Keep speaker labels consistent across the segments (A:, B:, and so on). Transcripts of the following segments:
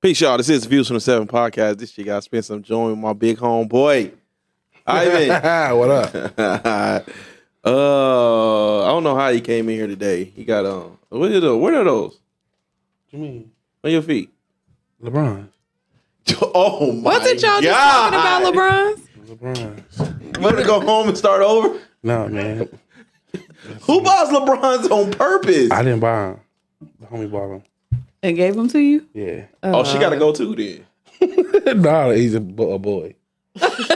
A: Peace, y'all. This is Views from the Seven podcast. This year, I spent some joy with my big homeboy, Ah, Ivan.
B: what up?
A: uh, I don't know how he came in here today. He got um, what are those? What are those
B: you mean?
A: on your feet?
B: LeBron.
A: Oh my!
C: Wasn't y'all just talking about LeBron's?
B: LeBron.
A: LeBron? Want to go home and start over?
B: No, man.
A: Who buys LeBron's on purpose?
B: I didn't buy him. The homie bought him.
C: And gave them to you?
B: Yeah.
A: oh, she
C: Uh,
A: got to go too then.
B: no, he's a, bo- a boy.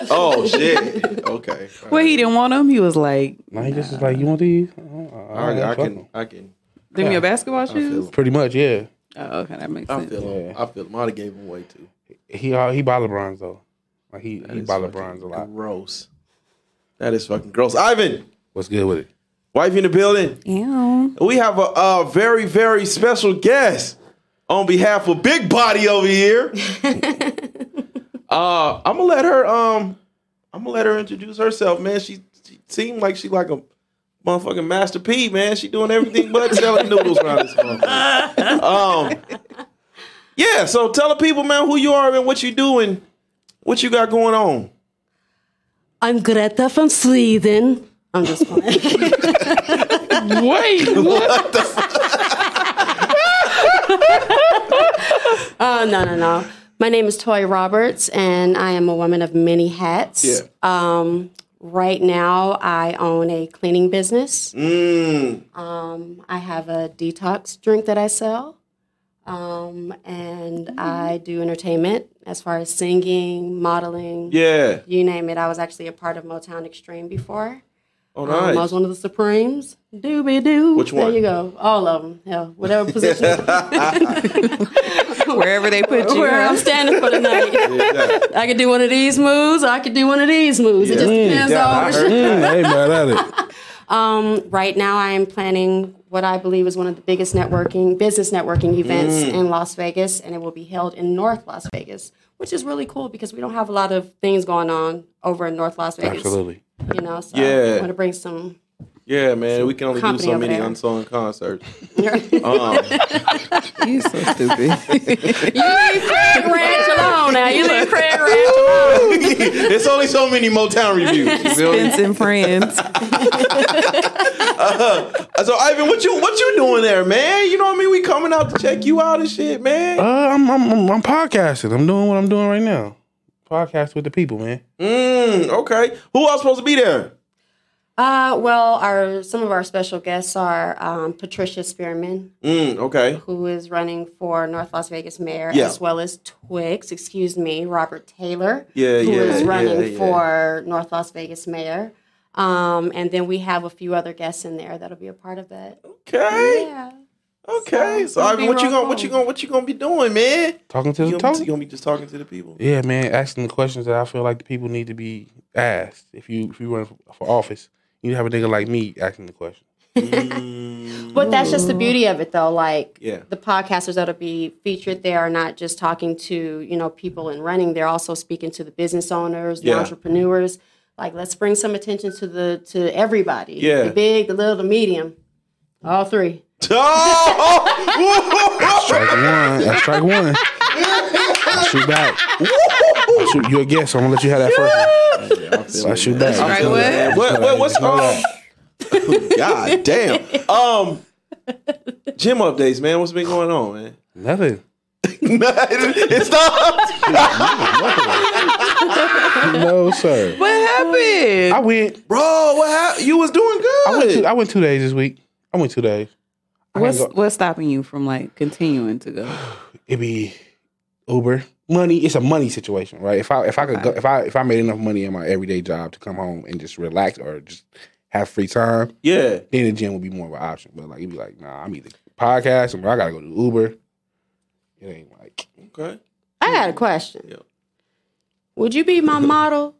A: Oh shit. Okay.
C: Well, he didn't want them. He was like,
B: No, he just was like, you want these? I, don't- I,
A: All right, I,
B: don't fuck
A: can.
B: 'em.
A: I can.
C: "Give me
B: Yeah.
C: your basketball
A: feel
C: shoes."
A: him.
B: Pretty much, yeah.
C: Oh, okay, that makes
A: I
C: sense.
A: feel him.
B: Yeah.
A: I feel him. I'd have gave him away too.
B: He uh, he bought LeBron's though. Like he
A: That
B: he
A: is
B: bought
A: fucking
B: LeBron's a lot.
A: Gross. That is fucking gross. Ivan,
B: What's good with it?
A: wife in the building.
C: Ew.
A: We have a, a very, very special guest on behalf of Big Body over here. uh, I'm gonna let her. Um, I'm gonna let her introduce herself, man. She, she seemed like she like a motherfucking Master P, man. She doing everything but selling noodles around this motherfucker. Um, yeah. So tell the people, man, who you are and what you do and what you got going on.
D: I'm Greta from Sweden. I'm just playing.
C: Wait, what?
D: oh, no, no, no. My name is Toy Roberts, and I am a woman of many hats.
A: Yeah.
D: Um, right now, I own a cleaning business.
A: Mm,
D: Um, I have a detox drink that I sell, um, and
A: Mm.
D: I do entertainment as far as singing, modeling,
A: yeah.
D: you name it. I was actually a part of Motown Extreme before.
A: Oh,
D: Um, I was
A: nice.
D: one of the Supremes. Doobie doo.
A: Which one?
D: There you go. All of them. Hell, whatever position.
C: Wherever they put you,
D: where
C: huh?
D: I'm standing for the night.
A: Yeah.
D: I could do one of these moves, or I could do one of these moves. It just
A: Yeah.
D: depends
A: Yeah,
D: on
A: I
D: which-
A: heard
B: I ain't Mm, mad at it.
D: Right now, I am planning what I believe is one of the biggest networking, business networking events
A: Mm.
D: in Las Vegas, and it will be held in North Las Vegas, which is really cool because we don't have a lot of things going on over in North Las Vegas.
B: Absolutely.
D: You know, so
A: Yeah.
D: I want to bring some.
A: Yeah, man, we can only do
D: company
A: so
D: over
A: many
D: there.
A: unsung concerts.
D: you
A: Um,
C: You so stupid.
D: leave Craig Ranch alone now. You leave Craig Ranch alone.
A: it's only so many Motown reviews. you feel me?
C: Vince and friends.
A: So Ivan, what you what you doing there, man? You know what I mean? We coming out to check you out and shit, man.
B: Uh, I'm, I'm I'm I'm podcasting. I'm doing what I'm doing right now. Podcast with the people, man.
A: Mm, okay. Who else supposed to be there?
D: Uh, well, our some of our special guests are um, Patricia Spearman,
A: Mm, okay.
D: who is running for North Las Vegas mayor,
A: Yeah.
D: as well as Twix, excuse me, Robert Taylor,
A: Yeah,
D: who
A: yeah,
D: is
A: yeah,
D: running
A: yeah.
D: for North Las Vegas mayor. Um, and then we have a few other guests in there that'll be a part of that.
A: Oh. Okay.
D: Yeah.
A: Okay. So,
D: it'll
A: Ivan,
D: be
A: what you
D: real
A: gonna what you
D: cool.
A: gonna what you gonna be doing, man?
B: Talking to
A: You
B: the
A: gonna, be,
B: talk.
A: you gonna be just talking to the people.
B: Yeah, man, asking the questions that I feel like the people need to be asked. If you if you run for, for office, you have a nigga like me asking the question.
A: Mm,
D: But that's just the beauty of it, though. Like
A: Yeah.
D: the podcasters that'll be featured there are not just talking to you know people and running; they're also speaking to the business owners, the
A: Yeah.
D: entrepreneurs. Like, let's bring some attention to the to everybody.
A: Yeah.
D: the big, the little, the medium, all three.
A: Oh!
B: Strike one. That's strike one. I shoot back. I shoot, you're a guest, so I'm gonna let you have that first one. I shoot back.
C: Strike
B: I'm feeling
C: one?
B: that.
A: What- what- what's
B: Just know
A: um, God
B: that.
A: damn. Um, gym updates, man. What's been going on, man?
B: Nothing.
A: it stopped.
B: No, sir.
C: What happened?
B: I went.
A: Bro, what happened? You was doing good.
B: I went. Two, I went two days this week. I went two days. I
C: What's
B: ain't go-
C: what's stopping you from like continuing to go?
B: it be Uber money. It's a money situation, right? If I if I could go, if I if I made enough money in my everyday job to come home and just relax or just have free time,
A: yeah.
B: then the gym would be more of an option. But like, you'd be like, nah, I'm either podcasting or I gotta go to Uber. It ain't like
A: Okay.
D: I got a question.
A: Yeah.
D: Would you be my model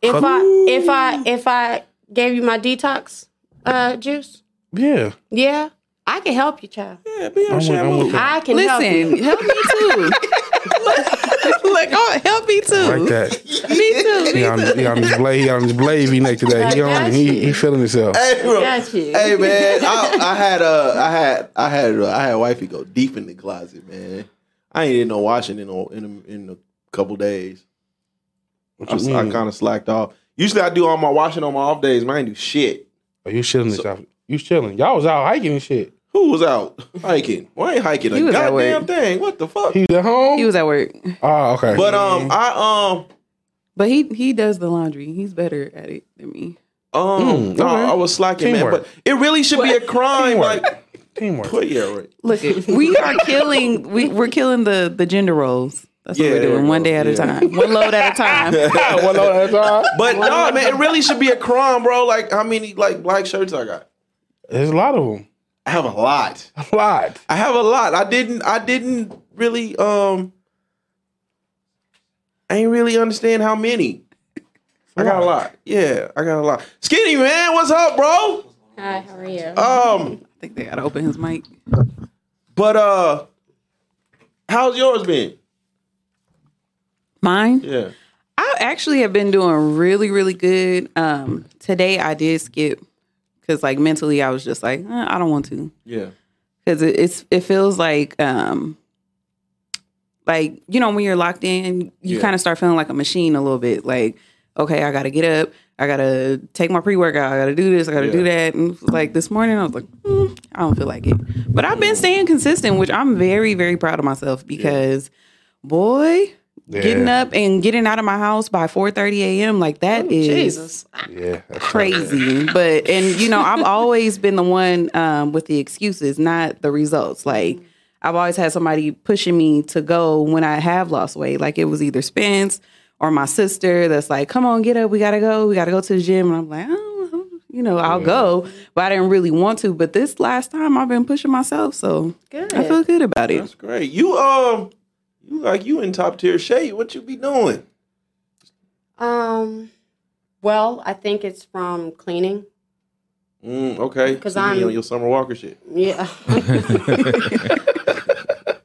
D: if I if I if I gave you my detox uh, juice?
B: yeah.
D: Yeah, I can help you, child.
A: Yeah, be on
B: I'm with- I'm with
A: Shamu.
B: that.
D: I can help you.
C: Listen, help me too. like, oh, help me too.
B: Like that.
C: Me too.
B: He
C: Me
B: on, he on his blade, he on his blade neck today. He on he, he feeling himself.
A: Hey, bro.
D: Got you.
A: Hey man, I, I had uh, I had I had uh, I had wifey go deep in the closet, man. I ain't in no Washington in a, in a, in a couple days.
B: What
A: I,
B: you mean?
A: kind of slacked off. Usually I do all my washing on my off days. Man, I ain't do shit.
B: Oh, you chilling? this afternoon. you chilling? Y'all was out hiking and shit.
A: Who was out hiking? Well, I ain't hiking a
C: He was at
A: goddamn
C: work.
A: thing. What the fuck?
B: He was at home.
C: He was at work,
B: oh, okay.
A: But um, I
C: but he he does the laundry. He's better at it than me.
A: um um
B: Mm,
A: no,
B: okay.
A: I was slacking, man.
B: Teamwork.
A: But it really should be a crime.
B: Teamwork.
A: Like,
B: teamwork.
A: but yeah, right.
C: Look, we are killing. We we're killing the the gender roles. That's
A: Yeah,
C: what we're
A: there
C: doing.
A: it
C: One
A: goes.
C: day at a
A: Yeah.
C: time. One load at a time.
B: One load at a time.
A: But no, man, it really should be a crime, bro. Like how many like black shirts I got?
B: There's a lot of them.
A: I have a lot.
B: A lot.
A: I have a lot. I didn't. I didn't really. Um, I ain't really understand how many. I got a lot. Yeah, I got a lot. Skinny man, what's up, bro?
D: Hi, how are you?
A: Um,
C: I think they gotta open his mic.
A: but uh, how's yours been?
C: Mine.
A: Yeah.
C: I actually have been doing really, really good. Um, today I did skip because, like, mentally I was just like, "Eh, I don't want to
A: Yeah.
C: because it, it's it feels like, um, like you know when you're locked in, you
A: Yeah.
C: kind of start feeling like a machine a little bit. Like, okay, I gotta get up, I gotta take my pre workout, I gotta do this, I gotta do that. And like this morning, I was like, "Mm, I don't feel like it. But I've been staying consistent, which I'm very, very proud of myself because, boy getting
B: Yeah.
C: up and getting out of my house by 4:30 a.m. like that is
D: Jesus.
B: Yeah. that's
C: crazy. but and you know, I've always been the one um, with the excuses, not the results. Like I've always had somebody pushing me to go when I have lost weight. Like it was either Spence or my sister that's like, "Come on, get up. We got to go. We got to go to the gym." And I'm like, "Oh, you know, I'll go, but I didn't really want to. But this last time, I've been pushing myself, so
D: Good.
C: I feel good about it.
A: That's great. You um, you like you in top tier shape. What you be doing?
D: Um, well, I think it's from cleaning.
A: Mm, okay.
D: 'Cause
A: So you be
D: I'm-
A: on your summer walker shit.
D: Yeah.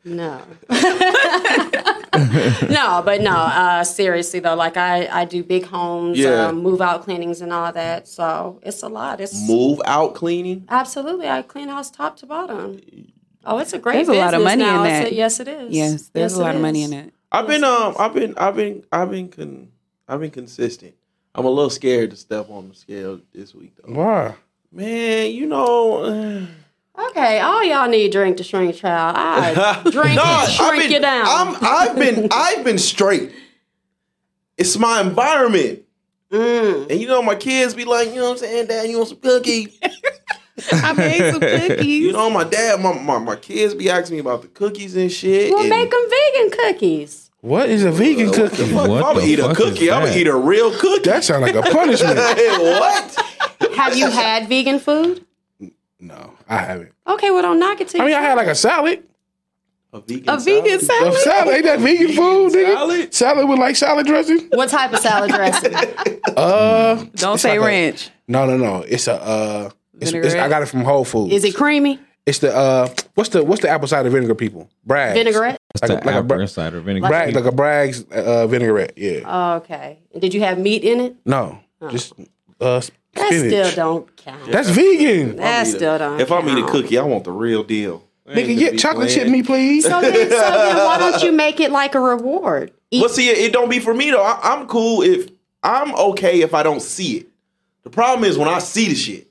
D: no. no, but no. Uh, seriously though, like I, I do big homes,
A: Yeah.
D: uh, move out cleanings, and all that. So it's a lot. It's
A: Move out cleaning.
D: absolutely. I clean house top to bottom. Oh, it's a great.
C: There's a lot of
D: business
C: money in
D: now. It's
C: that.
D: a- yes, it is.
C: Yes, there's
D: Yes,
C: a lot of money
D: is.
C: in it.
A: I've been um, I've been, I've been, I've been, con- I've been consistent. I'm a little scared to step on the scale this week though.
B: Why?
A: Man, you know.
D: Okay, all y'all need drink to shrink, child. I
A: No,
D: drink,
A: I've
D: shrink
A: been-
D: you down.
A: I'm, I've been, I've been straight. It's my environment,
D: Mm.
A: and you know my kids be like, you know what I'm saying, Dad, you want some cookies?
C: I made some cookies.
A: You know my dad, my, my my kids be asking me about the cookies and shit.
D: Well,
A: and-
D: make them vegan cookies.
B: What is a vegan
A: What the
B: cookie?
A: fuck?
E: What
A: if I'm gonna
E: the
A: eat a
E: fuck is
A: cookie, I'm gonna
E: that?
A: eat a real cookie.
B: That sounds like a punishment.
A: Hey, what?
D: Have you had vegan food?
B: no, I haven't.
D: Okay, well, don't knock it to
B: I
D: you.
B: mean, I had like a salad.
A: A vegan.
C: a vegan
B: A
C: salad.
B: salad ain't that vegan food, nigga?
A: salad?
B: Salad? with like salad dressing?
D: What type of salad dressing?
B: Uh,
C: Don't
B: it's
C: say
B: like a-
C: ranch.
B: no, no, no. It's a uh. It's, it's, I
C: Vinaigrette?
B: got it from Whole Foods.
D: Is it creamy?
B: It's the uh. What's the what's the apple cider vinegar people? Bragg.
D: Vinaigrette?
B: Like,
E: It's
B: a-
E: the
B: like a
E: apple
B: Bragg,
E: cider vinegar.
B: Bragg like a Bragg's uh, vinaigrette. Yeah.
D: Okay. Did you have meat in it?
B: No, just uh spinach.
D: That still don't count.
B: That's vegan.
D: That still don't.
A: If I'm eating a
D: count.
A: cookie, I want the real deal.
B: Nigga, get chocolate chip me, please.
D: So then, so then why don't you make it like a reward? Eat
A: But see, it don't be for me though. I, I'm cool if I'm okay if I don't see it. The problem is when I see the shit.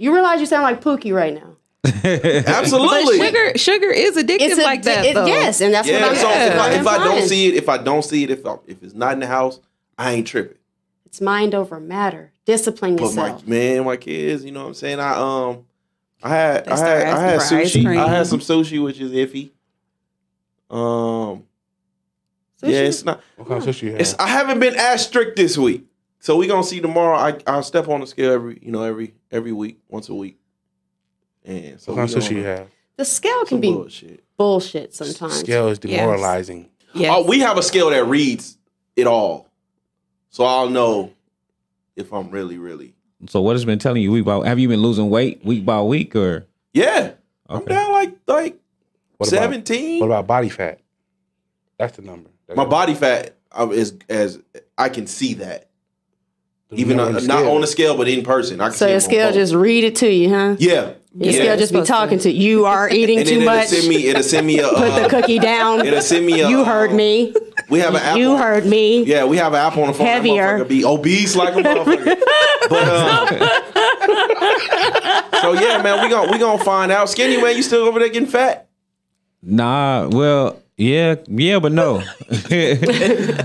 D: You realize you sound like Pookie right now.
A: Absolutely.
C: Sugar, sugar is addictive
D: a-
C: like that.
D: it-
C: though.
D: yes, and that's
A: yeah.
D: what I'm
A: so if, I,
D: saying.
A: if I don't see it, if I don't see it, if I, if it's not in the house, I ain't tripping.
D: it's mind over matter. Discipline
A: But my
D: yourself.
A: man, my kids, you know what I'm saying. I um, I had
C: They
A: I
C: start
A: had I had
C: asking for ice
A: sushi. I
C: cream.
A: had some sushi, which is iffy. Um,
D: Sushi
A: yeah,
D: is-
A: it's not.
B: What kind of sushi you have?
A: It's I haven't been as strict this week, so we gonna see tomorrow. I I step on the scale every you know every every week, once a week, and so
B: what
A: we
B: kind of sushi
A: gonna-
B: you have?
D: the scale
A: some
D: can be
A: bullshit.
D: bullshit sometimes.
B: Scale is demoralizing.
C: Yes.
A: Oh, we have a scale that reads it all, so I'll know if I'm really really.
E: So what has been telling you week by have you been losing weight week by week or
A: Yeah, I'm
E: Okay.
A: down like like
B: What about-
A: seventeen.
B: What about body fat? That's the number.
A: my body fat um, is as I can see that
B: The
A: even
B: number
A: uh, not on the scale, but in person. I can
D: So
A: see it
D: your
A: on
D: scale
A: both.
D: just read it to you, huh?
A: yeah.
D: Your
A: Yeah.
D: scale just be
C: Supposed to.
D: talking to you are eating
A: And
D: too
A: then it'll
D: much.
A: send me. It'll send me a.
D: Put the
A: Uh,
D: cookie down.
A: it'll send me a.
D: You heard
A: um,
D: me.
A: We have an app.
D: You
A: on-
D: heard me.
A: Yeah, we have an app on the phone. That
D: Heavier.
A: motherfucker Be obese like a motherfucker. but um, so yeah, man, we gonna we gonna find out. Skinny man, you still over there getting fat?
E: Nah, well, yeah, yeah, but no.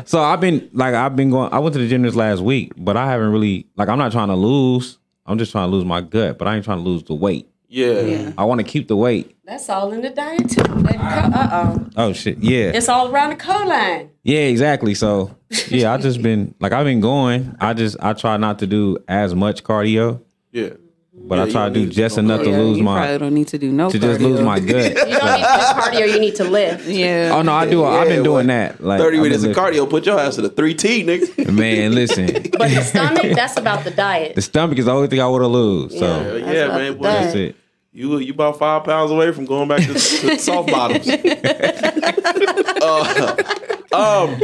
E: so I've been like I've been going I went to the gym this last week, but I haven't really like I'm not trying to lose. I'm just trying to lose my gut, but I ain't trying to lose the weight.
A: Yeah.
E: I want to keep the weight.
D: That's all in the diet too. Uh oh.
E: Oh shit. Yeah.
D: It's all around the co line.
E: Yeah, exactly. So, yeah, I just been like I've been going. I just I try not to do as much cardio,
A: Yeah.
E: but
A: Yeah,
E: I
A: you
E: try to
A: don't
E: do
A: need
E: just
A: no
E: enough to
C: Yeah,
E: lose
C: you
E: my
C: probably don't need to do no
E: to just
C: cardio.
E: lose my gut.
D: You don't need to do cardio. You need to lift.
C: Yeah.
E: Oh no, I do. I've
A: Yeah,
E: been doing
A: well,
E: that. Like
A: Thirty
E: I've been
A: minutes of
E: lifting.
A: cardio. Put your ass to the three T, nigga.
E: Man, listen,
D: But the stomach, that's about the diet.
E: the stomach is the only thing I want to lose. So
A: Hell
D: That's
A: yeah,
D: about
A: man.
D: the
A: Boy,
E: that's it.
A: You you about five pounds away from going back to, to soft bottoms. Uh, um,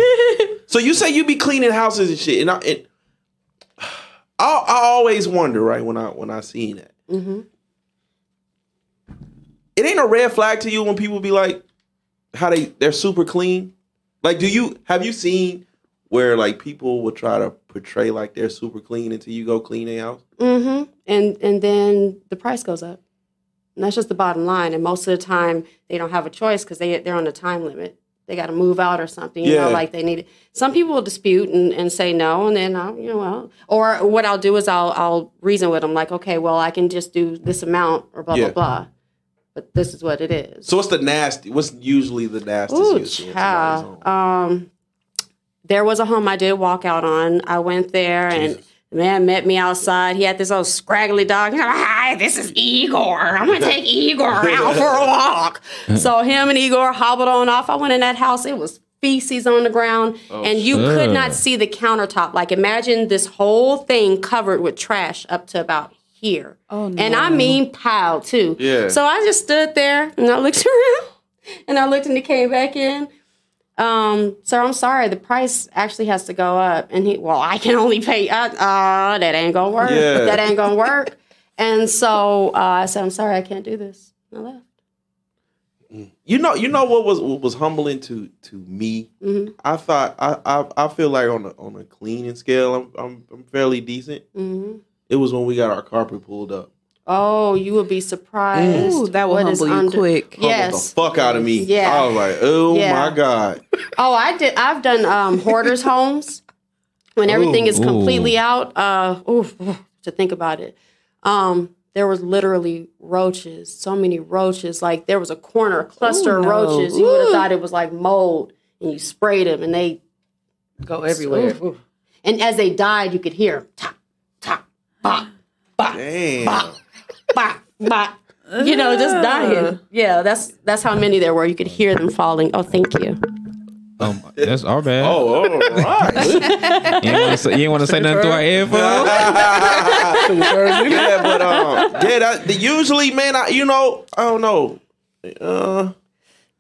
A: so you say you be cleaning houses and shit, and I and I, I always wonder, right? When I when I seen that, it ain't a red flag to you when people be like, how they they're super clean. Like, do you have you seen where like people will try to portray like they're super clean until you go clean their house?
D: hmm And and then the price goes up. And that's just the bottom line. And most of the time, they don't have a choice because they they're on a time limit. They got to move out or something. You know,
A: Yeah.
D: like they need it. Some people will dispute and, and say no, and then I'll, you know, I'll, or what I'll do is I'll I'll reason with them like, okay, well, I can just do this amount or blah
A: Yeah.
D: blah blah. But this is what it is.
A: So what's the nasty? What's usually the nastiest?
D: Ooh,
A: use when somebody's home?
D: child. Um, there was a home I did walk out on. I went there and the man met me outside. He had this old scraggly dog. He's like, Hi, this is Igor. I'm gonna take Igor out for a walk. so him and Igor hobbled on off. I went in that house. It was feces on the ground, and you could not see the countertop. Like imagine this whole thing covered with trash up to about here. Oh no. And I mean pile too.
A: Yeah.
D: So I just stood there and I looked around and I looked and he came back in. Um, sir, I'm sorry, the price actually has to go up. And he, well, I can only pay, uh, uh that ain't gonna work.
A: Yeah.
D: That ain't gonna work. and so uh, I said, I'm sorry, I can't do this. And I left.
A: You know, you know what was what was humbling to to me.
D: Mm-hmm,
A: I thought I, I I feel like on a on a cleaning scale, I'm I'm, I'm fairly decent.
D: Mhm.
A: It was when we got our carpet pulled up.
D: Oh, you would be surprised.
C: Ooh, that will
D: what is
C: humble you
D: under-
C: quick. Humble
A: Humbled
D: Yes.
A: the fuck out of me.
D: Yeah.
A: I was like, oh
D: Yeah.
A: my god.
D: Oh, I did. I've done um, hoarders' homes when everything is
E: Ooh.
D: completely out. Uh, oof, oof, to think about it, um, there was literally roaches. So many roaches. Like there was a corner, a cluster
C: Ooh,
D: of
C: no.
D: roaches. You would have
C: Ooh.
D: thought it was like mold, and you sprayed them, and they
C: go everywhere.
D: oof, oof. And as they died, you could hear top, top, bop, bop,
A: Damn.
D: bop, bop. You know, just dying. Yeah, that's that's how many there were. You could hear them falling. Oh, thank you.
E: Um, that's our bad.
A: Oh, all right.
E: You ain't wanna say- you ain't want to say nothing through our headphones.
A: yeah, but um, yeah. That, the- usually, man, I you know, I don't know. Uh,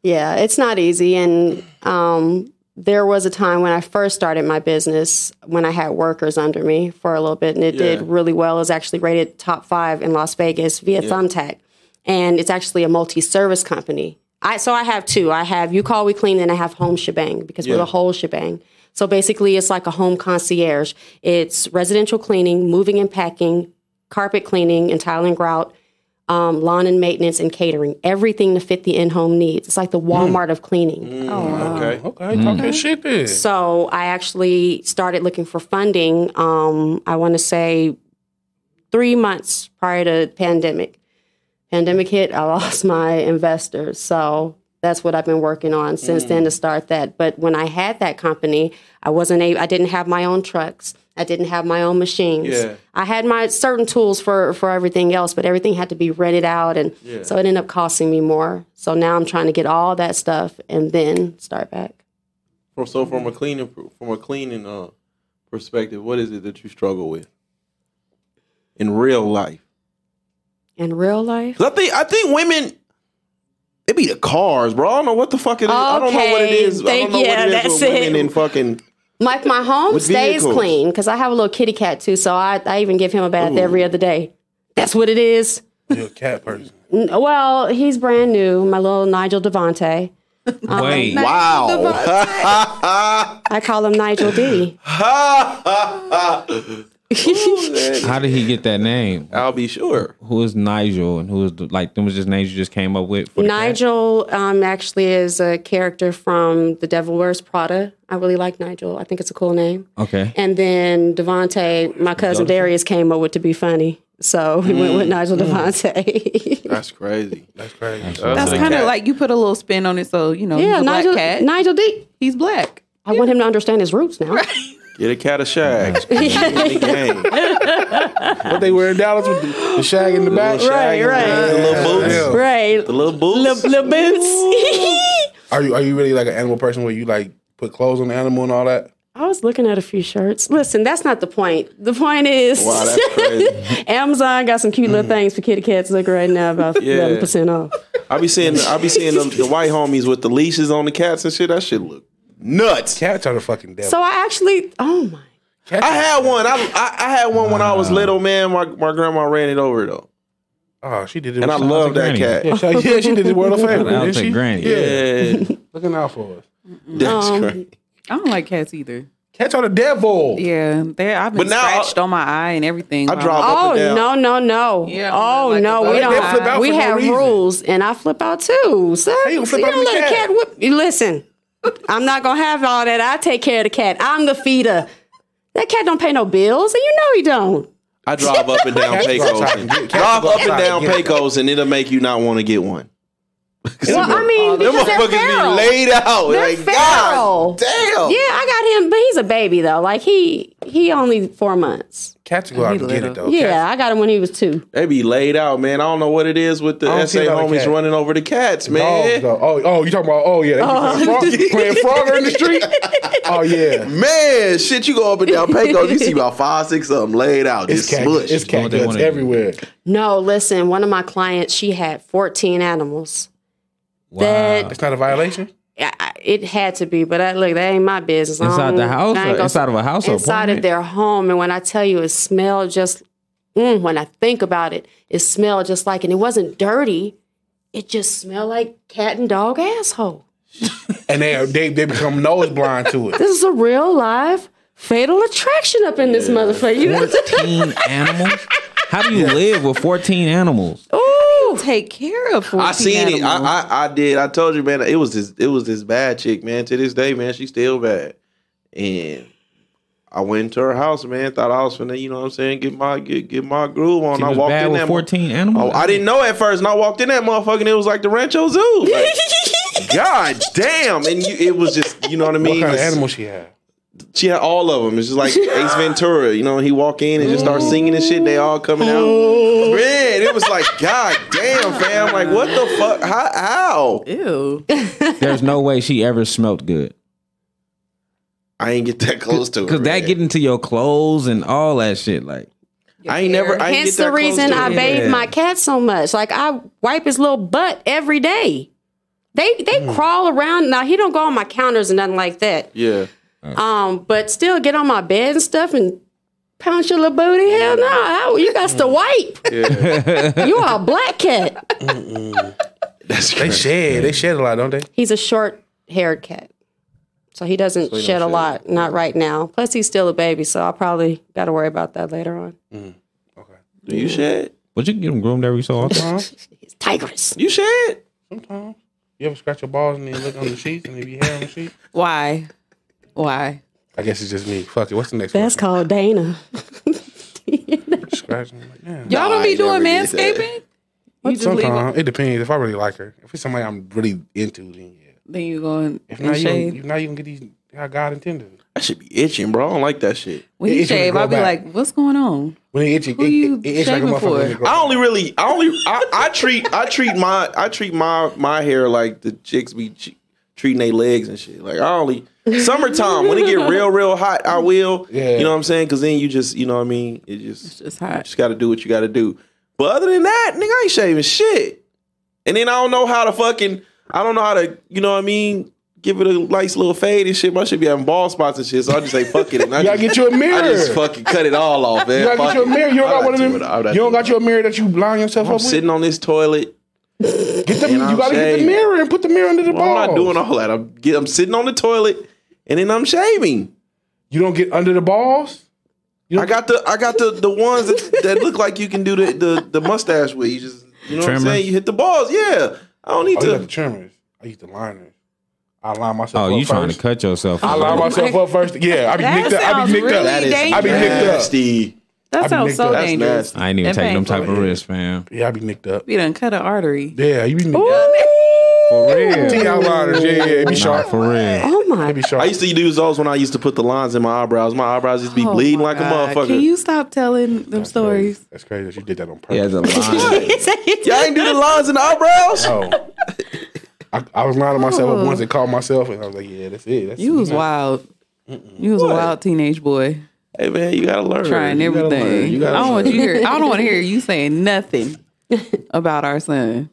D: Yeah, it's not easy. And um, there was a time when I first started my business when I had workers under me for a little bit, and it did
A: Yeah.
D: really well. It was actually rated top five in Las Vegas via Thumbtack, and it's actually a multi-service company. I so I have two. I have you call we clean, and I have home shebang because we're
A: Yeah.
D: the whole shebang. So basically, it's like a home concierge. It's residential cleaning, moving and packing, carpet cleaning, and tile and grout um, lawn and maintenance and catering, everything to fit the in-home needs. It's like the Walmart of cleaning.
A: okay.
B: Okay, Mm-hmm. talk that shit then.
D: So I actually started looking for funding. Um, I want to say three months prior to pandemic. Pandemic hit, I lost my investors. So that's what I've been working on since then to start that. But when I had that company, I wasn't able. I didn't have my own trucks. I didn't have my own machines.
A: Yeah.
D: I had my certain tools for for everything else, but everything had to be rented out, and so it ended up costing me more. So now I'm trying to get all that stuff and then start back.
A: From so
D: Mm-hmm.
A: from a cleaning from a cleaning uh perspective, what is it that you struggle with in real life?
D: In real life?
A: 'Cause I think I think women. It be the cars, bro. I don't know what the fuck it is. I don't know what it
D: Okay,
A: is. I
D: thank-
A: don't know what
D: yeah,
A: it is
D: that's
A: with women
D: it.
A: and fucking.
D: Like my home
A: With
D: stays
A: vehicles.
D: clean because I have a little kitty cat too, so I, I even give him a bath every other day. That's what it is.
B: You're a cat person.
D: N- Well, he's brand new, my little Nigel Devante.
E: Wait.
A: Wow.
D: I call him Nigel D.
E: How did he get that name?
A: I'll be sure.
E: Who is Nigel and who is the, like them was just names you just came up with for the cat?
D: Nigel um, actually is a character from The Devil Wears Prada. I really like Nigel. I think it's a cool name.
E: Okay.
D: And then Devante, my cousin Darius came up with to be funny. So we went with Nigel Devante.
A: That's crazy.
B: That's crazy.
C: That's kind of like you put a little spin on it, so you know.
D: yeah,
C: he's a black
D: Nigel
C: cat.
D: Nigel D.
C: he's black.
D: I want him to understand his roots now.
A: Get a cat a shag. Big game.
B: what they wear in Dallas with the, the shag in the back.
A: Little shag,
D: right.
A: The little boots.
B: Yeah.
D: Right.
A: The little boots.
D: The boots.
B: Are you are you really like an animal person where you like put clothes on the animal and all that?
D: I was looking at a few shirts. Listen, that's not the point. The point is
A: wow, that's crazy.
D: Amazon got some cute little
B: Mm.
D: things for kitty cats looking right now about
A: Yeah.
D: eleven percent off.
A: I be seeing I be seeing them, the white homies with the leashes on the cats and shit. That shit look nuts.
B: Cats are the fucking devil.
D: So I actually oh my
A: I had one. I I, I had one when I was little, man. My my grandma ran it over though,
B: oh, she did it.
A: and I
B: with-
A: love that
E: granny.
B: Yeah,
A: cat.
B: she, yeah, she did the world of fame.
E: Shout out
B: didn't
E: to
B: she?
E: Granny.
B: Yeah.
A: Yeah,
B: looking out for us.
A: that's
D: Um,
A: crazy.
C: I don't like cats either.
B: Cats are the devil.
C: Yeah, they. I've been
A: But now-
C: scratched on my eye and everything.
A: I drive up
D: Oh
A: and down.
D: no no no!
C: Yeah,
D: oh
C: like
D: no,
C: a
D: we
C: dog.
B: They flip out
D: don't. We
B: for no
D: have
B: reason.
D: rules, and I flip out too. So
B: you
D: you
B: gonna flip out
D: don't
B: on the
D: let a
B: cat?
D: cat whip. you Listen, I'm not gonna have all that. I take care of the cat. I'm the feeder. That cat don't pay no bills, and you know he don't.
A: I drive up and down
B: Cats go
A: Pecos.
B: outside and
A: and-
B: get- cats
A: Drive
B: go
A: up and
B: outside
A: down
B: get-
A: Pecos, and it'll make you not want to get one.
D: Well, I
B: uh,
D: mean,
A: Them
D: because they're
A: motherfuckers
D: feral.
A: be laid out.
D: They're
A: like,
D: feral.
A: God damn.
E: Oh.
D: Yeah, I got him, but he's a baby though. Like he he only four months.
B: Cats go out and get
C: little.
B: it though.
D: Yeah, I got him when he was two.
A: They be laid out, man. I don't know what it is with the
B: I don't
A: SA
B: see about the
A: homies
B: cat.
A: running over the cats,
B: Dogs,
A: man.
B: though. Oh, oh, you talking about? Oh, yeah, they be playing, frog, playing Frogger in the street. Oh yeah,
A: Man, shit, you go up and down Pecos, you see about five, six of them laid out,
B: it's
A: just
B: cat,
A: smushed.
B: it's cat
E: What they
B: guts
E: wanna do.
B: everywhere.
D: No, listen, one of my clients, she had fourteen animals.
E: Wow.
D: That-
B: It's not a violation.
D: I- I- it had to be, but I, look, that ain't my business. I
E: Inside
D: don't-
E: the house
D: I ain't
E: or
D: gonna-
E: inside of a house or
D: Inside
E: apartment?
D: of their home, and when I tell you, it smelled just. Mm, when I think about it, it smelled just like, and it wasn't dirty. It just smelled like cat and dog asshole.
B: And they they they become nose blind to it.
D: This is a real live fatal attraction up in this motherfucker. You know?
E: 14 animals? How do you live with 14 animals?
C: Ooh, take care of.
A: I seen it. I, I I did. I told you, man. It was this. It was this bad chick, man. To this day, man, she's still bad. And I went to her house, man. Thought I was finna, you know what I'm saying, get my get, get my groove on.
E: She
A: I
E: was
A: walked
E: bad
A: in
E: with
A: that. mo-
E: 14 animals?
A: Oh, I didn't know at first, and I walked in that motherfucker, and it was like the Rancho Zoo. Like, God damn! And you, it was just, you know what I mean.
B: What kind of
A: It's-
B: animal she had?
A: She had all of them. It's just like Ace Ventura, you know. He walk in and just start
D: Mm.
A: singing and shit. They all coming out. Man, it was like, God damn, fam! Like, what the fuck? How? how?
C: Ew.
E: There's no way she ever smelled good.
A: I ain't get that close to it.
E: Because that
A: man.
E: get into your clothes and all that shit. Like,
A: I ain't never. I ain't
D: Hence
A: get
D: the
A: that close
D: reason
A: to
D: I
A: it.
D: bathe my cat so much. Like I wipe his little butt every day. They they
A: Hmm.
D: crawl around. Now he don't go on my counters and nothing like that.
A: Yeah. Oh.
D: Um, but still get on my bed and stuff and pounce your little booty. Hell no, How- you got to wipe.
A: Hmm. Yeah.
D: You are a black cat.
A: That's
B: They
A: crazy.
B: shed. They shed a lot, don't they?
D: He's a short haired cat. So he doesn't
A: don't
D: shed a
A: shed.
D: lot, not right now. Plus he's still a baby, so I'll probably gotta worry about that later on.
A: Do you shed?
E: but you can get them groomed every so often.
D: He's tigress.
A: You shed?
B: Sometimes. You ever scratch your balls and then look on the sheets and if you hair on the sheet?
C: Why? Why?
B: I guess it's just me. Fuck it. What's the next
D: That's called Dana.
B: one? Scratching. Like, yeah.
C: Y'all
A: Nah,
C: don't be
A: I
C: doing
A: never did that.
C: manscaping. You just leave. Them,
B: Sometimes it depends. If I really like her, if it's somebody I'm really into, then yeah.
C: then you go in
B: If
C: and
B: not, you
C: shave.
B: gonna- if not you gonna get these how God intended.
A: That should be itching, bro. I don't like that shit.
C: when
B: it-
C: you
B: it's gonna
C: shave,
B: grow
C: I'll be
B: back.
C: like, "What's going on?"
B: When it itch, it,
C: Who
B: it,
C: you
B: it, it itch like a
C: shaving for?
B: motherfucker. when it grow.
A: I only really, I only, I, I treat, I treat my, I treat my, my hair like the chicks be ch- treating their legs and shit. Like I only summertime when it get real, real hot, I will.
B: Yeah.
A: You know what I'm saying? Because then you just, you know what I mean? It just,
C: It's
A: you
C: hot.
A: just got to do what you got to do. But other than that, nigga, I ain't shaving shit. And then I don't know how to fucking, I don't know how to, you know what I mean? give it a nice little fade and shit. But I should be having ball spots and shit. So I just say fuck it. And I
B: You gotta
A: just,
B: get you a
A: I
B: mirror.
A: just fucking cut it all off, man.
B: You gotta
A: Fuck
B: get you a
A: it.
B: mirror. You don't
A: I'm
B: got
A: not
B: one of
A: doing
B: them.
A: it. I'm not
B: You don't
A: doing
B: got you a mirror that you line yourself
A: it. I'm
B: up with.
A: sitting on this toilet.
B: Get the,
A: and I'm
B: you gotta get
A: shaving.
B: the mirror and put the mirror under the
A: Well,
B: ball.
A: I'm not doing all that. I'm get, I'm sitting on the toilet and then I'm shaving.
B: You don't get under the balls.
A: I got the I got the the ones that, that look like you can do the, the the mustache with. You just you know
E: Trimmer?
A: what I'm saying. You hit the balls. Yeah, I don't need
B: Oh, you got the
A: to.
B: trimmers. I use the liners. I line myself.
E: Oh,
B: up
E: you
B: first.
E: trying to cut yourself?
B: I line myself up first. Yeah, I be
C: That
B: nicked up. I
C: sounds
B: be nicked
C: really
B: up.
A: That is
C: I
B: be nicked up.
A: nasty.
C: That
B: I've
C: sounds
B: nicked
C: so
B: that.
A: That's
C: dangerous.
A: nasty.
E: I ain't even
C: That
E: taking them
C: painful.
E: type of risks, man.
B: Yeah, I be nicked up.
C: You done cut an artery.
B: Yeah, you be nicked up.
C: Ooh.
E: For real.
B: T outliners. Yeah, yeah, it be
E: Nah,
B: sharp.
E: for real.
D: Oh my!
B: It be sharp.
A: I used to use those when I used to put the lines in my eyebrows. My eyebrows used to be
C: Oh
A: bleeding
C: my
A: like
C: God.
A: a motherfucker.
C: Can you stop telling them stories?
B: That's crazy that you did that on
E: He has
B: purpose.
E: a line.
A: Y'all ain't do the lines in the eyebrows.
B: Oh. I, I was lining myself
C: Oh.
B: up once and called myself, and I was like, "Yeah, that's it." That's
C: You was wild. You was a
A: What?
C: wild teenage boy
A: Hey man, you gotta learn.
C: trying
A: You gotta learn.
C: everything.
A: You
C: I
A: gotta
C: don't want
A: learn.
C: you to hear. I don't want to hear you saying nothing about our son.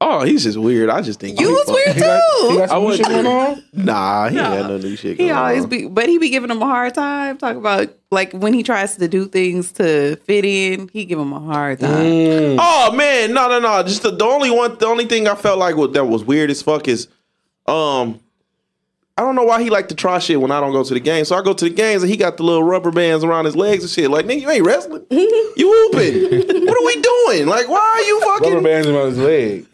A: Oh, he's just weird. I just think
C: You
A: he uh,
C: was
A: fuck-
C: weird
B: You
C: too.
B: got some new shit going on?
A: Nah, he ain't had no new shit.
C: He
A: going
C: always
A: on.
C: be, but he be giving him a hard time. Talk about like when he tries to do things to fit in, he give him a hard time.
A: Oh man, no, no, no. Just the, the only one, the only thing I felt like wa- that was weird as fuck is, um, I don't know why he like to try shit when I don't go to the games. So I go to the games and he got the little rubber bands around his legs and shit. Like nigga, you ain't wrestling. You whooping. what are we doing? Like why are you
B: Rubber
A: fucking?
B: bands around his leg.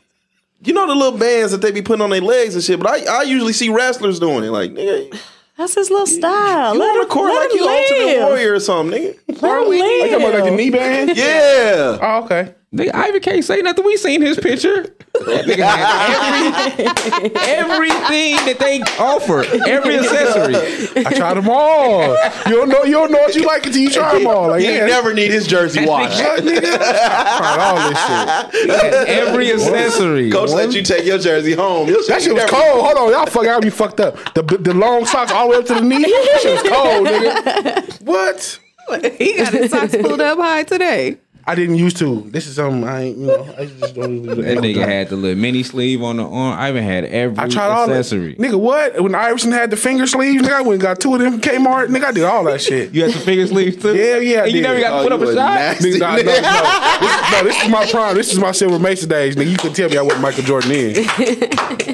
A: You know the little bands that they be putting on their legs and shit. But I, I usually see wrestlers doing it. Like nigga,
D: That's his little style.
A: you
D: Let
A: want
D: him
A: to record
D: let
A: like
D: him
A: you Ultimate
D: live.
A: Warrior or something, nigga.
D: Let him
B: Are Oh, you talking about like the
D: live.
B: knee band?
A: Yeah.
B: Oh, okay.
E: Nigga, I even can't say nothing. We seen his picture. That nigga had every, everything that they offer, every accessory.
B: I tried them all. You don't know. You don't know what you like until you try them all. Like,
A: You
B: Oh, yeah,
A: never need his jersey watch.
B: Fuck, nigga. I tried all this shit.
E: Every accessory.
A: Coach let you take your jersey home. Your
B: That shit was
A: never-
B: cold. Hold on, y'all fuck. I be fucked up. The the long socks all the way up to the knee. That shit was cold, nigga. What?
A: Mm.
C: he got his socks pulled up high today.
B: I didn't used to. This is something I ain't. You know, I just don't really. do
E: That nigga
B: anything.
E: had the little mini sleeve on the arm. I even had every
B: I tried all
E: accessory.
B: That. Nigga, what? When Iverson had the finger sleeves, nigga, I went and got two of them from Kmart. Nigga, I did all that shit.
E: You had the finger sleeve too.
B: Yeah, yeah, I
E: And you
B: did.
E: never got
A: Oh,
E: to put up
A: you
E: a
A: a
E: shot.
A: nasty-
B: Nigga, nah, no, no, this, no, this is my prime. This is my Silver Mesa days, nigga. You could tell me I wasn't Michael Jordan in. You could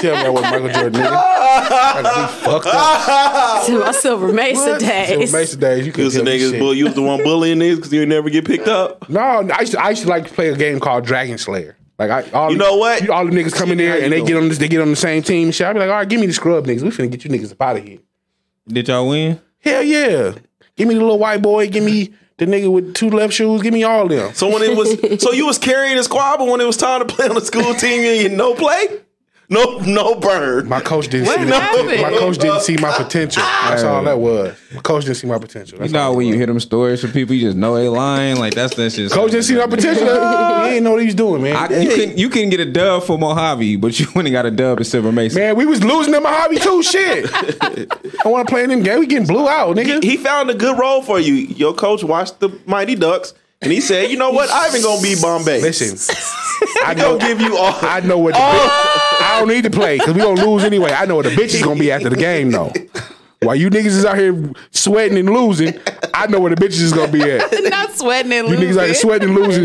B: tell me I wasn't Michael Jordan in. I just be fucked up.
D: To my Silver Mesa days.
B: Silver Mesa days, you
A: You
B: could
A: was
B: tell
A: the
B: me
A: niggas, boy.
B: shit.
A: You was the one bullying niggas because you ain't never get picked up.
B: No, I used, to, I used to like to play a game called Dragon Slayer. Like I, all
A: You know what?
B: all the niggas come in there and they get on this, they get on the same team. and Shit, I be like, all right, give me the scrub niggas. We finna get you niggas up out of here.
E: Did y'all win?
B: Hell yeah. Give me the little white boy. Give me the nigga with two left shoes. Give me all them.
A: So when it was, so you was carrying a squad, but when it was time to play on the school team, you ain't no play, no, no burn.
B: My coach didn't see
C: happened?
B: my coach didn't see my potential.
A: Ah!
B: That's all that was. My coach didn't see my potential.
E: You
B: That's all
E: know
B: it
E: when you
B: was.
E: hear them stories from people, you just know they lying. Like that's that shit.
B: coach didn't see my potential. he didn't know what he was doing, man.
E: I, you couldn't you couldn't get a dub for Mojave, but you went and got a dub at Silver Mason.
B: man, we was losing in my hobby too. Shit. I want to play in them game. We getting blew out, nigga.
A: He found a good role for you. Your coach watched the Mighty Ducks, and he said, "You know what? I even gonna be Bombay.
B: Listen, I
A: I gonna
B: know.
A: give you all."
B: I know what. The
A: Oh.
B: bitch, I don't need to play because we gonna lose anyway. I know what the bitch is gonna be after the game though. While you niggas is out here sweating and losing, I know where the bitches is gonna be at.
C: Not sweating and
B: You
C: losing.
B: niggas out here sweating and losing.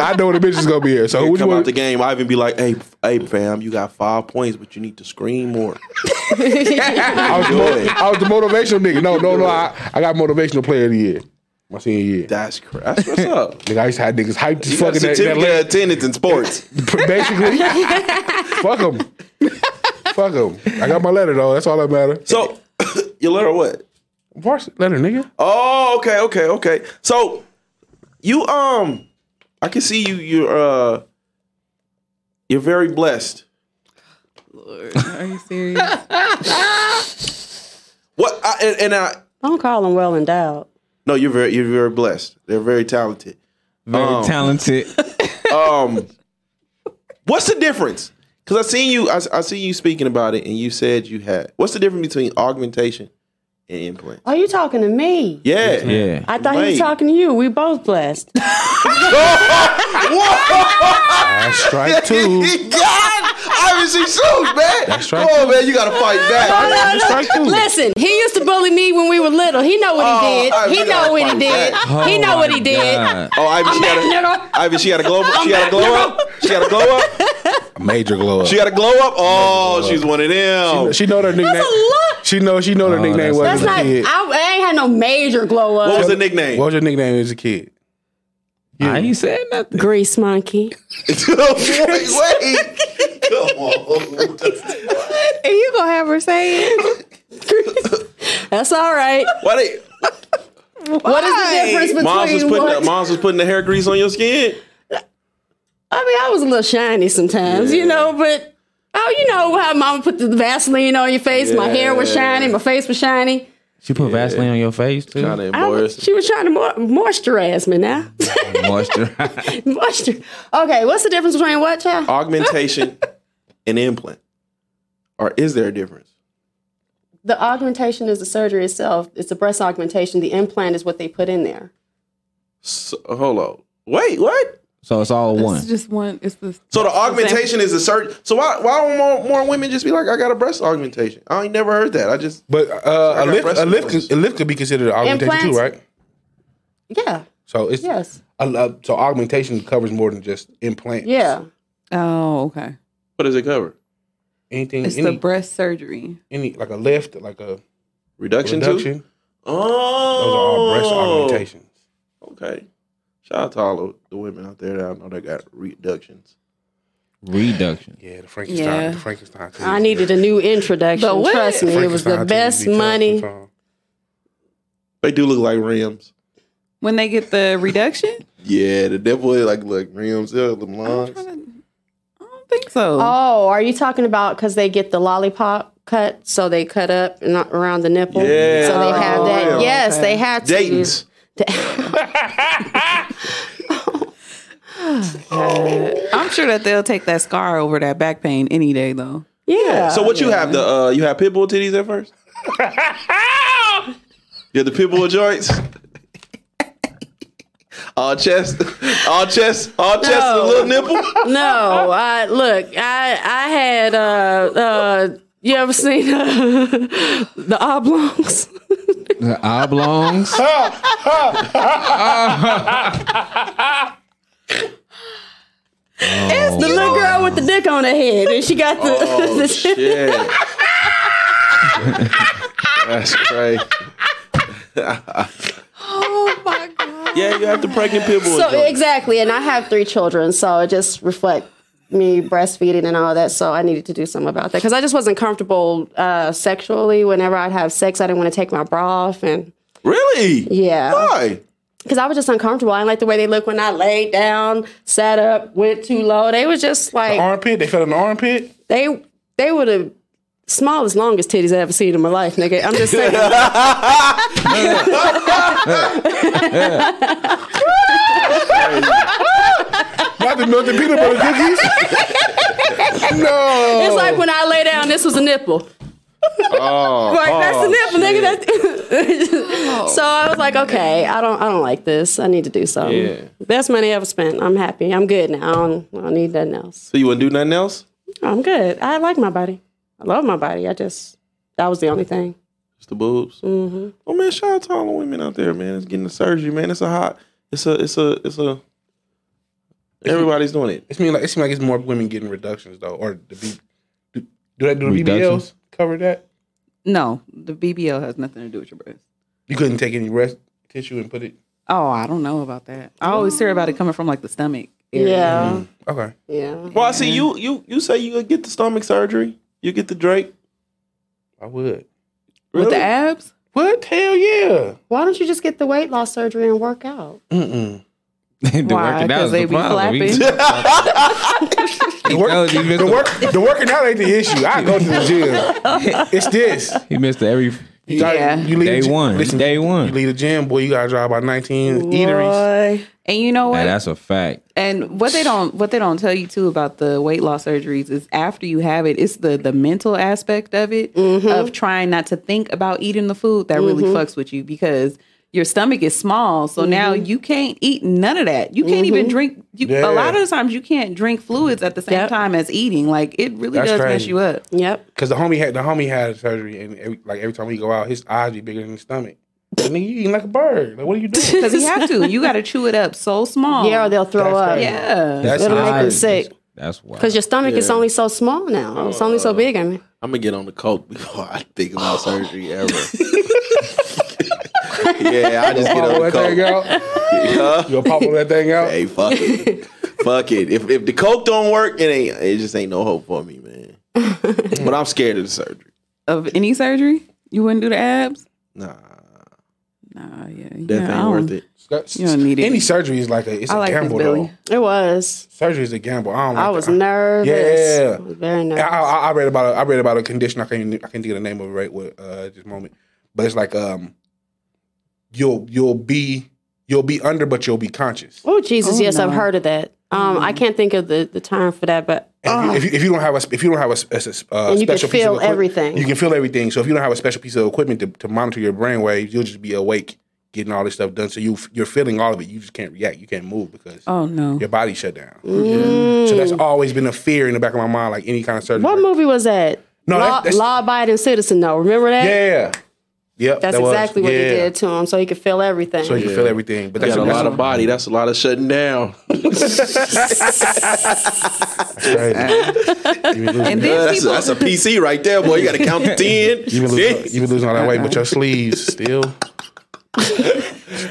B: I know where the bitch is gonna be at. So
A: Come
B: which
A: out
B: one?
A: the game, I even be like, "Hey, f- hey, fam, you got five points, but you need to scream more."
B: I was, the
A: Good.
B: mo- I was the motivational nigga. No, no, no. I, I got motivational player of the year. My senior year.
A: That's cra- that's what's up.
B: Nigga, I used to have niggas hyped as
A: You got
B: fucking that, that
A: certificate
B: late.
A: of attendance in sports.
B: Basically, fuck them. Fuck them. I got my letter though. That's all that matters.
A: So, you learn what?
B: Varsity letter, nigga.
A: Oh, okay, okay, okay. So you um I can see you you're uh you're very blessed.
C: Are you serious?
A: What I, and, and I
D: Don't call him well endowed.
A: no, you're very you're very blessed. They're very talented.
E: Very
A: Um,
E: talented.
A: Um What's the difference? Cuz I seen you I, I seen you speaking about it and you said you had. What's the difference between augmentation and implant?
D: Are you talking to me?
A: Yeah.
E: Yeah.
D: I thought he
A: Wait.
D: was talking to you. We both blessed.
A: Whoa!
B: I strike two.
A: God, Obviously, shoot, man.
B: That's
A: Come
B: right.
A: on, man. You got to fight back.
B: Strike two.
D: Listen, he used to bully me when we were little. He know what
A: Oh,
D: he did.
A: I
D: he
A: forgot
D: know what he
A: about
D: did.
A: that.
D: he
E: Oh
D: know what
E: my
D: he did.
E: God.
A: Oh, Ivy, she
D: back,
A: got
D: nigga.
A: a Ivy, she got a glow. She got a glow up. She got a glow up.
B: Major glow up.
A: She got a glow up. Oh, she's one of them.
B: She know her nickname.
D: That's a lot.
B: She know she know her
E: Oh,
B: nickname
E: that's-
B: was as
D: That's
B: a
D: not. I,
B: kid.
D: I ain't had no major glow
A: What was
D: up.
A: the nickname?
B: What was your nickname as a kid?
E: I ain't saying nothing.
D: Grease monkey.
A: wait, wait. Come on.
C: And you gonna have her say it?
D: That's all right.
A: Why they?
D: What is the difference between?
A: Moms was putting the,
D: what-
A: moms was putting the hair grease on your skin.
D: I mean, I was a little shiny sometimes, you know, but oh, you know how mama put the Vaseline on your face. My hair was shiny. My face was shiny.
E: She put Vaseline on your face too.
A: Kinda
D: I was-
A: embarrassing.
D: she was trying to mo- moisturize me now.
E: Moisturize.
D: Moisture. Okay, what's the difference between what, child?
B: Uh,
A: Augmentation and implant, or is there a difference?
D: The augmentation is the surgery itself. It's a breast augmentation. The implant is what they put in there.
A: So, hold on. Wait, what?
E: So it's all one.
C: It's just one. It's the
A: So the augmentation is a surgery. So why why don't more, more women just be like, I got a breast augmentation? I ain't never heard that. I just
B: But uh, a
A: got
B: lift,
A: breast
B: a lift,
A: implants.
B: can- a lift could be considered an augmentation too,
D: Implants.
B: right?
D: Yeah.
B: So it's
D: Yes.
B: a, a- so augmentation covers more than just implant.
D: Yeah.
C: oh okay.
A: what does it cover?
B: anything,
C: It's the
B: any,
C: breast surgery.
B: any like a lift, like a
A: Reduction, too.
B: reduction.
A: Oh,
B: Those are all breast augmentations.
A: Okay. Shout out to all of the women out there that I know that got reductions.
E: Reduction.
B: Yeah, the Frankenstein,
C: Yeah.
B: the Frankenstein. too.
D: I needed a new introduction.
C: But what?
D: Trust me, it was the
B: Frankenstein too
D: best
B: be tough
D: money.
B: sometimes.
A: They do look like rims.
C: When they get the reduction,
A: Yeah, the devil is like look rims, yeah, them lines.
C: I don't think so.
D: Oh, are you talking about because they get the lollipop cut, so they cut up and not around the nipple?
A: Yeah.
D: So they have that.
A: Oh,
D: Yes,
C: okay.
D: they have to.
A: Dayton's.
C: I'm sure that they'll take that scar over that back pain any day though.
D: Yeah.
A: So what you have the uh you have pitbull titties at first? you have the pitbull joints? all chest, all chest, all chest, and a little nipple.
D: No, I look, I I had uh uh you ever seen uh, the oblongs?
E: The oblongs.
D: The little girl with the dick on her head, and she got the.
A: Oh
D: the-
A: shit! That's crazy.
C: Oh my god.
A: Yeah, you have the pregnant pitbull
D: so
A: joints.
D: exactly, and I have three children, so it just reflect me breastfeeding and all that. So I needed to do something about that because I just wasn't comfortable uh, sexually. Whenever I'd have sex, I didn't want to take my bra off, and
A: really?
D: yeah.
A: Why?
D: because I was just uncomfortable. I didn't like the way they looked when I laid down, sat up, went too low. They was just like
B: Armpit? They fell in the armpit.
D: they they were the smallest, longest titties I ever seen in my life, nigga. I'm just saying.
B: Not the melted peanut butter cookies. no.
D: It's like when I lay down, this was a nipple.
A: Oh,
D: Like that's
A: oh,
D: the nipple,
A: shit.
D: nigga. That's so I was like, okay, I don't, I don't like this. I need to do something.
A: Yeah.
D: Best money I ever spent. I'm happy. I'm good now. I don't, I don't need nothing else.
A: So you wouldn't do nothing else?
D: I'm good. I like my body. I love my body. I just that was the only thing.
A: Just the boobs. Mm-hmm. Oh man, shout out to all the women out there, man. It's getting the surgery, man. It's a hot. It's a. It's a. It's a. Everybody's doing it.
B: It seems like it seems like it's more women getting reductions though, or the B, do, do that do the BBLs
E: Reductions?
B: cover that?
C: No, the BBL has nothing to do with your breast.
B: You couldn't take any breast tissue and put it.
C: Oh, I don't know about that. I always hear about it coming from like the stomach. Area.
A: Mm-hmm.
D: Yeah.
B: Okay,
D: Yeah.
A: Well, I see you. You. You say you get the stomach surgery. You get the Drake.
B: I would.
C: With
A: Really?
C: the abs?
B: What? Hell yeah.
D: Why don't you just get the weight loss surgery and work out?
E: the
C: Why?
E: working out
C: 'Cause
E: is
C: they
E: the
C: be
E: problem. We-
B: The,
E: He
B: work,
E: told you,
B: the, work, the working out ain't the issue. I go to the gym. It's this.
E: He missed the every.
B: You gotta-
C: Yeah.
B: you leave
E: Day
B: the gy-
E: one. Day one.
B: You leave the gym, boy. You gotta drive about nineteen eateries.
C: And you know
E: Hey,
C: what?
E: that's a fact.
C: and what they don't what they don't tell you too about the weight loss surgeries is after you have it, it's the the mental
D: Mm-hmm.
C: aspect of it of trying not to think about eating the food that really fucks with you because your stomach is small,
D: Mm-hmm.
C: so now you can't eat none of that. You can't even drink. You,
B: Yeah.
C: A lot of the times, you can't drink fluids at the same
D: Yep.
C: time as eating. Like it really
B: That's
C: does mess
B: crazy.
C: you up.
D: Yep.
B: Cause the homie had the homie had surgery, and every, like every time he go out, his eyes be bigger than his stomach. Like, nigga, you eating like a bird. Like, what are you doing?
C: Because you have to. You got to chew it up so small.
D: Yeah, or they'll throw
B: That's
D: up.
B: right.
C: yeah.
B: That's
D: It'll make
E: I-
D: them sick.
E: That's why.
D: Because your stomach is
A: Yeah. Oh.
D: only so small now. It's only so big. I mean,
A: I'm gonna get on the coke before I think about surgery ever. yeah, I just get on the
B: Pop that thing
A: coke.
B: out.
A: Huh?
B: You'll pop that thing out.
A: Hey, fuck it, fuck it. If if the coke don't work, it ain't. It just ain't no hope for me, man. but I'm scared of the surgery.
C: Of any surgery, you wouldn't do the abs.
A: Nah,
C: Nah, yeah.
A: that ain't worth it.
C: You don't need it.
B: Any surgery is like a it's
C: I
B: a
C: like this
B: gamble
C: Billy.
B: though.
D: it was.
B: Surgery is a gamble. I don't. Like
D: I was
B: that.
D: nervous.
B: Yeah.
D: I was very
B: I,
D: nervous.
B: I, I read about a, I read about a condition. I can't even- I can't think of the name of it right with uh, at this moment. But it's like um, you'll you'll be you'll be under, but you'll be conscious.
D: Oh Jesus,
C: Oh,
D: yes,
C: no.
D: I've heard of that. Um, I can't think of the, the time for that, but um,
B: And if, you, if, you, if you don't have a sp- if you don't have a, s- a s- a
D: Ah. And you can
B: special piece
D: feel
B: of equip-
D: everything.
B: you can feel everything. So if you don't have a special piece of equipment to, to monitor your brain waves, you'll just be awake, getting all this stuff done. So you f- you're feeling all of it. You just can't react. You can't move because
C: Oh no.
B: your body shut down.
D: Mm.
B: So that's always been a fear in the back of my mind, like any kind of surgery.
D: what movie was that?
B: No,
D: law,
B: that's- that's-
D: law abiding citizen. though. remember that?
B: Yeah. Yep.
D: That's
B: that was-
D: exactly what
B: yeah.
D: he did to him, so he could feel everything.
B: So you can feel everything, but that's
A: Got a lot of body. That's a lot of shutting down.
B: Crazy. you been losing,
C: And
A: Uh,
C: then
A: that's, a,
C: people.
A: that's a PC right there, boy. You got to count to ten.
B: you been losing, you been losing all that weight with your sleeves still.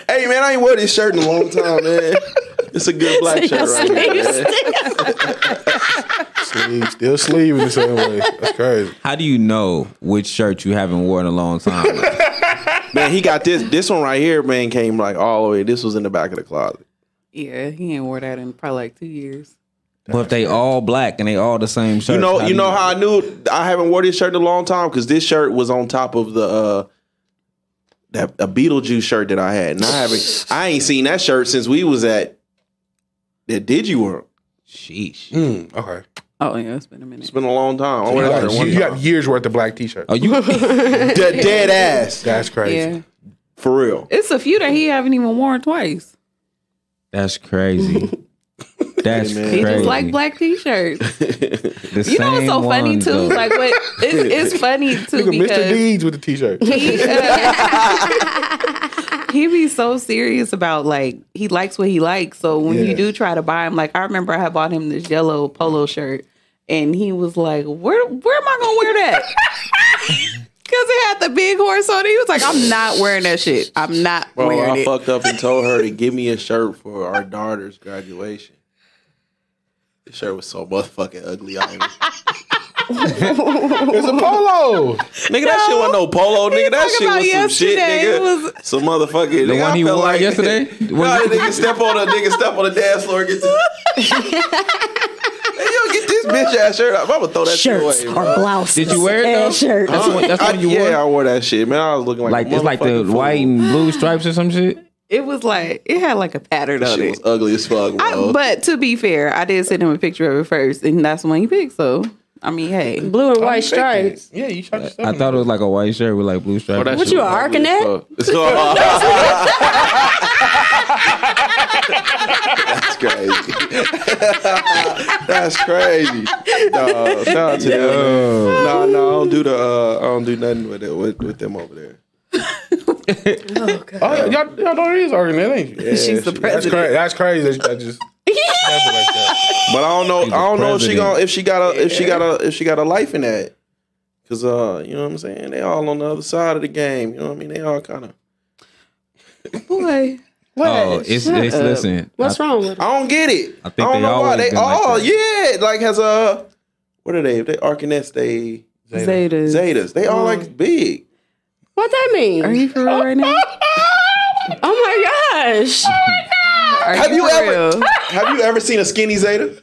A: Hey man, I ain't wore this shirt in a long time, man. It's a good black shirt right here. man.
B: Sleeves still sleeve in the same way. That's crazy.
E: How do you know which shirt you haven't worn in a long time?
A: Man, he got this. This one right here, man, came like all the way. This was in the back of the closet.
C: yeah, he ain't wore that in probably like two years.
E: but they all black and they all the same shirt.
A: You know, you
E: do
A: know how I knew I haven't wore this shirt in a long time because this shirt was on top of the uh that a Beetlejuice shirt that I had, and I haven't. I ain't seen that shirt since we was at that Digi World.
E: Sheesh.
B: Mm, okay.
C: Oh yeah, it's been a minute.
A: It's been a long time. I
B: You
A: wore that
B: got,
A: shirt one
B: you got
A: time.
B: years worth of black t-shirt.
E: Are you?
A: The dead ass
B: That's crazy.
C: Yeah,
A: for real.
C: it's a few that he haven't even worn twice.
E: That's crazy. That's
A: Hey, man.
E: crazy.
C: He just like black t-shirts.
E: The
C: You know what's
E: same
C: so funny
E: ones,
C: too?
E: though.
C: Like what it's, it's funny too
B: Look at Mr.
C: because
B: Deeds with the t-shirt.
C: he, uh, he be so serious about like he likes what he likes. So when
B: Yeah.
C: you do try to buy him, like I remember I had bought him this yellow polo shirt, and he was like, "Where where am I gonna wear that?" Because it had the big horse on it. He was like, "I'm not wearing that shit. I'm not
A: Bro,
C: wearing
A: I
C: it."
A: fucked up and told her to give me a shirt for our daughter's graduation. The shirt was so motherfucking ugly. I ain't- nigga,
B: it's a polo.
A: that shit wasn't no polo, nigga. That
C: talking
A: shit
C: about
A: was some shit,
C: yesterday.
A: nigga.
C: It was-
A: some motherfucking.
E: the
A: nigga,
E: one
A: I
E: he wore
A: felt like-
E: yesterday.
A: Nah,
E: When-
A: nigga, step on the nigga, step on the dance floor, and get this. hey, yo, get this bitch ass shirt. I'm gonna throw that
F: Shirts
A: shit
F: or
A: away. bro.
F: blouses.
E: Did you wear it though?
F: And shirt.
E: That's the one, that's the
A: I,
E: one you
A: yeah,
E: wore.
A: I wore that shit, man. I was looking like
E: like
A: a
E: it's like the
A: motherfucking fool.
E: white and blue stripes or some shit.
C: It was like it had like a pattern
A: That
C: on
E: uh,
A: shit
C: it.
A: was ugly as fuck, bro.
C: I, but to be fair, I did send him a picture of it first, and that's the one he picked. So I mean, hey,
D: Blue and
B: I'm
D: white
B: thinking,
D: stripes.
B: Yeah, you shot yourself.
E: I
B: in
E: thought
B: the-
E: it was like a white shirt with like blue stripes.
A: Bro, that
D: What
A: shit
D: you
A: was
D: a
A: ugly as
D: Arcanet?
A: fuck. So- That's crazy. That's crazy. No, shout out to them.
E: Oh.
A: No, no, I don't do the. Uh, I don't do nothing with it with, with them over there.
B: Oh, y'all, y'all know it is argument, ain't you?
C: she's the
B: That's
C: president.
B: crazy. That's crazy. that you- I just happened like that.
A: But I don't know.
E: a
A: I don't know if she
E: president.
A: gon' if she got a if she got a if she got a life in that. Cause uh, you know what I'm saying. They all on the other side of the game. You know what I mean. They all kind of.
C: Boy,
E: Oh, it's it's
A: Uh,
E: listen.
D: What's wrong with it?
A: I don't get it. I,
E: I think
A: don't
E: they
A: know why
E: always
A: they
E: been like
A: all
E: that.
A: yeah like has a. What are they? They Arcanets. They
C: Zeta.
A: Zetas. They all like big.
D: What that
C: Are
D: mean?
C: you for real right now?
D: Oh my gosh!
C: Are
A: Have you
C: for
A: ever
C: real?
A: have you ever seen a skinny Zeta?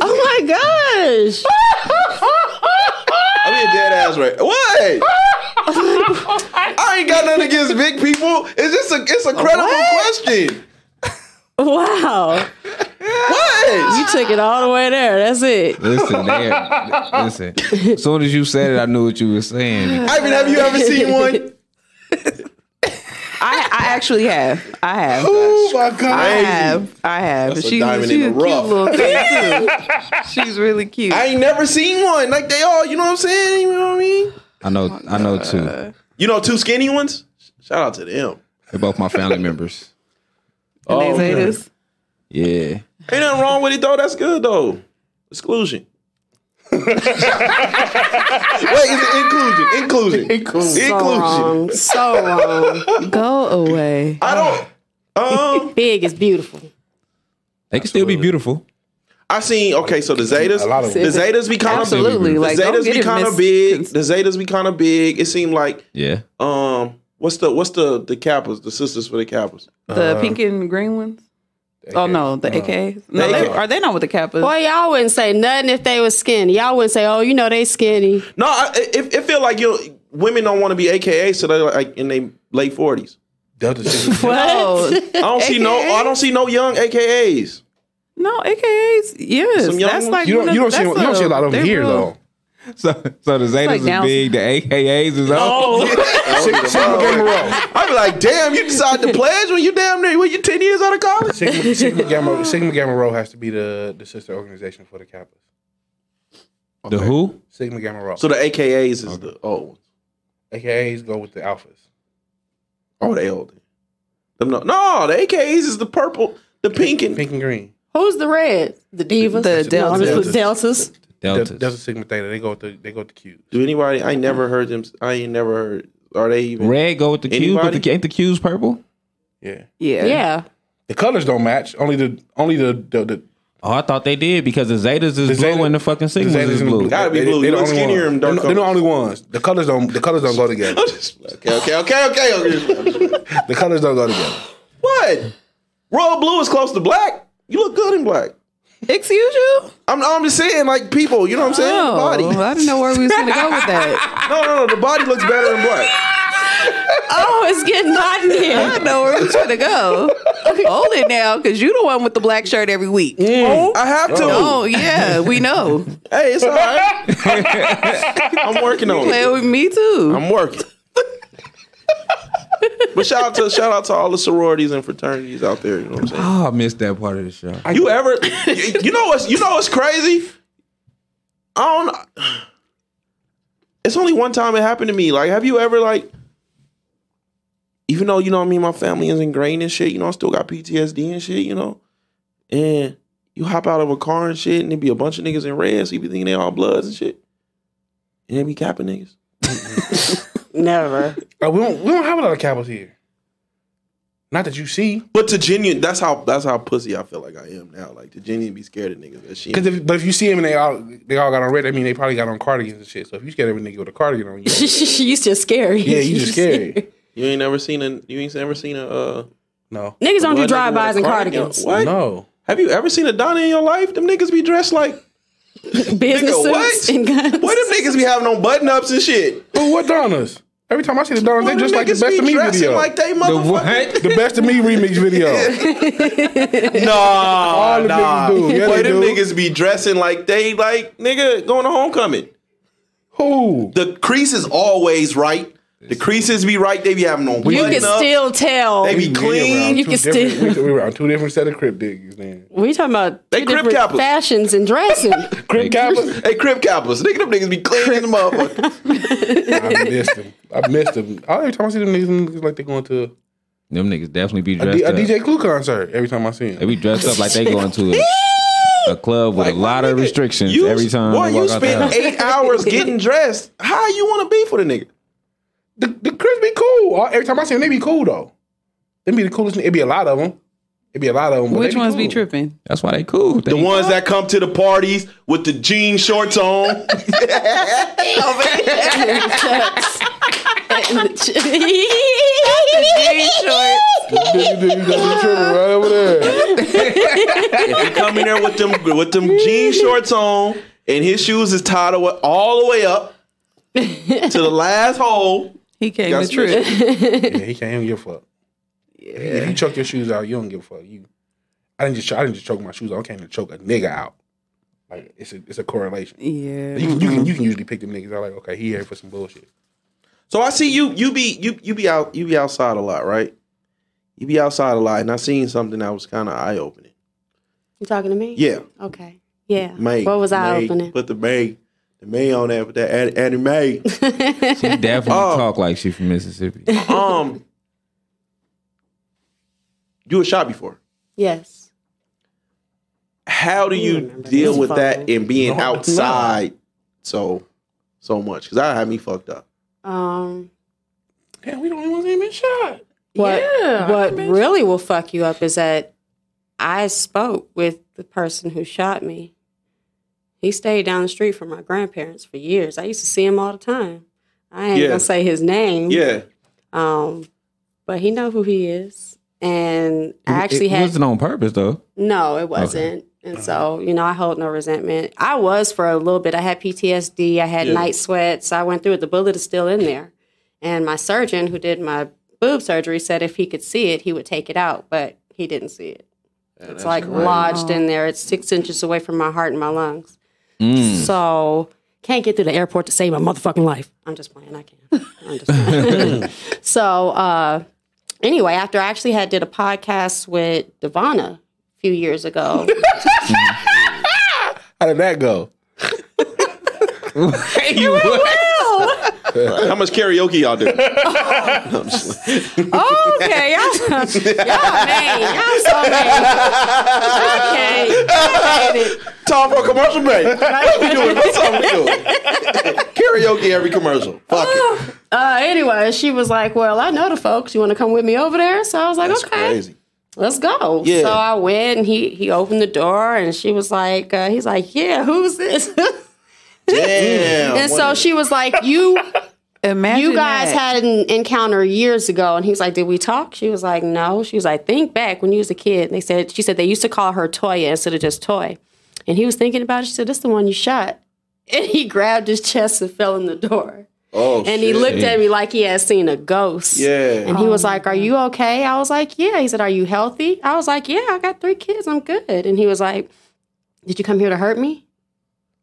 D: Oh my gosh!
A: I mean a dead ass right. What? I ain't got nothing against big people. It's just a it's a credible question.
D: Wow!
A: What?
D: You took it all the way there. That's it.
E: Listen, there. Listen. As soon as you said it, I knew what you were saying.
A: I mean, have you ever seen one?
C: I, I actually have. I have.
B: Oh my
C: I
B: god!
C: have. I have.
A: That's a
C: she's
A: diamond
C: she's
A: in
C: a
A: the
C: cute
A: rough.
C: little thing too. she's really cute.
A: I ain't never seen one like they all. You know what I'm saying? You know what I mean?
E: I know, I know too. They're
A: You know, two skinny ones. Shout out to them.
E: both my family members.
C: And they
A: Oh,
C: say
A: man.
C: this.
E: Yeah.
A: Ain't nothing wrong with it though. That's good though. Exclusion. Wait, is it inclusion? Inclusion. Inclusion.
D: So wrong. So wrong.
C: Go away.
A: I don't. Um,
D: Big is beautiful.
E: They can still be beautiful.
A: I seen. Okay, so the Zetas.
B: A lot of
A: the
B: them.
A: Zetas be kind of big.
C: Absolutely.
E: The
A: The
C: Like don't
A: Zetas
C: get
A: be
C: it
A: kind of
C: mis-
A: big. The Zetas be kind of big. It seemed like
E: Yeah.
A: um, what's the what's the the Kappas, the sisters for the Kappas?
C: The pink and green ones. Oh no, the AKs. No,
A: They-
C: they, are they not with the kappas?
D: Boy, y'all wouldn't say nothing if they was skinny. Y'all wouldn't say, oh, you know they skinny.
A: No, I, it, it feel like you women don't want to be AKA, so they like in their late forties.
B: Delta Sigma.
C: No,
A: I don't see no. I don't see no young AKAs.
C: no AKAs. Yes,
A: Some young
C: that's
A: ones.
C: like
B: You
C: one
B: don't.
C: of-
B: You don't see. You
C: that's
B: don't see a lot over
C: they're
B: here
C: real-
B: though.
E: So, so the Zetas
C: like
E: is
C: down-
E: big. The AKAs is old.
B: Sigma Sigma Gamma Rho.
A: I be like, damn, you decided to pledge when you damn near when you ten years out of college.
B: Sigma, Sigma Gamma Sigma Gamma Rho has to be the, the sister organization for the Kappas.
E: The who?
B: Sigma Gamma Rho.
A: So the AKAs is the old ones.
B: AKAs go with the alphas.
A: Oh, they old. Them no, no, the AKAs is the purple, the pink and
B: Pink and green.
D: Who's the red? The divas?
C: The
D: No, I'm
C: Deltas.
D: just- Deltas.
E: Deltas.
B: Del- Delta Sigma Theta. They go with the they go with the Qs.
A: Do anybody? I never heard them. I ain't never heard. Are they even?
E: Red go with the Q, but the,
A: Anybody?
E: ain't the Q's purple?
B: Yeah.
C: Yeah,
D: Yeah.
B: The colors don't match. Only the only the the, the
E: Oh, I thought they did because the Zetas is blue
B: Zeta-
E: and the fucking
B: the
E: Sigmas
B: Zetas
E: is
B: and
E: blue.
A: Gotta be
B: they-
A: blue.
B: they-
A: You
B: They the
A: look
B: only
A: skinnier
B: ones.
A: in
B: They're
A: dark
B: no- they're the
A: colors.
B: only ones. The colors don't the colors don't go together.
A: okay, okay, okay, okay, okay.
B: The colors don't go together.
A: what? Royal blue is close to black. You look good in black.
C: excuse you.
A: I'm, I'm just saying, like people. You know what I'm saying?
C: Oh,
A: The body.
C: I didn't know where we was gonna go with that.
A: No, no, no. The body looks better in black.
D: Oh, it's getting hot in
C: I
D: here.
C: didn't know where we was gonna go. Hold it now, because you the one with the black shirt every week.
A: I have to.
C: Oh yeah, we know.
A: Hey, it's all right. I'm working on
C: Play
A: it.
C: with me too.
A: I'm working. but shout out to shout out to all the sororities and fraternities out there. You know what I'm saying?
E: Oh, I missed that part of the show.
A: You ever? you you know what's you know what's crazy? I don't. It's only one time it happened to me. Like, have you ever like? Even though you know what I mean, my family is ingrained and shit. You know, I still got PTSD and shit. You know, and you hop out of a car and shit, and there be a bunch of niggas in red, so you be thinking they all bloods and shit, and they be capping niggas.
D: Never.
B: Uh, we don't we don't have a lot of Kappas here. Not that you see.
A: But to genuine, that's how that's how pussy I feel like I am now. Like to genuine be scared of niggas. That shit.
B: Cause if, but if you see them and they all they all got on red, I mean they probably got on cardigans and shit. So if you scared every nigga with a cardigan on, you
D: you just scary.
B: yeah, you just scared.
A: You ain't never seen a you ain't ever seen a uh,
B: No,
D: Niggas don't do
A: blood nigga
D: drive-bys
A: with
D: and
A: a
D: cardigans.
A: cardigan. What?
B: no.
A: Have you ever seen a Donna in your life? Them niggas be dressed like
D: Business
A: Nigga, what?
D: suits and guns.
A: what? Them niggas be having on button ups and shit.
B: But what Donnas? Every time I see the Donnas,
A: Boy,
B: they
A: them
B: just like the
A: niggas
B: best
A: be
B: of me
A: dressing
B: video.
A: Like they
E: The
A: motherfucker.
E: what?
B: the best of me remix video.
A: Nah, all
B: them niggas do. Yeah,
A: Boy,
B: they
A: them
B: do.
A: niggas be dressing like they like nigga going to homecoming.
B: Who?
A: The crease is always right. The creases be right. They be having on
D: You
A: button
D: can
A: up.
D: still tell.
A: They be clean.
D: You
B: two
D: can
B: different-
D: still-
B: We, we were on two different set of crib diggers, man.
D: We talking about
A: They
D: two
A: crib
D: different
A: cappers.
D: fashions and dressing.
B: Crib Kappas?
A: Hey, crib cappers. Nigga, them niggas be clean in the motherfucker.
B: I missed them. I missed them. All- Every time I see them niggas, them niggas like they going to
E: Them niggas definitely be
B: a,
E: dressed
B: D, a
E: up.
B: DJ Clue concert. Every time I see
E: They
B: them,
E: be dressed up like they going to a, a club with a lot of restrictions
A: You-
E: every time.
A: Boy,
E: they
A: you
E: walk out the
A: spend
E: house.
A: eight hours getting dressed. How you want to be for the nigga?
B: the, the cribs be cool. All- Every time I see them, they be cool though. They be the coolest. It be a lot of them. It be a lot of them.
C: Which ones be tripping?
E: That's why they cool. They,
A: The ones that come to the parties with the jean shorts on.
B: right over there.
A: He come in there with them with them jean shorts on, and his shoes is tied away, all the way up to the last hole.
C: He came
A: That's
C: to trip.
B: Yeah, he can't even give a fuck. If you choke your shoes out, you don't give a fuck. You, I didn't just cho- I didn't just choke my shoes out. I came to choke a nigga out. Like it's a it's a correlation. You
C: Yeah.
B: can, you can you can usually pick them niggas out like okay he here for some bullshit.
A: So I see you you be you you be out you be outside a lot, right? you be outside a lot, and I seen something that was kind of eye opening.
D: You talking to me?
A: Yeah.
D: Okay. Yeah.
A: May.
D: What was I
A: May.
D: opening?
A: Put the May, the May on there with that Ad- Addie May.
E: She definitely
A: Oh.
E: talk like she from Mississippi.
A: um, you were shot before.
D: yes.
A: How do
D: You
A: you
D: remember
A: deal
D: this
A: with that
D: photo.
A: and being
B: No,
A: outside so so much? Because I had me fucked up.
D: Um.
B: Damn, we the only ones that ain't been shot.
D: What
B: Yeah, I
D: What
B: imagine.
D: really will fuck you up is that I spoke with the person who shot me. He stayed down the street from my grandparents for years. I used to see him all the time. I ain't
A: Yeah.
D: gonna say his name.
A: Yeah.
D: Um. But he know who he is, and I actually
E: it, it
D: had
E: wasn't on purpose though.
D: No, it wasn't. And so, you know, I hold no resentment. I was for a little bit. I had PTSD. I had
A: Yeah.
D: night sweats. I went through it. The bullet is still in there. And my surgeon who did my boob surgery said if he could see it, he would take it out, but he didn't see it. it's like lodged in there. It's six inches away from my heart and my lungs. So can't get through the airport to save my motherfucking life. I'm just playing. I can. I'm just playing. so uh, anyway, after I actually had did a podcast with Devana a few years ago,
B: How did that go?
E: You what?
A: How much karaoke y'all do?
D: Oh, okay, y'all, y'all mean, y'all so mean. Okay, I hate it.
A: Time for a commercial break. What we doing? What's up we doing? karaoke every commercial. Fuck it.
D: Uh, anyway, she was like, "Well, I know the folks. You want to come with me over there?" So I was like,
A: That's
D: "Okay,
A: crazy.
D: let's go."
A: Yeah.
D: So I went, and he he opened the door, and she was like, uh, "He's like, yeah, who's this?"
A: Damn.
D: and so
A: What is-
D: she was like, "You
C: Imagine
D: you guys
C: that.
D: had an encounter years ago and he's like did we talk she was like no she was like think back when you was a kid and they said she said they used to call her toya instead of just toy and he was thinking about it she said that's the one you shot and he grabbed his chest and fell in the door
A: Oh,
D: and he
A: shit.
D: looked at me like he had seen a ghost
A: Yeah.
D: and he was like, Are you okay? I was like, Yeah. He said, Are you healthy? I was like, Yeah, I got three kids. I'm good. And he was like, Did you come here to hurt me?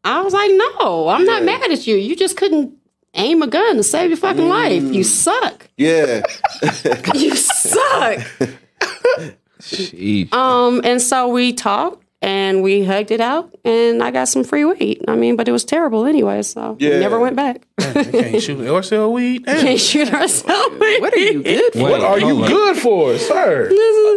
D: I was like, No, I'm not mad at you. You just couldn't aim a gun to save your fucking life. You suck.
A: Yeah.
D: You suck.
E: Sheesh.
D: Um, and so we talked and we hugged it out and I got some free weed. I mean, but it was terrible anyway, so we
A: Yeah.
D: never went back.
B: Damn, they can't shoot or sell weed. Damn.
D: Can't shoot ourselves.
C: What are you good for?
E: Wait,
B: What are
E: hold
B: you
E: up.
B: good for, sir?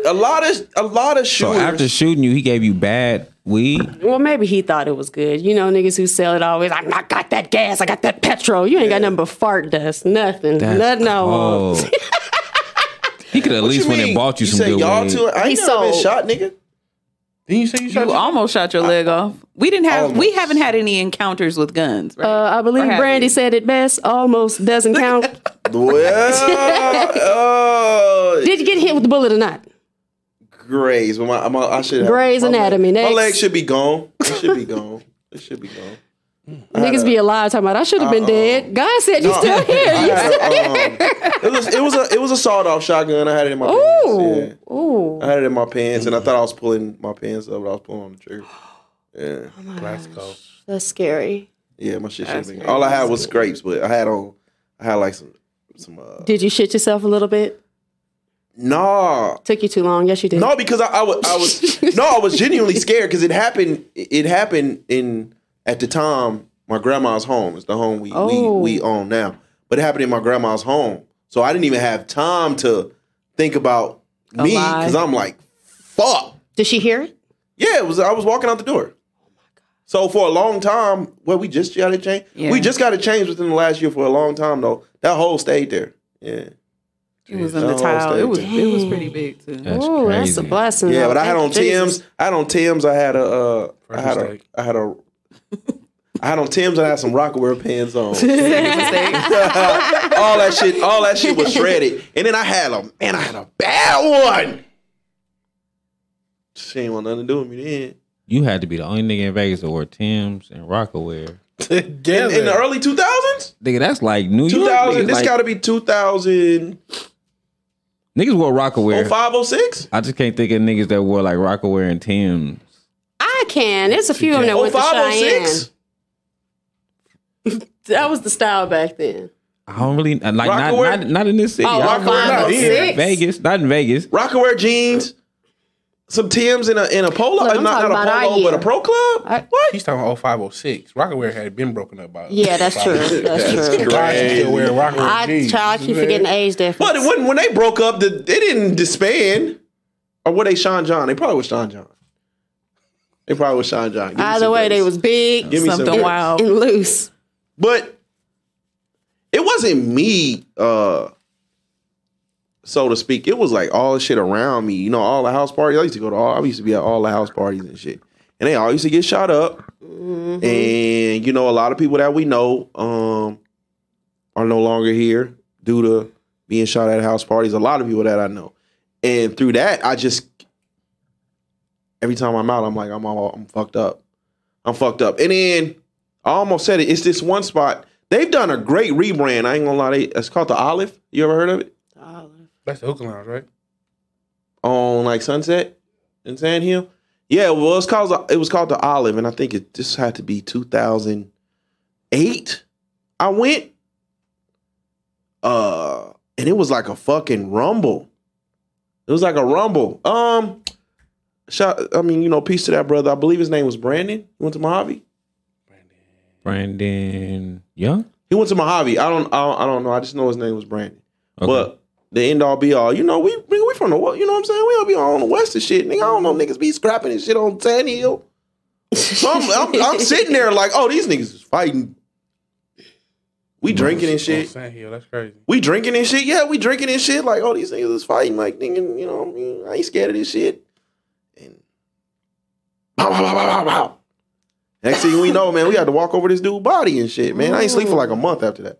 A: A lot of a lot of
E: So
A: shooters.
E: after shooting you, he gave you bad weed.
D: Well, maybe he thought it was good. You know, niggas who sell it always, I'm not got that gas, I got that petrol. You ain't got nothing but fart dust, nothing, nothing
A: Oh,
D: no.
E: cold. Oh. he could at least went and bought you, some
A: say
E: good
A: y'all
E: weed.
A: two. I ain't
D: He
A: never been
D: sold.
A: shot, nigga.
B: Didn't you say you shot?
C: You
B: your-
C: almost shot your leg off. We didn't have. We
A: Almost.
C: haven't had any encounters with guns. Right?
D: Uh, I believe
C: Or have
D: Brandy
C: you?
D: said it best. Almost doesn't count.
A: Well, uh,
D: Did you get hit with the bullet or not?
A: Grays. Well, my, my, I should have,
D: Grey's
A: my leg-
D: Anatomy,
A: My
D: next.
A: leg should be gone. It should be gone. It should be gone.
D: Niggas be alive talking about I should have been
A: Uh-oh.
D: dead. God said you still here.
A: I
D: You
A: had a, um, it was it was a it was a sawed off shotgun. I had it in my pants.
D: Ooh,
A: Yeah.
D: ooh.
A: I had it in my pants, and I thought I was pulling my pants up, but I was pulling on the trigger. Yeah,
B: Let's go.
D: That's scary.
A: yeah, my shit should have been. gone. All I had was scrapes, but I had on I had like some some. Uh,
D: Did you shit yourself a little bit?
A: nah,
D: Took you too long. Yes, you did.
A: No, because I, I was, I was no, I was genuinely scared because it happened. It happened in at the time my grandma's home. It's the home we
D: Oh.
A: we, we own now, but it happened in my grandma's home. So I didn't even have time to think about me
D: lie.
A: because I'm like, fuck.
D: Did she hear it?
A: Yeah, it was. I was walking out the door. So for a long time, well, we just got it changed.
C: Yeah.
A: We just got it changed within the last year. For a long time though, that hole stayed there. Yeah,
C: it was in the
A: no,
C: tile.
A: stay
C: It was.
A: there.
C: It was pretty big too.
E: That's
D: Ooh, that's a
E: crazy.
D: blessing.
A: yeah.
D: though.
A: But I had on
D: Thank Jesus.
A: Tim's. I had on Tim's. I had a. Uh, I had a.
B: mistake.
A: I had a. I had on Tim's. I had some Rockaware pants on. all that shit. All that shit was shredded. And then I had a man. I had a bad one. She ain't want nothing to do with me then.
E: You had to be the only nigga in Vegas that wore Tim's and Rockaware.
B: Together.
A: In the early two thousands.
E: Nigga, that's like New
A: Two
E: York.
A: thousand.
E: niggas,
A: This
E: like,
A: got to be two thousand.
E: niggas wore
A: Oh,
E: Rockaware.
A: 0506?
E: I just can't think of niggas that wore like Rockaware and Tim's.
D: I can. There's a few of them
A: Oh,
D: that went to Cheyenne.
A: 0506?
D: That was the style back then.
E: I don't really uh, like
A: Rock
E: not,
A: aware?
E: not not in this city.
D: Oh,
E: I-
A: Rock around
D: Alonzo
A: out here.
D: Six?
E: Vegas, not in Vegas.
A: Rock and wear jeans, some Tim's in a in a polo, uh,
D: Look, I'm
A: not,
D: talking
A: not a
D: about our
A: polo, but a
D: year.
A: pro club.
D: I-
A: what?
B: He's talking about 0506. Rockaware had been broken up by. oh
D: Yeah, that's true. That's true.
B: Why is he still wearing Rockaware
D: I,
B: jeans?
D: child, I keep
B: You know
D: forgetting
B: what
D: the age difference.
A: But it wasn't when they broke up. The, they didn't disband, or were they Sean John? They probably was Sean John. They probably was Sean John. Give me
D: Either
A: some
D: way, they
A: grace.
D: was big
A: Give me some
C: Something
A: grace.
C: wild.
D: and loose.
A: But it wasn't me, uh, so to speak. It was like all the shit around me. You know, all the house parties. I used to go to all. I used to be at all the house parties and shit. And they all used to get shot up. And you know, a lot of people that we know um, are no longer here due to being shot at house parties. A lot of people that I know. And through that, I just every time I'm out, I'm like, I'm all, I'm fucked up. I'm fucked up. And then I almost said it. It's this one spot. They've done a great rebrand. I ain't gonna lie. They, it's called the Olive. You ever heard of it?
B: That's the hookah lounge, right?
A: On like Sunset in Sand Hill. Yeah. Well, it's called it was called the Olive, and I think it this had to be 2008. I went. Uh, and it was like a fucking rumble. It was like a rumble. Um, shot. I mean, you know, peace to that brother. I believe his name was Brandon. He went to Mojave.
E: Brandon Young.
A: He went to Mojave. I don't, I don't, I don't know. I just know his name was Brandon.
E: Okay.
A: But the end all be all, you know, we nigga, we from the what? You know what I'm saying? We don't be on the west and shit, nigga. I don't know niggas be scrapping and shit on Tan Hill. So I'm, I'm, I'm sitting there like, oh, these niggas is fighting. We drinking and
B: On
A: shit.
B: Sand Hill, that's crazy.
A: We drinking and shit. Yeah, we drinking and shit. Like, oh, these niggas is fighting. Like, nigga, you know, what I mean, I ain't scared of this shit. And pow, pow, pow, pow, pow, pow. Next thing we know, man, we had to walk over this dude body and shit, man. I ain't sleep for like a month after that.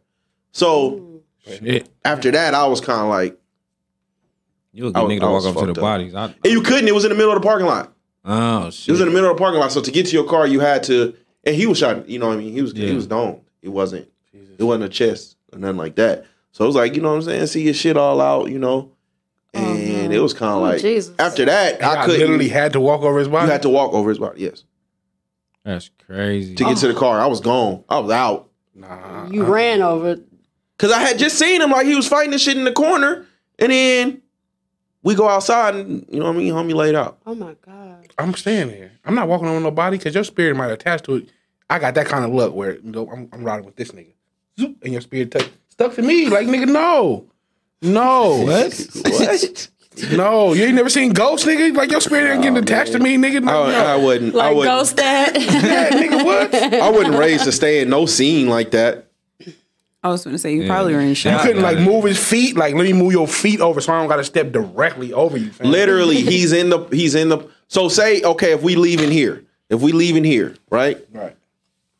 A: So
E: Shit.
A: after that, I was kind of like,
E: You a good
A: I was-
E: nigga
A: I
E: to walk
A: was
E: up to the
A: fucked up.
E: bodies. I,
A: and you couldn't. It was in the middle of the parking lot.
E: oh
A: It
E: shit.
A: was in the middle of the parking lot. So to get to your car, you had to. And he was shot. You know what I mean? He was
E: Yeah.
A: he was domed. It wasn't. It wasn't a chest or nothing like that. So it was like you know what I'm saying. See your shit all out. You know. And it was kind of like
D: Oh, Jesus.
A: after that,
B: I,
A: I couldn't.
B: literally had to walk over his
A: you
B: body.
A: had to walk over his body. Yes,
E: That's crazy.
A: to get
D: Oh.
A: to the car. I was gone. I was out
B: nah,
D: You
B: I-
A: Uh-uh.
D: ran over.
A: because I had just seen him like he was fighting this shit in the corner, and then we go outside and you know what I mean. Homie laid out.
D: Oh my God.
B: I'm staying there. I'm not walking over nobody because your spirit might attach to it. I got that kind of luck where you know, I'm, I'm riding with this nigga, Zoop, and your spirit tuck, stuck to me. Like nigga, no, no,
A: What?
B: no. You ain't never seen ghosts, nigga. Like your spirit ain't getting attached to me,
A: I,
B: nigga. Like, no.
A: Uh, I wouldn't. I
D: Like
A: wouldn't.
D: ghost that.
B: Yeah, nigga, what?
A: I wouldn't raise to stay in no scene like that.
C: I was going to say you probably were in
B: You
C: shock.
B: couldn't like move his feet. Like let me move your feet over, so I don't got to step directly over you. Fam.
A: Literally, he's in the he's in the so say, okay, if we leave in here, if we leave in here, right?
B: Right.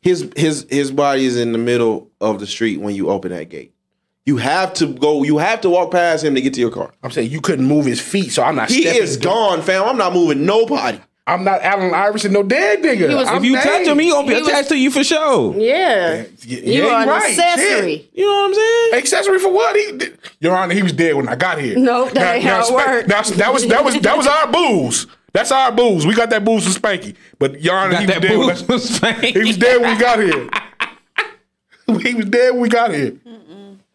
A: His his his body is in the middle of the street when you open that gate. You have to go, you have to walk past him to get to your car.
B: I'm saying you couldn't move his feet, so I'm not.
A: He
B: stepping
A: is gone, fam. I'm not moving nobody.
B: I'm not Allen Iverson, no dead nigga.
D: was-
B: I'm
E: if you touch him, he gonna be
D: He was-
E: attached to you for sure.
D: yeah.
B: Yeah,
D: You
B: yeah,
D: are an
B: right, shit.
D: accessory.
A: You know what I'm saying?
B: Accessory for what? He, th- Your Honor, he was dead when I got here.
D: Nope, that ain't how it
B: Spank-
D: worked.
B: That's, that was that was that was our booze. That's our booze. We got that booze from Spanky, but Your Honor, he was,
E: Got that
B: dead when,
E: booze from Spain.
B: he was dead when we got here. he was dead when we got here.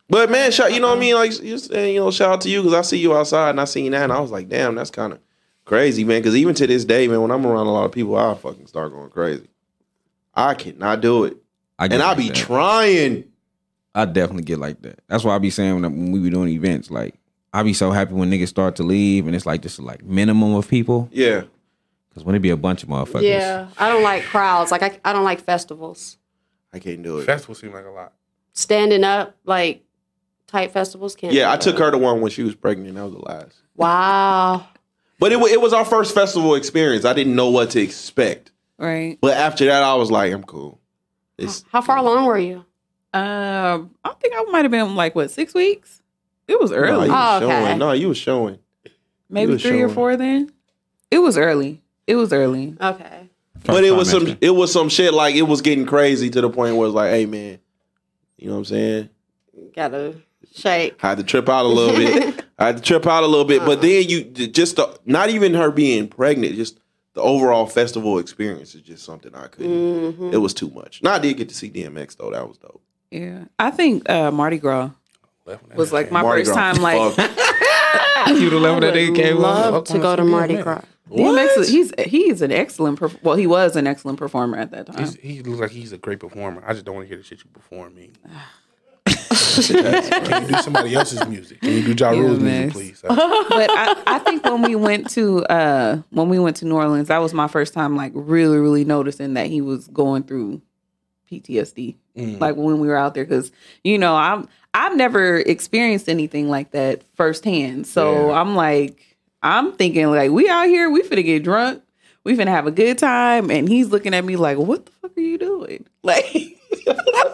A: But man, shout, you know what I mean? Like, you saying, you know, shout out to you because I see you outside and I seen that and I was like, damn, that's kind of crazy, man. Because even to this day, man, when I'm around a lot of people, I fucking start going crazy. I cannot do it,
E: I get
A: and I
E: like
A: be
E: that.
A: trying.
E: I definitely get like that. That's why I be saying when, I- when we be doing events, like I be so happy when niggas start to leave, and it's like just like minimum of people.
A: Yeah,
E: Cause when it be a bunch of motherfuckers,
D: Yeah. I don't like crowds. Like, I, I don't like festivals.
A: I can't do it.
B: Festival seemed like a lot.
D: Standing up, like, type festivals can't.
A: Yeah, I
D: do
A: took
D: it.
A: her to one when she was pregnant. That was the last.
D: Wow.
A: But it, wa- it was our first festival experience. I didn't know what to expect.
C: Right.
A: But after that, I was like, I'm cool. It's,
D: How far along were you?
C: Um, I think I might have been like, what, six weeks? It was
A: No, you
C: early.
A: was
D: Oh, okay.
A: showing. No, you was showing.
C: Maybe
A: was
C: three or
A: showing.
C: four then. It was early. It was early.
D: Okay.
A: but it was
E: time
A: some it was some shit like it was getting crazy to the point where it's like, hey man, you know what I'm saying?
D: Gotta shake.
A: I had to trip out a little bit. I had to trip out a little bit.
C: Uh.
A: But then you just the, not even her being pregnant, just the overall
D: Mm-hmm.
C: Mm.
A: festival experience is just something I couldn't. It was too much. Now I did get to see DMX though. That was dope.
C: Yeah, I think uh, Mardi Gras
B: Left one
C: was
B: that
C: like
B: came.
C: my
A: Mardi
C: first
A: Gras.
C: time. Like
A: Fuck.
E: you the level that they came up.
D: Love to go to Mardi Gras.
C: DMX, he's he's an excellent. Perf- well, he was an excellent performer at that time.
B: He's- he looks like he's a great performer. I just don't want to hear the shit you perform me. Can you do somebody else's music? Can you do Ja Rule's music,
C: mess.
B: please? I,
C: but I, I think when we went to uh when we went to New Orleans, that was my first time like really really noticing that he was going through PTSD.
B: Mm.
C: Like when we were out there, because you know I'm I've never experienced anything like that firsthand. So
B: Yeah.
C: I'm like I'm thinking like we out here, we finna get drunk, we finna have a good time, and he's looking at me like, what the fuck are you doing? Like.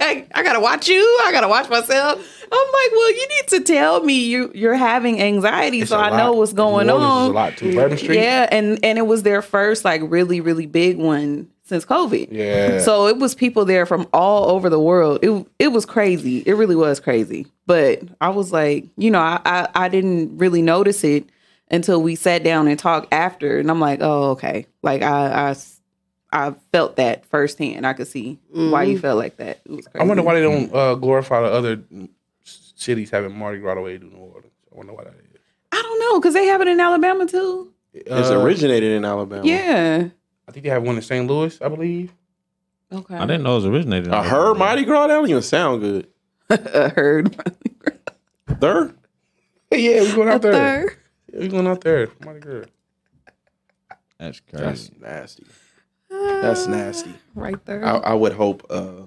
C: like, I gotta watch you. I gotta watch myself. I'm like, well, you need to tell me you you're having anxiety
B: It's
C: so
B: a
C: I
B: lot.
C: know what's
B: New Orleans
C: going
B: is a
C: on.
B: lot too. Bourbon Street.
C: Yeah, and and it was their first like really really big one since COVID.
B: Yeah.
C: So it was people there from all over the world. It it was crazy. It really was crazy. But I was like, you know, I I, I didn't really notice it until we sat down and talked after, and I'm like, oh okay, like I I s- I felt that firsthand. I could see why you felt like that. It was crazy.
B: Mm-hmm. I wonder why they don't uh, glorify the other mm, s- cities having Mardi Gras the way they do New Orleans. I wonder why that is.
C: I don't know because they have it in Alabama too.
A: It's
B: Uh,
A: originated in Alabama.
C: Yeah.
B: I think they have one in St. Louis, I believe.
C: Okay.
E: I didn't know it was originated.
A: A her Mardi Gras? That don't even sound good.
C: I heard.
A: Third?
B: Yeah, we going out there.
C: Third.
B: Yeah, we going out there. Mardi Gras.
E: That's
A: That's
E: crazy.
A: nasty.
C: Uh,
A: That's nasty.
C: Right there.
A: I, I would hope. Uh,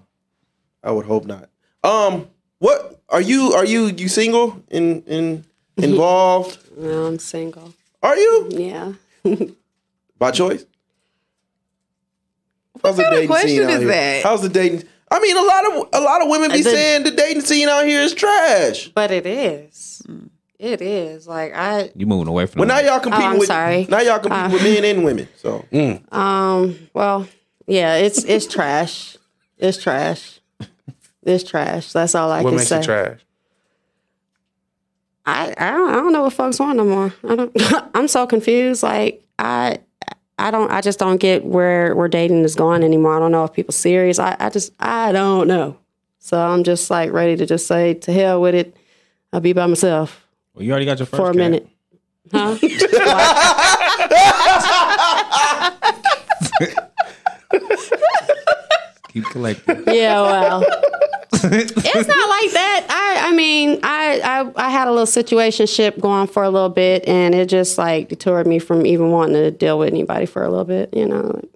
A: I would hope not. Um, what are you? Are you you single and and involved?
D: No, I'm single.
A: Are you
D: Yeah.
A: by choice? How's the
C: kind
A: dating
C: of
A: scene
C: question
A: out
C: is
A: here?
C: that?
A: How's the dating? I mean, a lot of a lot of women be
D: The-
A: saying the dating scene out here is trash.
D: But it is.
C: Mm.
D: It is. Like I
E: You moving away from
A: Well, now
E: the
A: y'all competing
D: Oh, I'm
A: with
D: sorry.
A: now y'all competing
C: Uh.
A: with men and women. So
D: um well, yeah, it's it's trash. It's trash. It's trash. That's all I
B: What
D: can
B: makes
D: say.
B: it trash?
D: I, I don't I don't know what folks want no more. I don't I'm so confused. Like I I don't I just don't get where where dating is going anymore. I don't know if people serious. I, I just I don't know. So I'm just like ready to just say to hell with it. I'll be by myself
E: well, Oh, you already got your first
D: for a
E: cat.
D: minute. Huh?
E: Keep collecting.
D: yeah, well. it's not like that. I I mean, I, I I had a little situationship going for a little bit and it just like detoured me from even wanting to deal with anybody for a little bit, you know. Like,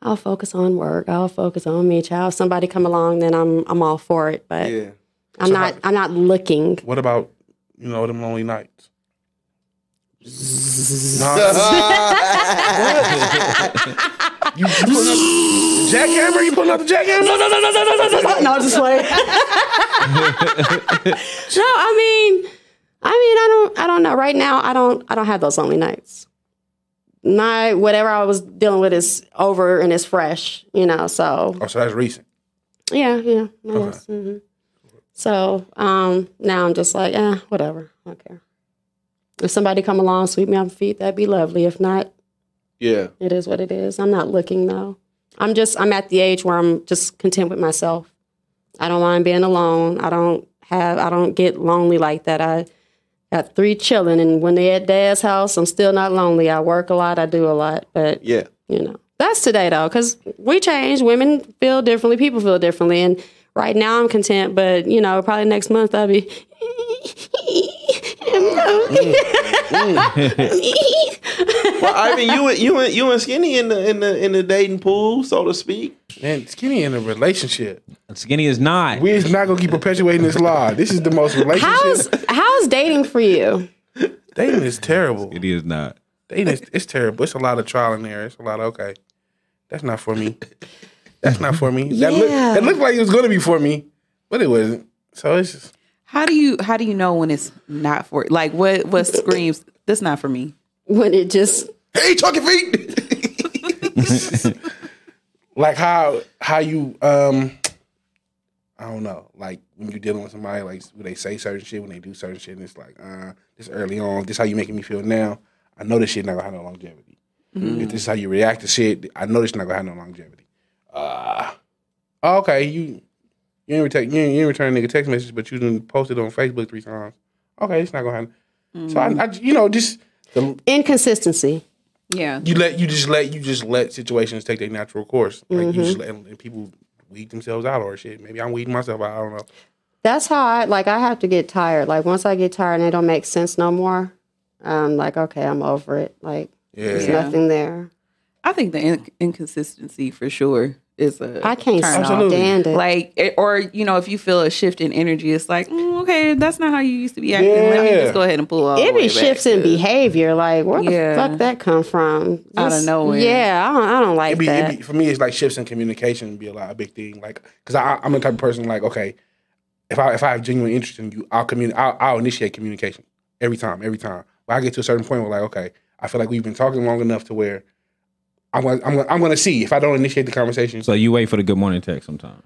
D: I'll focus on work. I'll focus on me, child. If somebody come along, then I'm I'm all for it. But
A: yeah,
D: I'm not I'm not looking.
B: What about, you know, them lonely nights? Nah. you, you pulling up jackhammer? You pulling out the jackhammer? No, no, no, no, no, no, no,
D: no, just like no. I mean, I mean, I don't, I don't know. Right now, I don't, I don't have those lonely nights. My whatever I was dealing with is over and it's fresh, you know. So
B: Oh, so that's recent.
D: yeah, yeah. I guess, mhm. So um, now I'm just like, eh, whatever. I don't care. If somebody come along, sweep me on my feet, that'd be lovely. If not,
A: yeah.
D: it is what it is. I'm not looking though. I'm just I'm at the age where I'm just content with myself. I don't mind being alone. I don't have I don't get lonely like that. I got three children and when they at dad's house, I'm still not lonely. I work a lot, I do a lot, but
A: Yeah.
D: you know. That's today though, because we change. Women feel differently, people feel differently. And right now I'm content, but you know, probably next month I'll be
A: Well, I mean, you and you and you and Skinny in the in the in the dating pool, so to speak.
B: Man, skinny in a relationship.
E: Skinny is not.
B: We're just not gonna keep perpetuating this lie. This is the most relationship.
D: How's how's dating for you?
B: Dating is terrible.
E: It is not.
B: Dating is it's terrible. It's a lot of trial and error. It's a lot of okay. That's not for me. That's not for me. That look,
D: Yeah.
B: that looked like it was gonna be for me, but it wasn't. So it's just
C: how do you how do you know when it's not for like what what screams that's not for me?
D: When it just
A: Hey, talking feet.
B: like how how you um I don't know. Like when you're dealing with somebody, like when they say certain shit, when they do certain shit, and it's like, uh, this early on, this how you making me feel now. I know this shit not gonna have no longevity. If this is how you react to shit, I know this not gonna have no longevity. Uh oh, okay, you You ain't, return, you, ain't, you ain't return a nigga text message, but you done posted on Facebook three times. Okay, it's not gonna happen. So I, I, you know, just the,
D: Inconsistency.
C: Yeah.
B: you let you just let you just let situations take their natural course. Like you just let and people weed themselves out or shit. Maybe I'm weeding myself out. I don't know.
D: That's how I like. I have to get tired. Like once I get tired and it don't make sense no more, I'm like, okay, I'm over it. Like there's
B: Yeah,
C: Yeah.
D: nothing there.
C: I think the in- inconsistency for sure is a
D: I can't
C: turn off.
B: Absolutely.
D: stand it.
C: Like, it, or you know, if you feel a shift in energy, it's like, mm, okay, that's not how you used to be acting. Let me
B: Yeah.
C: just go ahead and pull all the
D: it
C: way
D: be shifts
C: back
D: in
C: to-
D: behavior. Like where
C: Yeah.
D: the fuck that come from?
C: Out of
D: This-
C: nowhere.
D: Yeah, I don't, I don't like
B: it be,
D: that.
B: it be, for me, it's like shifts in communication be a lot a big thing. Like, cause I, I'm the type of person like, okay, if I if I have genuine interest in you, I'll communicate. I'll, I'll initiate communication every time, every time. But I get to a certain point where like, okay, I feel like we've been talking long enough to where I'm gonna I'm gonna, I'm gonna see if I don't initiate the conversation.
E: So you wait for the good morning text sometime.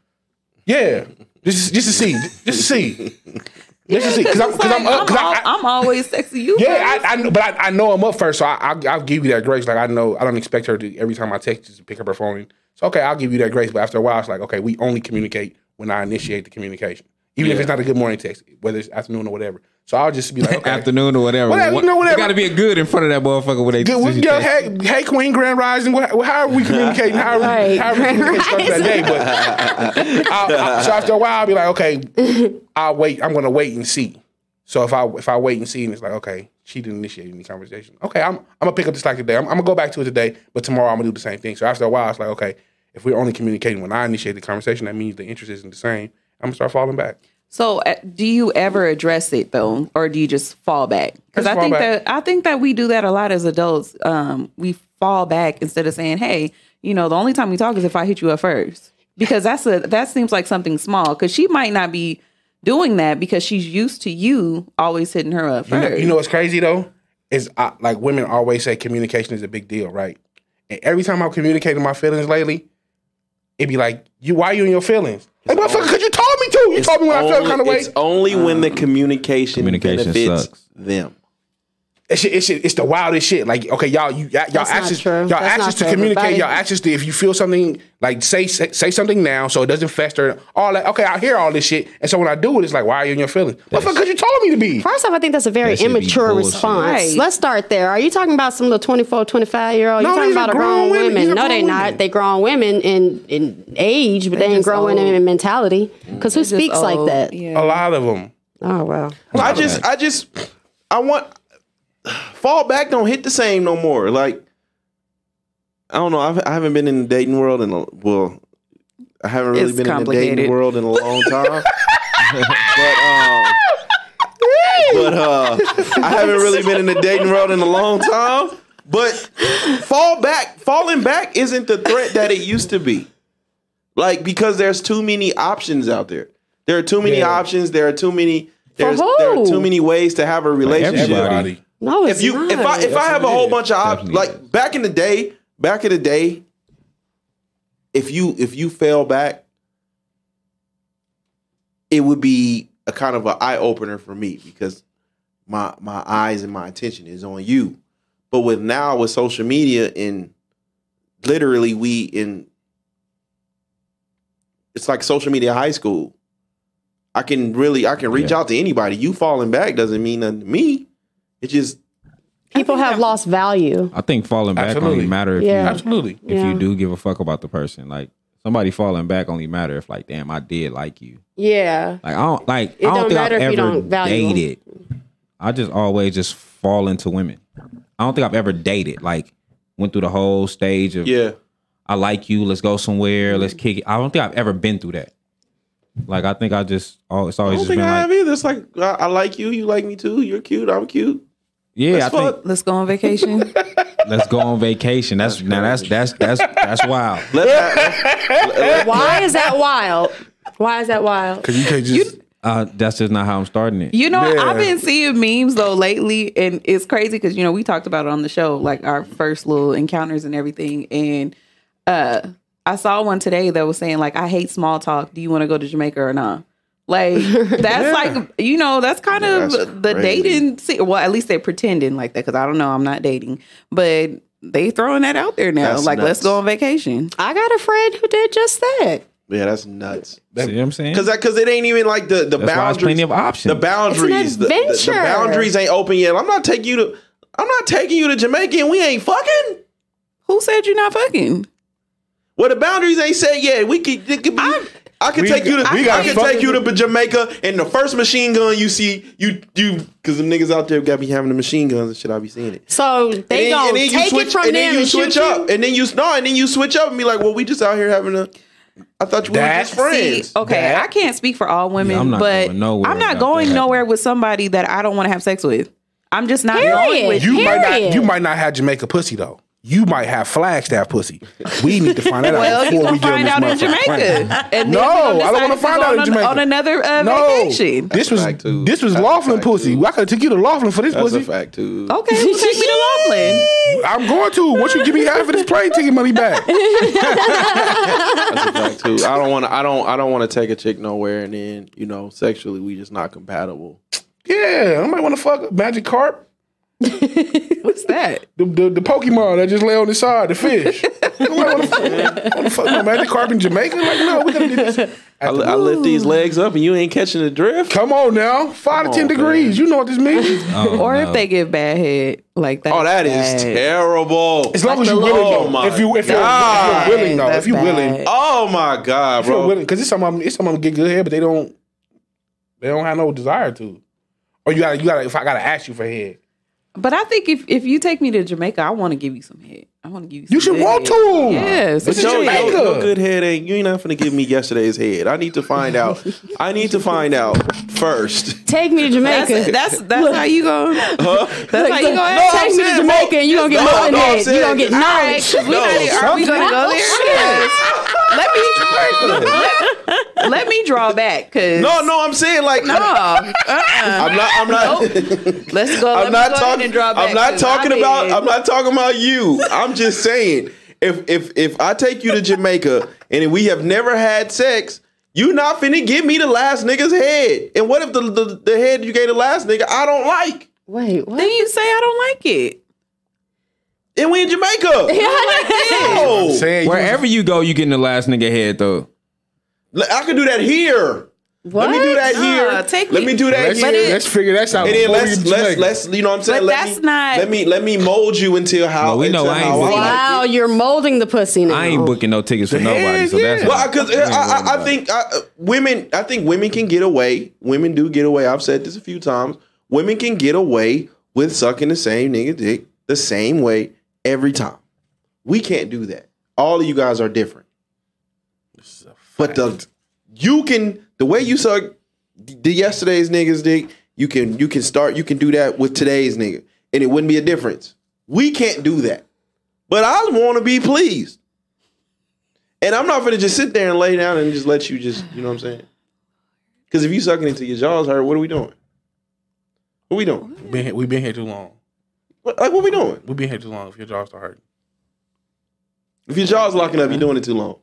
B: yeah, just just to see, just to see, just to see, because I'm
C: It's
B: because
C: like,
B: I'm up, because
C: al-
B: I, I,
C: I'm always sexy. You
B: yeah,
C: first.
B: I, I know, but I, I know I'm up first, so I, I I'll give you that grace. Like I know I don't expect her to every time I text just to pick up her phone. And, so okay, I'll give you that grace. But after a while, it's like okay, we only communicate when I initiate the communication, even if it's not a good morning text, whether it's afternoon or whatever. So I'll just be like okay.
E: Afternoon or whatever.
B: Whatever,
E: What-
B: you know, whatever.
E: It gotta be a good in front of that motherfucker when they
B: Good, we,
E: text you
B: yeah,
E: text.
B: hey, hey, Queen Grand Rising. What, what- how are we communicating? How are we,
D: Right,
B: how are we
D: Grand
B: communicating stuff that day? But I, I, so after a while, I'll be like, okay, I'll wait. I'm gonna wait and see. So if I if I wait and see, and it's like, okay, she didn't initiate any conversation. Okay, I'm I'm gonna pick up the slack today. I'm, I'm gonna go back to it today, but tomorrow I'm gonna do the same thing. So after a while, it's like, okay, if we're only communicating when I initiate the conversation, that means the interest isn't the same. I'm gonna start falling back.
C: So, uh, do you ever address it though, or do you just fall back? Because
B: Just
C: I
B: fall
C: think
B: back.
C: that I think that we do that a lot as adults. Um, we fall back instead of saying, "Hey, you know, the only time we talk is if I hit you up first. because that's a that seems like something small. Because she might not be doing that because she's used to you always hitting her up
B: You
C: first.
B: know, you know what's crazy though is I, like women always say communication is a big deal, right? And every time I'm communicating my feelings lately, it'd be like, "You, why you in your feelings?" Like, motherfucker, because you told me to. You told me when I felt kind of way.
A: It's only when the Ah. communication,
E: Communication
A: benefits
E: sucks.
A: them.
B: It's, shit- it's, shit- it's the wildest shit. Like, okay, y'all, you y'all
D: not
B: access,
D: true.
B: y'all
D: That's
B: access
D: not
B: to
D: for
B: communicate,
D: everybody.
B: y'all access to if you feel something, like say, say say something now so it doesn't fester. All that. Okay, I hear all this shit, and so when I do it, it's like, why are you in your feelings? Motherfucker, because you told me to be.
D: First off, I think that's a very
E: That should be
D: immature
E: bullshit.
D: response.
C: Right.
D: Let's start there. Are you talking about some little 24, 25 year old?
B: No,
D: You're talking
B: these are
D: about a
B: grown
D: grown
B: women.
D: women.
B: These are
D: No, they
B: grown
D: not.
B: women.
D: They grown women in, in age, but they, ain't
C: just
D: growing
C: old.
D: in mentality. Because who
C: Just
D: speaks like
C: old.
D: that?
C: Yeah.
B: A lot of them.
D: Oh, well.
A: Well, I just, I just, I want fall back. Don't hit the same no more. Like, I don't know. I've, I haven't been in the dating world in a well. I haven't really
C: It's
A: been in the dating
C: complicated.
A: world in a long time. but um, but uh, I haven't really been in the dating world in a long time. But fall back, falling back isn't the threat that it used to be. Like because there's too many options out there. There are too many
B: Yeah.
A: options. There are too many. There's,
D: who?
A: there are too many ways to have a relationship.
E: Everybody.
D: No, it's
A: If you,
D: not.
A: if I, if I have a whole bunch of options,
E: Definitely is.
A: like back in the day, back in the day, if you if you fell back, it would be a kind of an eye opener for me because my my eyes and my attention is on you. But with now with social media and literally we in it's like social media high school. I can really I can reach
E: Yeah.
A: out to anybody. You falling back doesn't mean nothing to me. It just
D: People have lost value.
E: I think falling back
B: Absolutely.
E: only matter if
D: Yeah.
E: you
B: Absolutely.
E: if
D: Yeah.
E: you do give a fuck about the person. Like somebody falling back only matter if like, damn, I did like you.
D: Yeah.
E: Like I don't like
D: It
E: I don't
D: don't
E: think I've
D: matter if you
E: ever
D: don't value 'em.
E: dated. I just always just fall into women. I don't think I've ever dated. Like went through the whole stage of
A: yeah.
E: I like you, let's go somewhere, let's kick it. I don't think I've ever been through that. Like I think I just oh, it's
A: I
E: always
A: don't
E: just
A: think
E: been
A: I
E: like
A: have either. It's like I, I like you, you like me too. You're cute, I'm cute.
E: yeah. I
A: Let's
E: think
A: fuck.
C: Let's go on vacation.
E: let's go on vacation. That's now that's that's that's that's wild.
A: Let's have,
D: Why is that wild? Why is that wild?
B: Because you can't just.
E: Uh, that's just not how I'm starting it.
C: You know,
B: Yeah.
C: I've been seeing memes though lately, and it's crazy because you know we talked about it on the show, like our first little encounters and everything. And uh I saw one today that was saying like, "I hate small talk. Do you want to go to Jamaica or not?" Like that's like you know that's kind
A: Yeah,
C: of
A: that's
C: the
A: crazy.
C: dating. se- Well, at least they're pretending like that because I don't know, I'm not dating, but they throwing that out there now.
A: That's
C: like, let's
A: nuts.
C: go on vacation.
D: I got a friend who did just that.
A: Yeah, that's nuts.
E: See what I'm saying?
A: Because because it ain't even like the the
E: That's why there's
A: boundaries.
E: plenty of options.
A: the boundaries.
D: It's an
A: the- the- The,
D: adventure.
A: boundaries ain't open yet. I'm not taking you to. I'm not taking you to Jamaica and we ain't fucking.
C: Who said you're not fucking?
A: Well, the boundaries ain't set yet. We could. It could be, I, could
E: We-
A: take you to.
E: we
A: I,
B: got
A: could
B: fucking-
A: take you to Jamaica and the first machine gun you see, you you because the niggas out there got be having the machine guns and shit. I be seeing it.
D: So
A: and
D: they gonna
A: then you
D: take
A: switch
D: it from
A: and
D: them
A: then you
D: and
A: switch
D: shoot
A: up,
D: you.
A: and then you no, and then you switch up and be like, well, we just out here having a. I thought you were
B: That-
A: just friends.
C: See,
D: Oh,
C: okay, I can't speak for all women,
E: Yeah, I'm not
C: but
E: going nowhere
C: I'm not
E: without
C: going
E: that.
C: nowhere with somebody that I don't want to have sex with. I'm just not going
D: Period.
C: with
B: You might
D: Period.
B: not. You might not have Jamaica pussy though. You might have Flagstaff pussy. We need to find that
C: Well,
B: out
C: you
B: before we
C: gonna
B: get on this
C: find out in
B: motherfucking planet.
C: Jamaica. And
B: No,
C: then
B: I
C: we gonna
B: don't wanna
C: decide
B: find
C: go
B: out in
C: on,
B: Jamaica.
C: on another uh,
B: No,
C: vacation.
B: this was
A: fact, too.
B: this was
A: That's a
B: Laughlin
A: fact,
B: pussy.
A: too.
B: I could have took you to Laughlin for this pussy.
A: fact too.
D: Oh.
C: Okay, well, take me to Laughlin.
B: I'm going to. Once you give me half of this plane ticket money back,
A: That's a fact too. I don't want to. I don't. I don't want to take a chick nowhere, and then you know, sexually, we just not compatible.
B: yeah, I might want to fuck a magic carp,
C: What's that?
B: the, the the Pokemon that just lay on the side, the fish. I might want to fuck no magic carp in Jamaica. Like no, we gotta do this.
A: I, li- I lift these legs up, and you ain't catching the drift.
B: Come on now, five to ten
A: on,
B: degrees. You know what this means.
E: Oh,
C: or
E: no.
C: if they give bad head like that.
A: Oh, that is terrible.
B: As long
C: Like
B: as you
C: the
B: willing,
C: little-
B: though.
A: Oh my
B: if you if you're, if
A: God.
B: you're willing, though,
C: That's
B: if you're willing,
C: bad.
A: Oh my god,
B: if you're
A: bro.
B: willing, because it's some of them, it's some of them get good head, but they don't, they don't have no desire to. Or you gotta, you gotta. If I gotta ask you for head,
C: But I think if, if you take me to Jamaica, I want to give you some head. I want to give you. Some
B: you should
C: good
B: want to.
C: head. Yes,
B: But
C: it's
A: Yo, yo,
B: Jamaica.
A: yo, good head ain't. You ain't not finna give me yesterday's head. I need to find out. I need to find out first.
D: Take me to
C: That's
D: Jamaica.
C: that's that's how you go. That's how you go.
D: no, take me to Jamaica and you gonna get
A: No,
D: more than
A: no, I'm
D: that. You
A: saying-
D: gonna get
A: All
D: knowledge.
A: No,
C: We not even- are we going to go there? Yes. Let me let, let me draw back because
A: No, no, I'm saying like
C: no. Uh-uh.
A: I'm not. I'm not.
C: Let's go.
A: I'm not
C: let me go ahead
A: talking.
C: and draw back
A: I'm not
C: 'cause I
A: talking
C: mean,
A: about. I'm not talking about you. I'm just saying, if if if I take you to Jamaica and we have never had sex, you not finna give me the last nigga's head. And what if the the, the head you gave the last nigga I don't like?
D: Wait, what?
C: Then you say I don't like it.
A: And we in Jamaica.
B: I'm
A: No,
B: saying you-
E: Wherever you go, you getting the last nigga head though.
A: I can do that here. Let
D: What?
A: me do that
C: Nah,
A: here.
C: take
A: let
C: me-
A: me do that
B: let's,
A: here.
C: it-
B: let's figure that out.
A: and then
B: before we get
A: let's
B: to
A: let's
B: Jamaica.
A: let's you know what I'm saying.
C: But
A: let
C: that's
A: me,
C: not-
A: Let me let me mold you until how
E: No, we
A: into
E: know I ain't
A: how
E: with
A: like it.
E: it.
D: Wow, you're molding the pussy now.
E: I ain't booking no tickets for nobody.
B: heck
E: So that's
B: yeah.
A: Well, because I, I, I, think I, uh, women, I think women can get away. Women do get away. I've said this a few times. Women can get away with sucking the same nigga dick the same way every time. We can't do that. All of you guys are different. But the you can the way you suck the yesterday's niggas dick, you can you can start you can do that with today's nigga, and it wouldn't be a difference. We can't do that. But I want to be pleased. And I'm not gonna just sit there and lay down and just let you just, you know what I'm saying? Because if you sucking into your jaws hurt, what are we doing? What we doing?
B: Been here- we've been here too long.
A: What, like what we doing?
B: We've been here too long. If your jobs are hurting,
A: If your jaws locking up, you're doing it too long.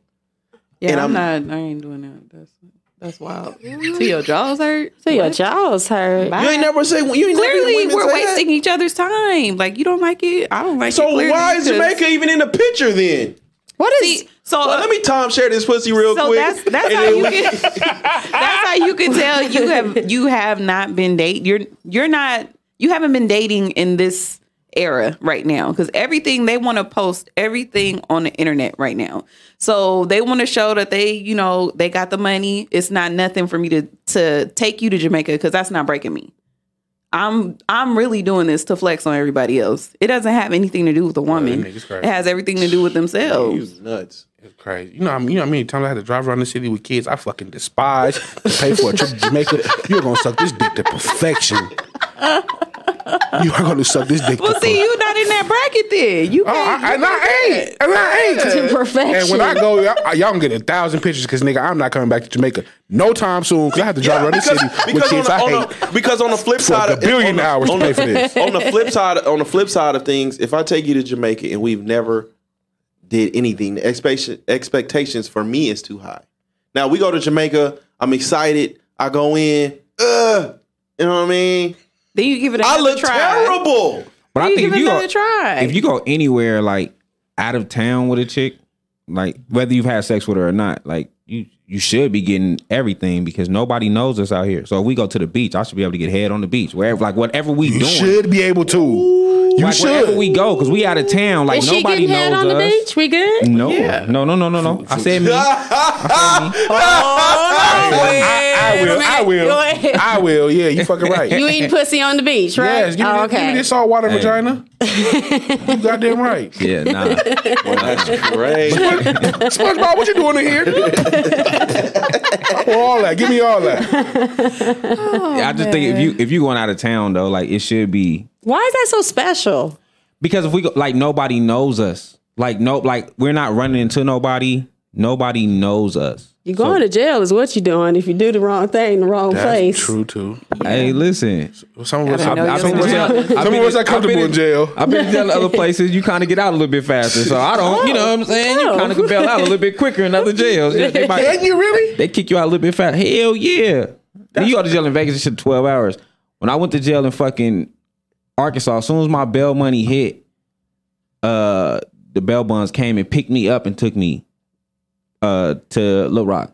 C: Yeah,
A: And
C: I'm, not. I ain't doing that. That's that's wild. Till your jaws hurt.
D: So your jowls hurt.
A: You ain't never say you ain't never hear
C: Clearly,
A: women
C: we're
A: say
C: wasting
A: That.
C: each other's time. Like you don't like it. I don't like it.
A: So
C: clearly,
A: why is
C: because-
A: Jamaica even in the picture then?
C: What is See, so?
A: Well, let me time share this pussy real
C: so
A: quick.
C: that's that's
A: And
C: how
A: then
C: you
A: we-
C: can that's how you can tell you have you have not been date you're you're not you haven't been dating in this era right now because everything they want to post everything on the internet right now so they want to show that they you know they got the money it's not nothing for me to to take you to jamaica because that's not breaking me i'm i'm really doing this to flex on everybody else it doesn't have anything to do with the woman
B: nigga's
C: it
B: crazy.
C: has everything to do with themselves
A: You nuts.
B: it's crazy. You know, I mean, you know how many times I had to drive around the city with kids. I fucking despise to pay for a trip to Jamaica. You're gonna suck this dick to perfection. You are gonna suck this dick.
C: Well,
B: to
C: see, you not in that bracket then. You
B: Oh,
C: can't.
B: I, and I ain't. And I ain't.
D: To perfection.
B: And when I go, y'all, y'all gonna get a thousand pictures because, nigga, I'm not coming back to Jamaica no time soon because I have to drive around this city with kids I
A: on the,
B: hate.
A: on the, because on the flip
B: for
A: side
B: like
A: of
B: a billion
A: on the-
B: hours
A: on
B: to
A: the-
B: pay for this.
A: on the flip side on the flip side of things, if I take you to Jamaica and we've never did anything, the expectation expectations for me is too high. Now we go to Jamaica, I'm excited, I go in, uh, you know what I mean?
C: then you give it another
A: I look
C: try.
A: terrible.
E: But I
C: You
E: think
C: give
E: if you
C: it
E: go,
C: another try.
E: if you go anywhere like out of town with a chick, like whether you've had sex with her or not, like you you should be getting everything because nobody knows us out here. So if we go to the beach, I should be able to get head on the beach wherever, like whatever we
B: You
E: doing.
B: should be able to. You
E: like wherever
B: should.
E: we go, because we out of town, like
D: Is she
E: nobody
D: getting
E: knows
D: head on
E: us.
D: the beach? We good?
E: No, no, no, no, no, no. I said me.
B: I will. I will. I will. Yeah, you fucking right.
D: You eating pussy on the beach, right?
B: Yes, give me,
D: oh,
B: this, give me
D: okay.
B: this salt water vagina. you goddamn right.
E: Yeah, nah.
A: That's great.
B: SpongeBob, what you doing in here? Well, all that. Give me all that.
D: Oh,
E: I just think if you if you going out of town though, like it should be
D: Why is that so special?
E: because if we go, like nobody knows us. Like nope, like we're not running into nobody. Nobody knows us.
D: You going to jail is what you doing if you do the wrong thing in the wrong place.
B: too.
E: Hey, listen.
B: Some of us,
C: Gotta
B: I-
C: know
B: I-
C: your
B: some of us,
C: surroundings.
B: some of us are comfortable in jail.
E: I've been telling other places you kind of get out a little bit faster. So I don't, you know what I'm saying? You
D: Oh.
E: kind of can bail out a little bit quicker in other jails. Yeah, they, might,
B: Can you really?
E: they kick you out a little bit faster. Hell yeah. you go to jail in Vegas, it's shit 12 hours. When I went to jail in fucking Arkansas, as soon as my bail money hit, uh, the bail bonds came and picked me up and took me uh, to Little Rock.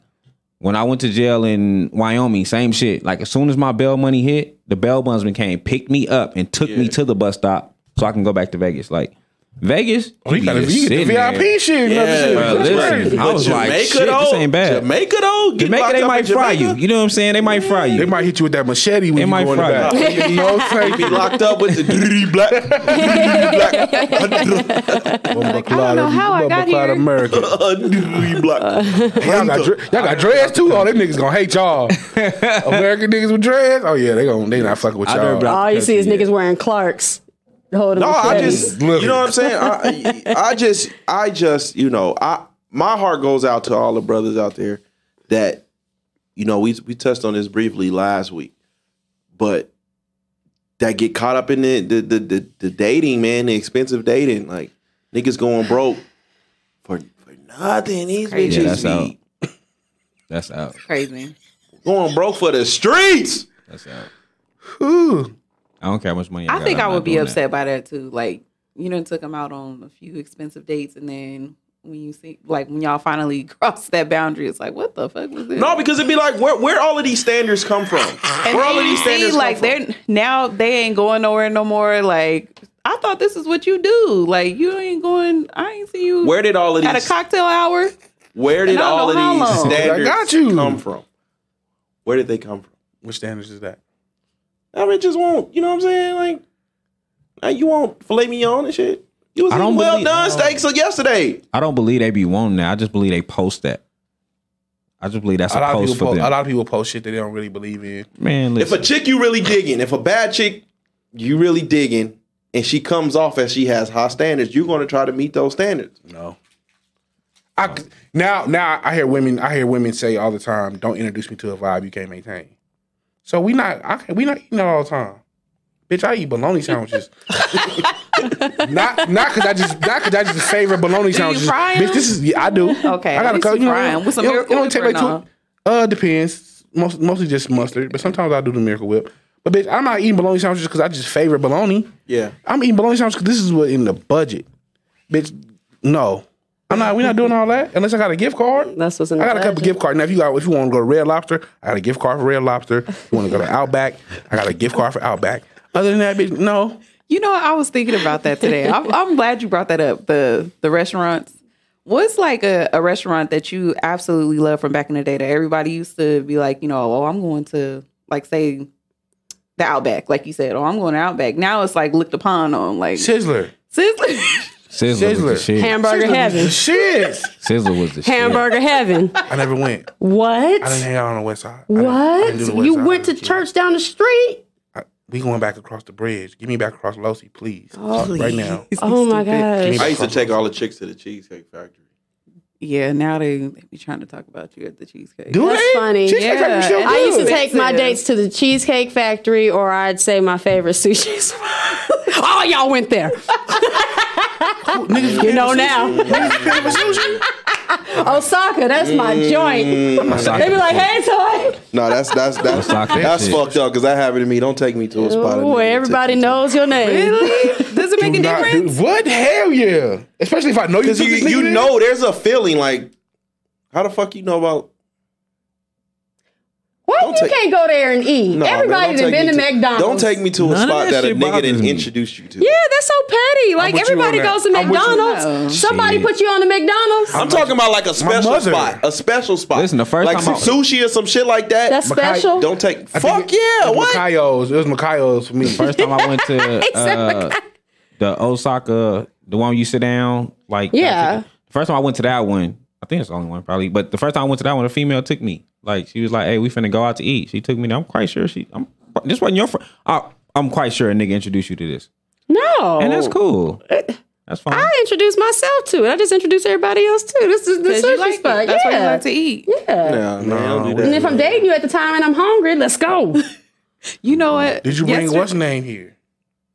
E: When I went to jail in Wyoming, same shit. Like as soon as my bail money hit, the bail bondsman came, picked me up, and took me to the bus stop so I can go back to Vegas. Like Vegas,
B: Oh, you
E: be
B: got a VIP
E: just sitting there.
B: shit. Yeah, shit.
E: bro,
B: That's
E: listen.
B: crazy.
E: I was like, shit,
A: though,
E: this ain't bad.
A: Jamaica though, get
E: Jamaica,
A: locked
E: they
A: up
E: might
A: in
E: fry you.
A: Jamaica,
E: You know what I'm saying? They might fry
B: They
E: you.
B: might hit you with that machete when
E: They
B: you
E: might
B: go in the
E: fry
B: back. You know what I'm
A: Be
B: saying?
A: locked up with the dirty black. dirty black.
B: Like,
C: I don't know how I got here.
B: American.
A: dirty black.
C: Uh,
B: Y'all got, dre- y'all got dreads too? Oh, them niggas gonna hate y'all. American niggas with dreads? Oh yeah, they gonna they not fucking with
E: I never
B: y'all.
E: brought-
D: All you see is
E: Yeah.
D: niggas wearing Clarks. Holding
A: No,
D: them
A: I
D: steady.
A: just
B: Look.
A: you know what I'm saying. I, I just I just you know I my heart goes out to all the brothers out there that you know we we touched on this briefly last week, but that get caught up in the the the, the, the dating man, the expensive dating like niggas going broke for for nothing. These
C: crazy.
E: Yeah,
A: bitches
E: that's out.
A: be
E: That's out.
C: Crazy.
A: going broke for the streets.
E: That's out.
B: Ooh.
E: I don't care how much money.
C: I
E: I, got,
C: think
E: I'm
C: I
E: not
C: would be
E: doing that.
C: upset by that too. Like you know, took him out on a few expensive dates, and then when you see, like when y'all finally cross that boundary, it's like, what the fuck was this?
A: No, because it'd be like where where all of these standards come from?
C: and
A: where all
C: then
A: of
C: you
A: these standards
C: see, like
A: come from?
C: they're now they ain't going nowhere no more. Like I thought this is what you do. Like you ain't going. I ain't see you.
A: Where did all of
C: at a
A: these
C: cocktail hour?
A: Where did
C: And I don't
A: all of
C: know how
A: these
C: long.
A: standards
B: I got you.
A: come from? Where did they come from?
B: What standards is that?
A: I mean, just want, you know what I'm saying? Like, now you want filet mignon and shit. You was
E: I
A: eating
E: don't
A: well
E: believe-
A: done steaks of yesterday.
E: I don't believe they be wanting that. I just believe they post that. I just believe that's
B: A
E: a,
B: lot, of
E: post
B: people
E: for
B: post,
E: them.
B: a lot of people post shit that they don't really believe in.
E: Man,
A: If a
E: listen.
A: chick you really digging, if a bad chick you really digging, and she comes off as she has high standards, you're going to try to meet those standards.
B: No. I c- now now I hear women I hear women say all the time, "Don't introduce me to a vibe you can't maintain." So we not I can't, we not eating that all the time, bitch. I eat bologna sandwiches. not not because I just not because I just favor bologna sandwiches.
C: fry
B: bitch,
C: them?
B: this is yeah, I do.
C: Okay,
B: I
C: at
B: gotta
C: least
B: cut.
C: you
B: You know,
C: fry 'em with some
B: it, don't-
C: Miracle
B: it don't take
C: Whip
B: like
C: or
B: two.
C: no?
B: Uh, depends. Most mostly just mustard, but sometimes I do the miracle whip. But bitch, I'm not eating bologna sandwiches because I just favor bologna.
A: Yeah.
B: I'm eating bologna sandwiches because this is what in the budget. Bitch, no. I'm not, we're not doing all that unless I got a gift card.
D: That's what's in
B: I
D: the
B: got a couple
D: budget.
B: gift cards. Now, if you got, if you want to go to Red Lobster, I got a gift card for Red Lobster. If you want to go to Outback, I got a gift card for Outback. Other than that, bitch, no.
C: You know, I was thinking about that today. I'm, I'm glad you brought that up. The the restaurants. What's like a, a restaurant that you absolutely love from back in the day that everybody used to be like, you know, oh, I'm going to like say the Outback, like you said, oh, I'm going to Outback. Now it's like looked upon on like
B: Sizzler.
C: Sizzler.
E: Sizzler, was the
B: Sizzler.
E: shit.
D: Hamburger heaven.
B: Shit.
E: Sizzler was the shit.
D: Hamburger heaven.
B: I never went. I didn't
D: What?
B: hang out on the West Side. I didn't- I
D: What?
B: didn't do the West
D: You
B: Side
D: went to
B: as a kid.
D: church down the street?
B: I- we going back across the bridge. Give me back across Losi, please.
D: Oh,
B: Right now.
D: oh my gosh.
A: I used to take all the chicks to the Cheesecake Factory.
C: Yeah, now they, they be trying to talk about you at the cheesecake.
B: Do
D: That's
B: they?
D: funny.
B: Cheesecake
C: Yeah.
B: Factory still
C: I
D: I used to
B: good.
D: take my
C: Expensive.
D: dates to the Cheesecake Factory, or I'd say my favorite sushi. spot. All y'all went there.
B: Niggas
D: You know now. Osaka, that's my
A: Mm.
D: joint. They be like, hey, toy.
A: No, that's that's that's
E: Fuck that
A: that's
E: shit.
A: fucked up because that happened to me. Don't take me to a spot.
D: Ooh, everybody knows your name.
C: Really? Does it make a
B: Do not
C: difference?
B: do- what? Hell yeah. Especially if I know you.
A: Because you,
B: took this nigga
A: you
B: there.
A: know there's a feeling like, how the fuck you know about
D: Why
A: Don't
D: you
A: take-
D: can't go there and eat?
A: No, man,
D: Everybody
A: don't take
D: done been
A: me
D: to McDonald's.
A: Don't take me to a
E: None of
A: spot
E: that
A: that, a
E: shit
A: nigga
E: bothers
A: didn't
E: me.
A: introduce you to.
D: Yeah, that's so petty.
B: with
D: Like
B: you
D: everybody
B: on that.
D: goes to
B: I'm with you.
D: McDonald's.
C: No.
D: Somebody
E: Shit.
D: put you on the McDonald's.
A: I'm talking about like a special
B: mother.
A: spot, a special spot.
E: Listen, the first
A: like
E: time I-
A: some sushi or some shit like that.
D: that's
B: Makai-
D: special.
A: don't take.
B: I think
A: fuck
B: it-
A: yeah!
B: it was
A: What?
B: Makayo's. It was Makayo's for me.
E: First time I went to
C: "Oh
E: uh, the Osaka, the one you sit down, like
D: Yeah.
E: The first time I went to that one, I think it's the only one probably. But the first time I went to that one, a female took me. Like she was like, "Hey, we finna go out to eat." She took me. There. I'm quite sure she. I'm this wasn't your friend. I, I'm quite sure a nigga introduced you to this,
D: no.
E: and
C: Oh.
E: that's cool. That's fine.
D: I introduced myself to it. I just introduced everybody else too. This is the sushi
C: like it.
D: spot.
C: That's
D: yeah.
C: what you like to eat.
D: yeah.
A: Nah, man, don't do
D: And
A: that.
D: if I'm dating you at the time and I'm hungry, let's go.
C: You know what?
B: Did you bring
C: Yesterday-
B: what's name here?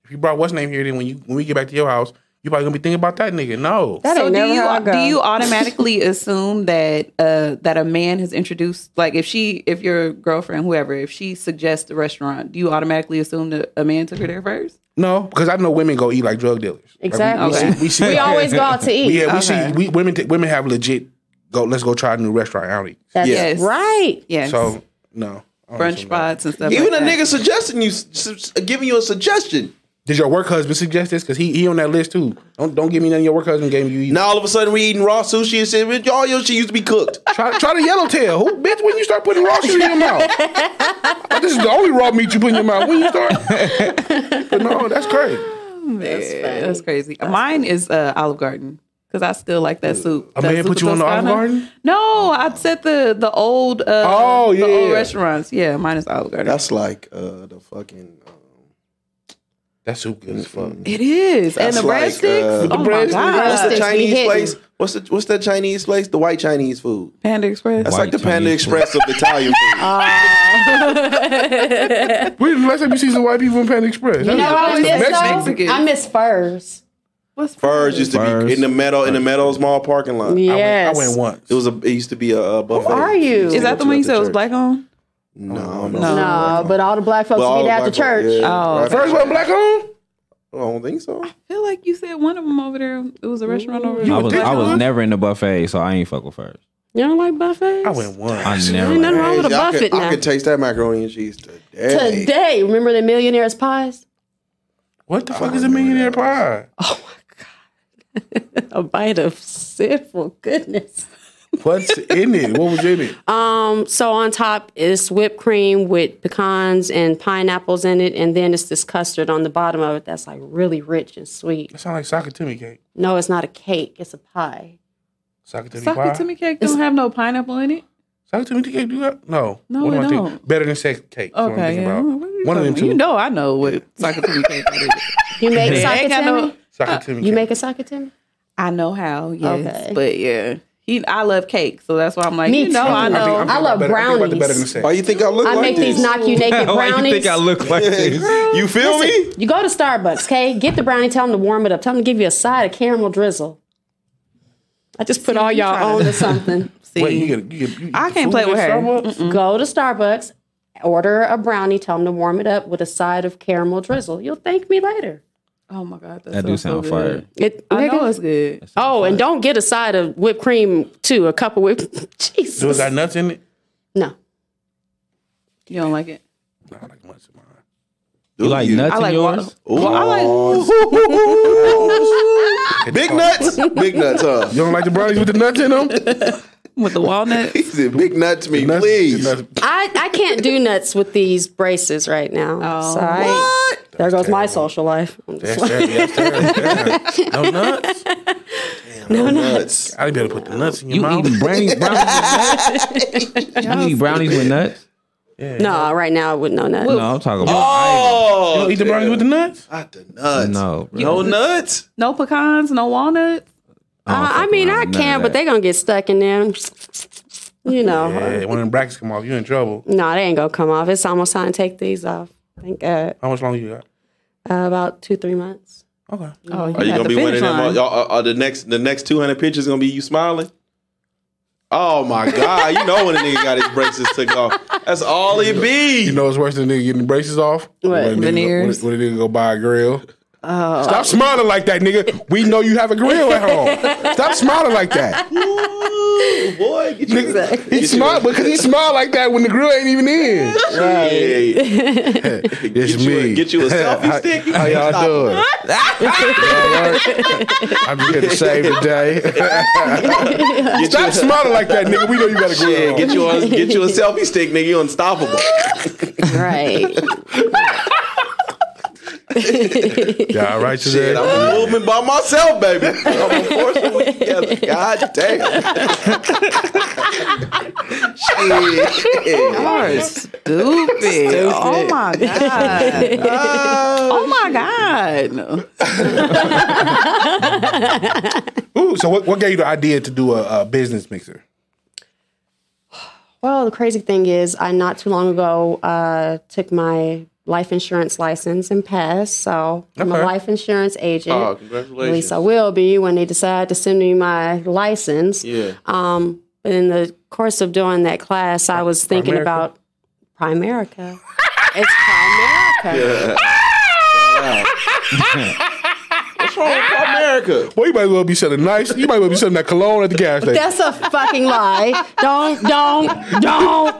B: If you brought what's name here, then when you when we get back to your house, you probably gonna be thinking about that nigga. No,
D: That
C: so
D: ain't
C: do
D: never
C: you
D: how I go.
C: do you automatically assume that uh that a man has introduced like if she if your girlfriend whoever if she suggests a restaurant do you automatically assume that a man took her there first?
B: no, because I know women go eat like drug dealers. Like, we-
D: Exactly.
B: we, see, we, see,
D: We always go out to eat.
B: yeah, we
C: Okay.
B: see we, women t- women have legit go. Let's go try a new restaurant out eat.
D: That's
C: Yes.
D: right.
C: Yes.
B: So no I don't
C: brunch
B: assume that.
C: spots and stuff.
A: Even
C: like
A: a
C: that.
A: nigga suggesting you, s- s- giving you a suggestion.
B: Did your work husband suggest this? Because he he on that list too. Don't don't give me none of your work husband gave you. Either.
A: Now all of a sudden we eating raw sushi and shit. bitch, All your shit used to be cooked.
B: Try, try the yellowtail. Who, bitch, when you start putting raw shit in your mouth? Like, this is the only raw meat you put in your mouth. When you start? But no, that's crazy.
C: That's, that's crazy. Mine is uh, Olive Garden because I still like that soup.
B: A
C: That
B: man
C: soup
B: put you on the Olive
C: Toscana.
B: Garden?
C: No, I said the the old. Uh,
B: Oh,
C: the old
B: yeah.
C: restaurants. Yeah, mine is Olive Garden.
A: That's like uh, the fucking. Um,
B: That soup good as fuck.
C: it is, and
A: That's
C: the breadsticks.
A: like, uh,
C: oh
A: With the
C: my
A: what's
B: breadsticks,
C: god,
A: the
D: breadsticks be
A: Chinese
D: hitting.
A: place? What's the what's that Chinese place? The white Chinese food.
C: Panda Express.
A: That's like
E: White
A: the Panda
E: Chinese food.
A: Express of Italian food.
D: Ah.
B: When the last time you seen some white people in Pan Express?
D: You know what I miss
C: Mexican.
D: though? I miss furs.
C: What's
A: Furs used to
E: Furs.
A: be in the meadow in the Meadows Mall parking lot.
B: I, went,
D: Yes.
B: I went once.
A: It was a. It used to be a, uh buffet.
D: are you?
A: Used to
C: Is
A: go
C: that the
A: to
C: one you
A: at
C: said was
A: church.
C: black on?
A: No, I don't
C: No.
A: know.
D: No, but all the black folks
A: But all
D: meet
A: the
D: after
A: black
D: church.
A: folks-
C: Oh.
A: Right.
B: First one black on?
A: I don't think so.
C: I feel like you said one of them over there. It was a restaurant over there.
E: I was I was
B: ridiculous.
E: never in the buffet, so I ain't fuck with first.
D: You don't like buffets?
B: I went once.
E: I never.
D: Ain't nothing wrong with a
A: Y'all
D: buffet
A: could, I
D: now.
A: could taste that macaroni and cheese today.
D: Today, remember the millionaires pies?
B: What the fuck is a millionaire pie?
D: A bite of sinful goodness.
B: What's in it? What was in it?
D: Um, so on top is whipped cream with pecans and pineapples in it, and then it's this custard on the bottom of it that's like really rich and sweet.
B: That sound like Sakatumi cake.
D: No, it's not a cake, it's a pie.
B: Sakatumi pie.
C: Sakatumi cake don't have no pineapple in it.
B: Sakatumi cake? Do that? No.
C: No,
B: What am
C: it
B: I thinking?
C: don't.
B: Better than sex cake. is what I'm
C: Okay,
B: thinking
C: yeah.
B: about.
C: What are you
B: One of them
C: talking about?
B: two.
C: You know, I know what Sakatumi cake is.
D: You make
C: ain't got no-
D: sakatimi?
C: uh,
B: Sakatumi
D: You make a sakatimi?
C: I know how. Yes,
D: Okay.
C: but yeah, he. I love cake, so that's why I'm like,
D: Me
C: you know,
D: too.
C: I
D: I
C: know.
D: think
B: I'm
D: I
B: thinking about
D: love
B: the- I'm thinking about the better than
D: brownies.
B: sex.
A: Why you think I look
D: I
A: like
D: make
A: this?
D: these knock you naked
E: Why you
D: brownies.
E: think I look like this?
A: you feel me?
D: You go to Starbucks, okay? Get the brownie. Tell them to warm it up. Tell them to give you a side of caramel drizzle. I just put all y'all on to something.
C: See,
B: Wait, you get, you get, you
C: I
B: get
C: can't
B: food
C: play
B: at
C: with her.
B: Starbucks?
D: Go to Starbucks, order a brownie. Tell them to warm it up with a side of caramel drizzle. You'll thank me later.
C: oh my god, that,
E: That do sound fire.
D: It,
C: I
D: nigga.
C: know it's good.
D: oh, and don't get a side of whipped cream too. A cup of whipped. Jesus.
B: Do it got nuts in it?
D: no.
C: You don't like it?
B: I don't like nuts in mine.
E: You like nuts
C: I
E: in
C: like water.
E: yours?
C: Well, I like.
A: Big nuts, big nuts, huh?
B: You don't like the brownies with the nuts in them?
C: With the walnuts,
A: He said, big nuts me,
B: Nuts-
A: please.
B: nuts-
D: I, I can't do nuts with these braces right now.
C: Oh.
D: So I- there goes my social life. I'm just
B: That's
D: like-
B: terrible. That's terrible. That's terrible. No
A: No nuts.
B: nuts. I'd be able to put the nuts in your
E: You
B: mouth.
E: eating brownies, brownies with nuts? you eat brownies with nuts?
D: no, right now I wouldn't know nuts.
E: No, I'm talking about.
B: You
A: Oh,
B: don't eat the brownies with the nuts?
A: not the nuts.
E: No, bro.
A: no nuts.
C: no pecans, no walnuts.
D: Uh, I mean, I can, but they're gonna get stuck in there. You know,
B: Yeah, when the brackets come off, you in trouble.
D: no, they ain't gonna come off. It's almost time to take these off. Thank God.
B: How much longer you got?
D: Uh, about two, three months.
B: Okay.
C: Oh,
A: Are you
C: got
A: gonna
C: the
A: be winning
C: finish
A: them?
C: line.
A: All, y'all- uh, are, are the next the next two hundred pictures gonna be you smiling? Oh my god! You know when a nigga got his braces took off. That's all it be.
B: You know what's worse than a nigga getting the braces off?
D: What?
B: When a nigga-
C: Veneers. Oh.
B: When a nigga go buy a grill. Stop smiling like that, nigga. We know you have a grill at home. Stop smiling like that.
A: Ooh, boy, get you
B: Nigga, he smiled because he smiled like that when the grill ain't even in.
A: Right.
B: It's
A: Get you a- get you a selfie
B: How-
A: stick?
B: How, y'all doing? Y'all work? I'm just here to save the day. Stop smiling like that, nigga. We know you got a grill.
A: Yeah,
B: on.
A: get you a get you a selfie stick, nigga. You unstoppable.
C: Right.
B: Y'all all right today?
A: Shit, I'm a movement by myself, baby. I'm a force to weak together. God damn. Shit.
C: are stupid. Oh my god. oh my god.
B: Ooh, so what, what gave you the idea to do a, a business mixer?
D: Well, the crazy thing is, I not too long ago uh, took my life insurance license and passed. So I'm
B: Okay.
D: a life insurance agent.
A: Oh,
D: At least
A: congratulations.
D: I will be when they decide to send me my license.
A: Yeah.
D: Um, but in the course of doing that class, I was thinking
B: Primerica?
D: about Primerica. it's Primerica.
A: What's wrong with America?
B: Well, you might as well be selling nice. You might as well be selling that cologne at the gas station.
D: That's a fucking lie. Don't, don't, don't,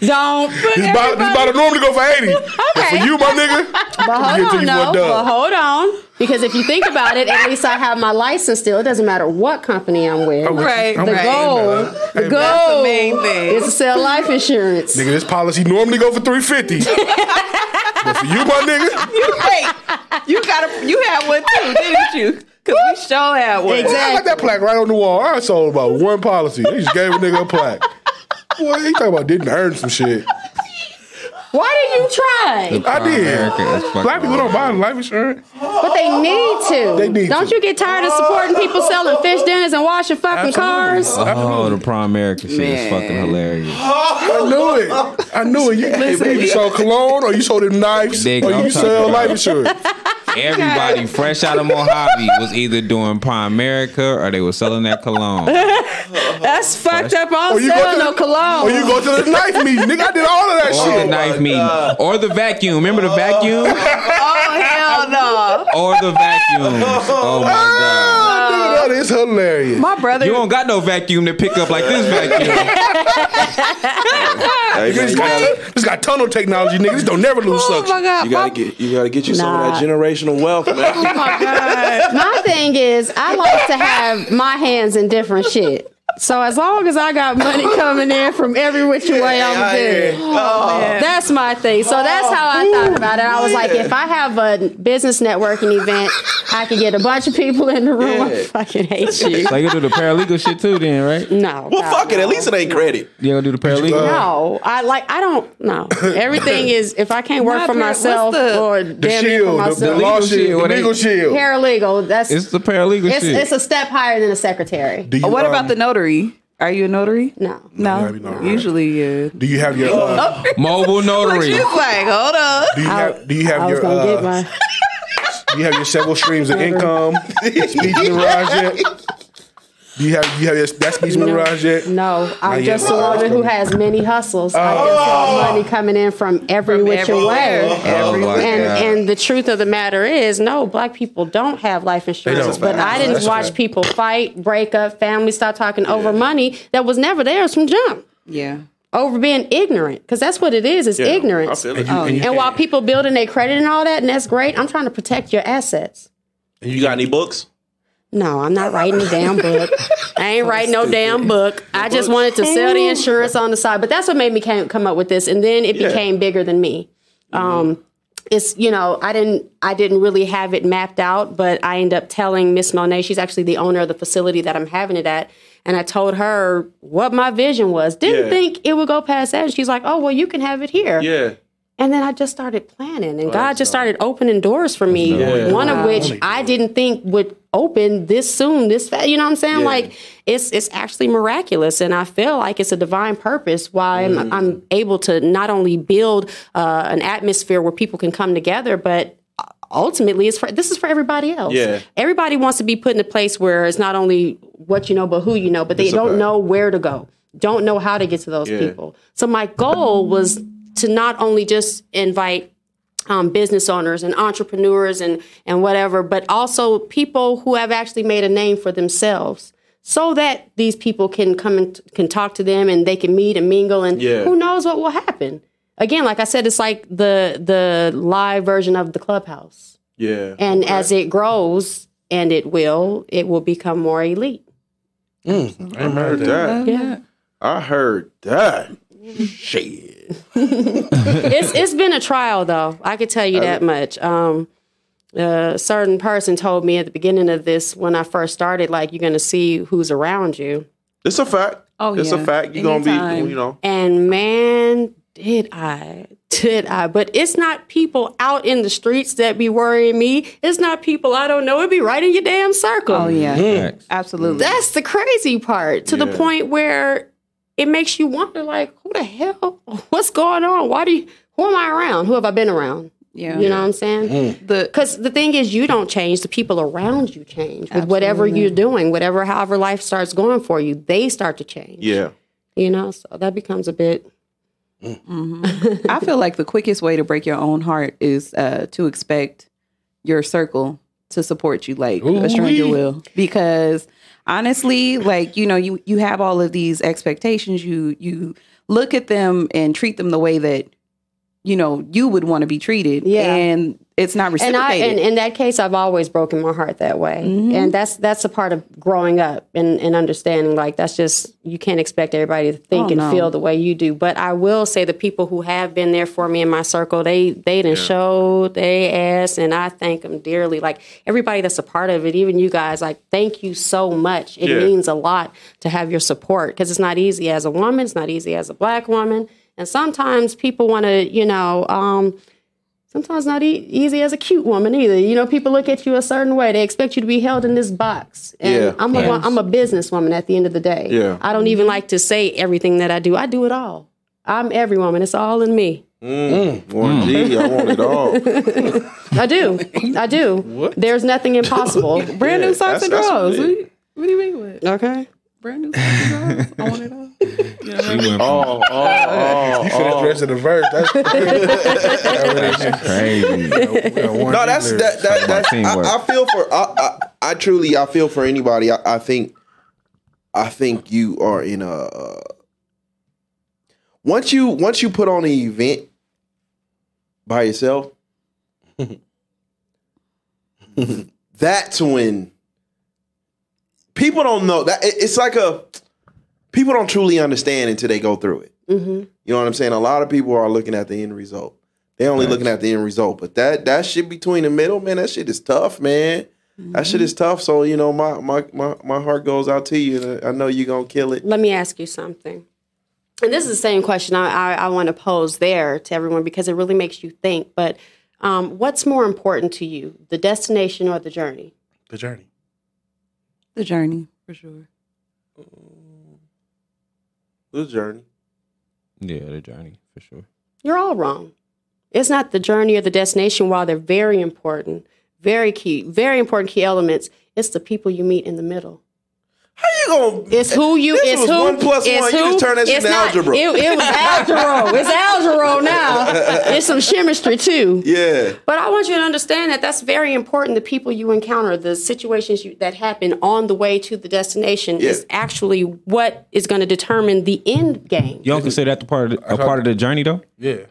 D: don't.
B: This bottle, this bottle normally go for eighty. But for
D: Okay.
B: you, my nigga,
D: But
B: you
D: hold
B: till
D: on,
B: you
D: no.
B: want done.
D: But hold on, because if you think about it, at least I have my license still. It doesn't matter what company I'm with.
A: Oh,
C: Right,
B: I'm
C: the
B: with you,
D: goal,
B: man.
D: the
B: Hey, man,
D: goal
C: the main thing.
D: is to sell life insurance.
B: Nigga, this policy normally go for three fifty. but for you, my nigga,
C: Wait, you got a you had one too, didn't you? Because we sure had one.
B: I got that plaque right on the wall. I sold about one policy. They just gave a nigga a plaque. Boy, he talking about didn't earn some shit.
D: Why did you try?
B: I did. Black people don't buy life insurance.
D: But they need to.
B: They need
D: Don't
B: to.
D: you get tired of supporting people selling fish dinners and washing fucking cars?
E: Oh, the prime American shit is fucking hilarious.
B: I knew
C: Uh-huh.
B: it. I knew it. You, you sold cologne, or you sold them knives,
E: Nigga,
B: or
E: I'm
B: you
E: talking
B: sell
E: about-
B: life insurance.
C: Uh-huh.
E: Everybody fresh out of Mojave was either doing prime America or they were selling that cologne.
C: That's fucked up
B: Or
C: on
B: you go
C: sale,
B: to
C: no
B: the Or you
C: cologne.
B: go to the knife meeting. Nigga, I did all of that
E: Or the
B: shit.
E: knife meeting. Or the vacuum. Remember the vacuum?
C: Oh hell no.
E: Or the vacuum. Oh my god.
B: Ah, nigga, that is hilarious.
C: My brother
E: You don't got no vacuum to pick up like this vacuum.
A: Hey, man,
B: This
A: you,
B: got,
A: gotta,
B: this got tunnel technology, nigga. This don't never lose
C: Oh my
B: suction.
C: god.
A: you gotta get you gotta get you some of
D: Nah.
A: that generational wealth, man.
D: My thing is, I like to have my hands in different shit. So as long as I got money coming in from every which way, I'm good.
A: Oh,
D: That's my thing. So that's how I thought about it. I was like, if I have a business networking event, I could get a bunch of people in the room.
A: Yeah.
D: I fucking hate you.
E: So you gonna do the paralegal shit too then, right?
D: No.
A: Well,
D: no,
A: fuck it. At least it ain't credit.
E: You gonna do the
B: Uh,
E: paralegal?
D: No, I like. I don't. No, everything is. If I can't work
C: Not
D: for
C: par-
D: myself
C: what's the-
D: or
B: The
D: damn near for
B: shield, the,
D: myself,
B: the law
E: Legal shit,
B: shield, the
E: what they-
B: legal shield.
D: paralegal. That's
E: It's
D: it's,
E: the paralegal
D: it's,
E: shit.
D: a step higher than a secretary.
B: Do you,
C: What
B: um,
C: about the notary? Are you a notary?
D: No.
B: you
C: No.
B: gotta be notary, right?
C: Usually yeah.
B: Do you have your? Uh,
E: Mobile notary.
C: She's like, hold up.
B: do you have? Do you
D: Oh. I
B: have
D: was
B: your?
D: gonna
B: Uh,
D: get my.
B: Do you have your several streams of income? speech memorized yet? Do you have? Do you have your, that speech memorized yet?
D: No, I'm
B: yet. Oh!
D: just a woman who has many hustles. I just got money coming in from every
C: From
D: which
C: everywhere.
D: way.
E: Oh my
D: and
E: God.
D: and the truth of the matter is, no, black people don't have life insurance.
B: don't.
D: But I didn't
B: That's a
D: watch
B: fact.
D: people fight, break up, families start talking over money that was never theirs from jump.
C: Yeah.
D: Over being ignorant, because that's what it is. It's
A: Yeah,
D: ignorance.
A: I feel it.
D: And,
A: Oh,
B: you,
D: while people building their credit and all that, and that's great, I'm trying to protect your assets.
A: You got any books?
D: No, I'm not writing a damn book. I ain't writing no damn book. I just wanted to sell the insurance on the side. But that's what made me came, come up with this. And then it
A: Yeah. Mm-hmm.
D: became bigger than me. Um, it's you know I didn't I didn't really have it mapped out, but I end up telling Miss Monet. She's actually the owner of the facility that I'm having it at, and I told her what my vision was. Didn't
A: Yeah.
D: think it would go past that. And she's like, "Oh well, you can have it here."
A: Yeah.
D: And then I just started planning, and God just started opening doors for me.
A: Oh, Yeah.
D: One of which I didn't think would open this soon, this fast. You know what I'm saying?
A: Yeah.
D: Like it's it's actually miraculous, and I feel like it's a divine purpose why
A: Mm.
D: I'm, I'm able to not only build uh, an atmosphere where people can come together, but ultimately it's for this is for everybody else.
A: Yeah.
D: Everybody wants to be put in a place where it's not only what you know, but who you know, but they
A: It's a
D: don't
A: fact.
D: know where to go, don't know how to get to those
A: Yeah.
D: people. So my goal was to not only just invite um, business owners and entrepreneurs and and whatever, but also people who have actually made a name for themselves, so that these people can come and can talk to them and they can meet and mingle and
A: Yeah.
D: who knows what will happen. Again, like I said, it's like the the live version of the clubhouse,
A: Yeah.
D: and as it grows, and it will, it will become more elite.
A: I heard that.
D: Yeah.
A: I heard that. Shit.
D: it's it's been a trial though. I could tell you that much. Um, a certain person told me at the beginning of this when I first started, like you're gonna see who's around you,
A: It's a fact.
C: Oh,
A: It's
C: yeah.
A: a fact. You're going to
C: Anytime.
A: be, you know.
D: and man, did I. Did I? But it's not people out in the streets that be worrying me. It's not people I don't know. It be right in your damn circle.
C: Oh yeah,
E: Facts.
C: absolutely.
D: That's the crazy part to
A: Yeah.
D: the point where it makes you wonder, like, who the hell? What's going on? Why do you? Who am I around? Who have I been around?
C: Yeah.
D: You know what I'm saying?
A: Mm.
C: The
D: Because the thing is, you don't change. The people around you change with whatever you're doing, whatever, however life starts going for you, they start to change.
A: Yeah.
D: You know, so that becomes a bit.
C: I feel like the quickest way to break your own heart is uh, to expect your circle to support you like a stranger will because honestly like you know you you have all of these expectations you you look at them and treat them the way that you know you would want to be treated
D: Yeah.
C: and it's not
D: And I,
C: reciprocated Mm-hmm.
D: and in that case, I've always broken my heart that way, and that's that's a part of growing up and, and understanding. Like that's just you can't expect everybody to think
C: Oh,
D: and
C: no.
D: feel the way you do. But I will say the people who have been there for me in my circle, they they done showed they ass, and I thank them dearly. Like everybody that's a part of it, even you guys. Like thank you so much. It
A: Yeah.
D: means a lot to have your support because it's not easy as a woman. It's not easy as a black woman. And sometimes people want to, you know, um, sometimes not e- easy as a cute woman either. You know, people look at you a certain way. They expect you to be held in this box. And
A: Yeah.
D: I'm a wo- I'm a businesswoman at the end of the day.
A: Yeah.
D: I don't even like to say everything that I do. I do it all. I'm every woman. It's all in me.
A: One G, I want it all. Brand
D: I do. I do. There's nothing impossible.
C: brand new socks and drawers
A: All.
C: what, what do you mean with
D: okay.
C: brand new socks and drawers i want it all
E: She went from
A: Oh, oh,
B: You should have dressed in the verse. That's
E: crazy.
A: No, that's that, that that's.
E: Teamwork.
F: I, I feel for I, I, I truly I feel for anybody. I, I think I think you are in a once you once you put on an event by yourself, that's when
A: People don't know that it- it's like a. People don't truly understand until they go through it.
F: you know what I'm saying. A lot of people are looking at the end result. They only looking at the end result, but that that shit between the middle, man, that shit is tough, man. That shit is tough. So you know, my my my, my heart goes out to you. and I know you're gonna kill it.
D: Let me ask you something. And this is the same question I, I, I want to pose there to everyone because it really makes you think. But um, what's more important to you, the destination or the journey?
B: the journey.
C: the journey for sure
A: The journey.
E: Yeah, the journey for sure.
D: You're all wrong. It's not the journey or the destination, while they're very important, very key, very important key elements. It's the people you meet in the middle.
A: How you gonna?
D: It's who you.
A: This
D: it's
A: was
D: who.
A: one plus
D: it's
A: one.
D: Who,
A: You just turned that shit
D: it's
A: into
D: not-
A: algebra.
D: It, it was algebra. It's algebra now. It's some chemistry too.
A: Yeah.
D: But I want you to understand that that's very important. The people you encounter, the situations you, that happen on the way to the destination, is actually what is going to determine the end game.
E: You don't consider that the part of the, a part of the journey though.
B: Yeah,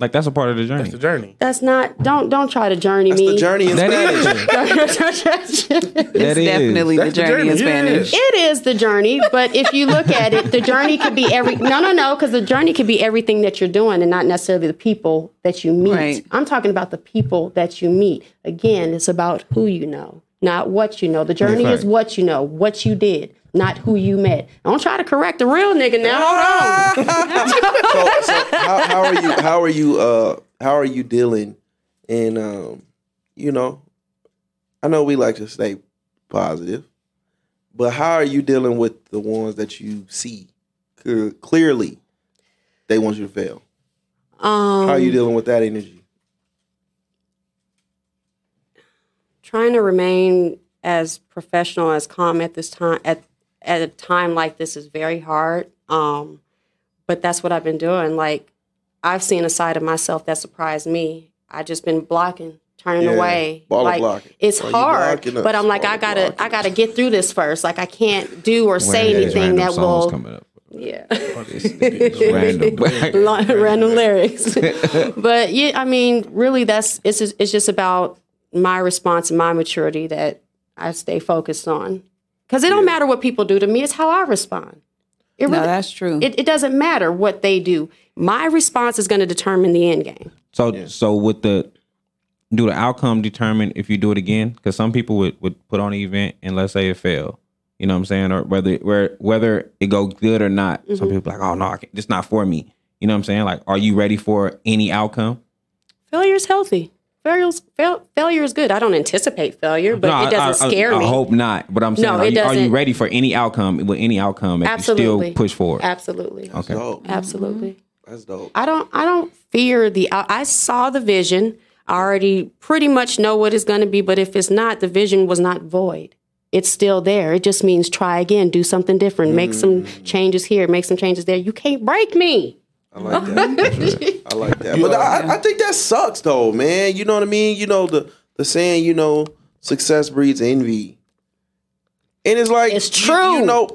E: Like that's a part of the journey.
B: it's the journey.
D: That's not. Don't don't try to journey me.
A: The journey in
E: That
A: Spanish.
E: is.
D: it
E: That
C: it's
E: is.
C: definitely the
B: That's the
C: journey,
B: journey,
C: in
B: yeah.
C: spanish
D: is the journey, but if you look at it, the journey could be every no no no because the journey could be everything that you're doing and not necessarily the people that you meet.
C: Right.
D: I'm talking about the people that you meet. Again, it's about who you know, not what you know. The journey is what you know, what you did, not who you met. Don't try to correct a real nigga now. Hold on.
F: So, so how, how are you? How are you? Uh, how are you dealing? And um, you know, I know we like to stay positive, but how are you dealing with the ones that you see clear- clearly? They want you to fail.
D: Um,
F: How are you dealing with that energy?
D: trying to remain as professional as calm at this time at at a time like this is very hard um but that's what i've been doing like i've seen a side of myself that surprised me I just been blocking, turning
A: Yeah,
D: away.
A: baller
D: like
A: blocking.
D: it's
A: Oh, you
D: hard,
A: blocking us,
D: but I'm like I
A: baller
D: gotta
A: blocking
D: I gotta get through this first. Like I can't do or say
E: Random-
D: anything
E: random
D: that
E: songs
D: will
E: coming up.
D: yeah.
E: Random.
D: Lo- random lyrics. but yeah, I mean, really, that's it's just, it's just about my response and my maturity that I stay focused on. Because it don't matter what people do to me; it's how I respond. It
C: No,
D: really,
C: that's true.
D: it, it doesn't matter what they do. My response is going to determine the end game.
E: So so with the do the outcome determine if you do it again? Because some people would, would put on an event and let's say it failed. You know what I'm saying? Or whether where whether it go good or not.
D: Mm-hmm.
E: Some people like, oh no, I can't, it's not for me. You know what I'm saying? Like, are you ready for any outcome?
D: Failure is healthy. Failure's, fail, failure is good. I don't anticipate failure, but
E: No, I-
D: it doesn't
E: I, I-
D: scare
E: I,
D: me.
E: hope not. But I'm saying,
D: No,
E: are,
D: it
E: you, are you
D: doesn't.
E: ready for any outcome? With any outcome, if you
D: Absolutely.
E: still push forward.
D: Absolutely.
E: Okay.
A: Dope.
D: Absolutely.
A: That's dope.
D: I don't I don't fear the I, I saw the vision. I already pretty much know what it's going to be, but if it's not, the vision was not void. It's still there. It just means try again, do something different, make some changes here, make some changes there. You can't break me.
A: I like that. I like that. But I, I think that sucks though, man. You know what I mean? You know the the saying, you know, success breeds envy. And it's like
D: It's
A: you- You,
D: true.
A: know,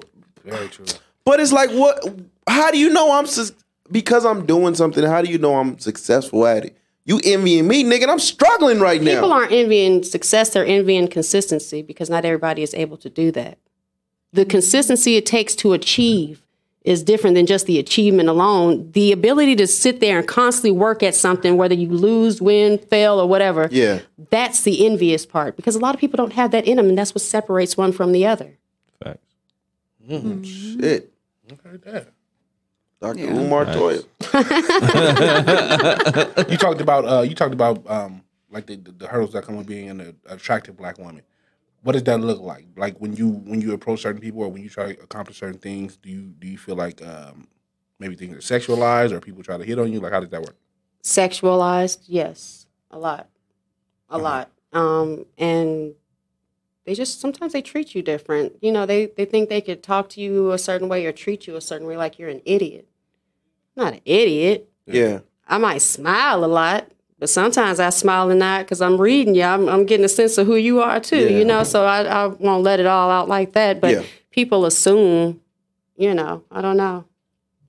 B: Very true.
A: but it's like what how do you know I'm sus- because I'm doing something, how do you know I'm successful at it? You envying me, nigga, and I'm struggling right now.
D: People aren't envying success, they're envying consistency because not everybody is able to do that. The consistency it takes to achieve is different than just the achievement alone. The ability to sit there and constantly work at something, whether you lose, win, fail, or whatever,
A: yeah.
D: that's the envious part because a lot of people don't have that in them, and that's what separates one from the other.
E: Facts.
A: Shit.
B: Heard that.
A: Dr. Umar Toya.
B: you talked about uh, you talked about um, like the, the, hurdles that come with being an attractive black woman. What does that look like? Like when you when you approach certain people or when you try to accomplish certain things, do you do you feel like um, maybe things are sexualized or people try to hit on you? Like how does that work?
D: Sexualized, yes, a lot, a lot, um, and they just sometimes they treat you different. You know, they they think they could talk to you a certain way or treat you a certain way, like you're an idiot. I'm not an idiot.
A: Yeah.
D: I might smile a lot, but sometimes I smile and not because I'm reading you. I'm, I'm getting a sense of who you are too, you know. So I, I won't let it all out like that. But
A: Yeah.
D: people assume, you know, I don't know.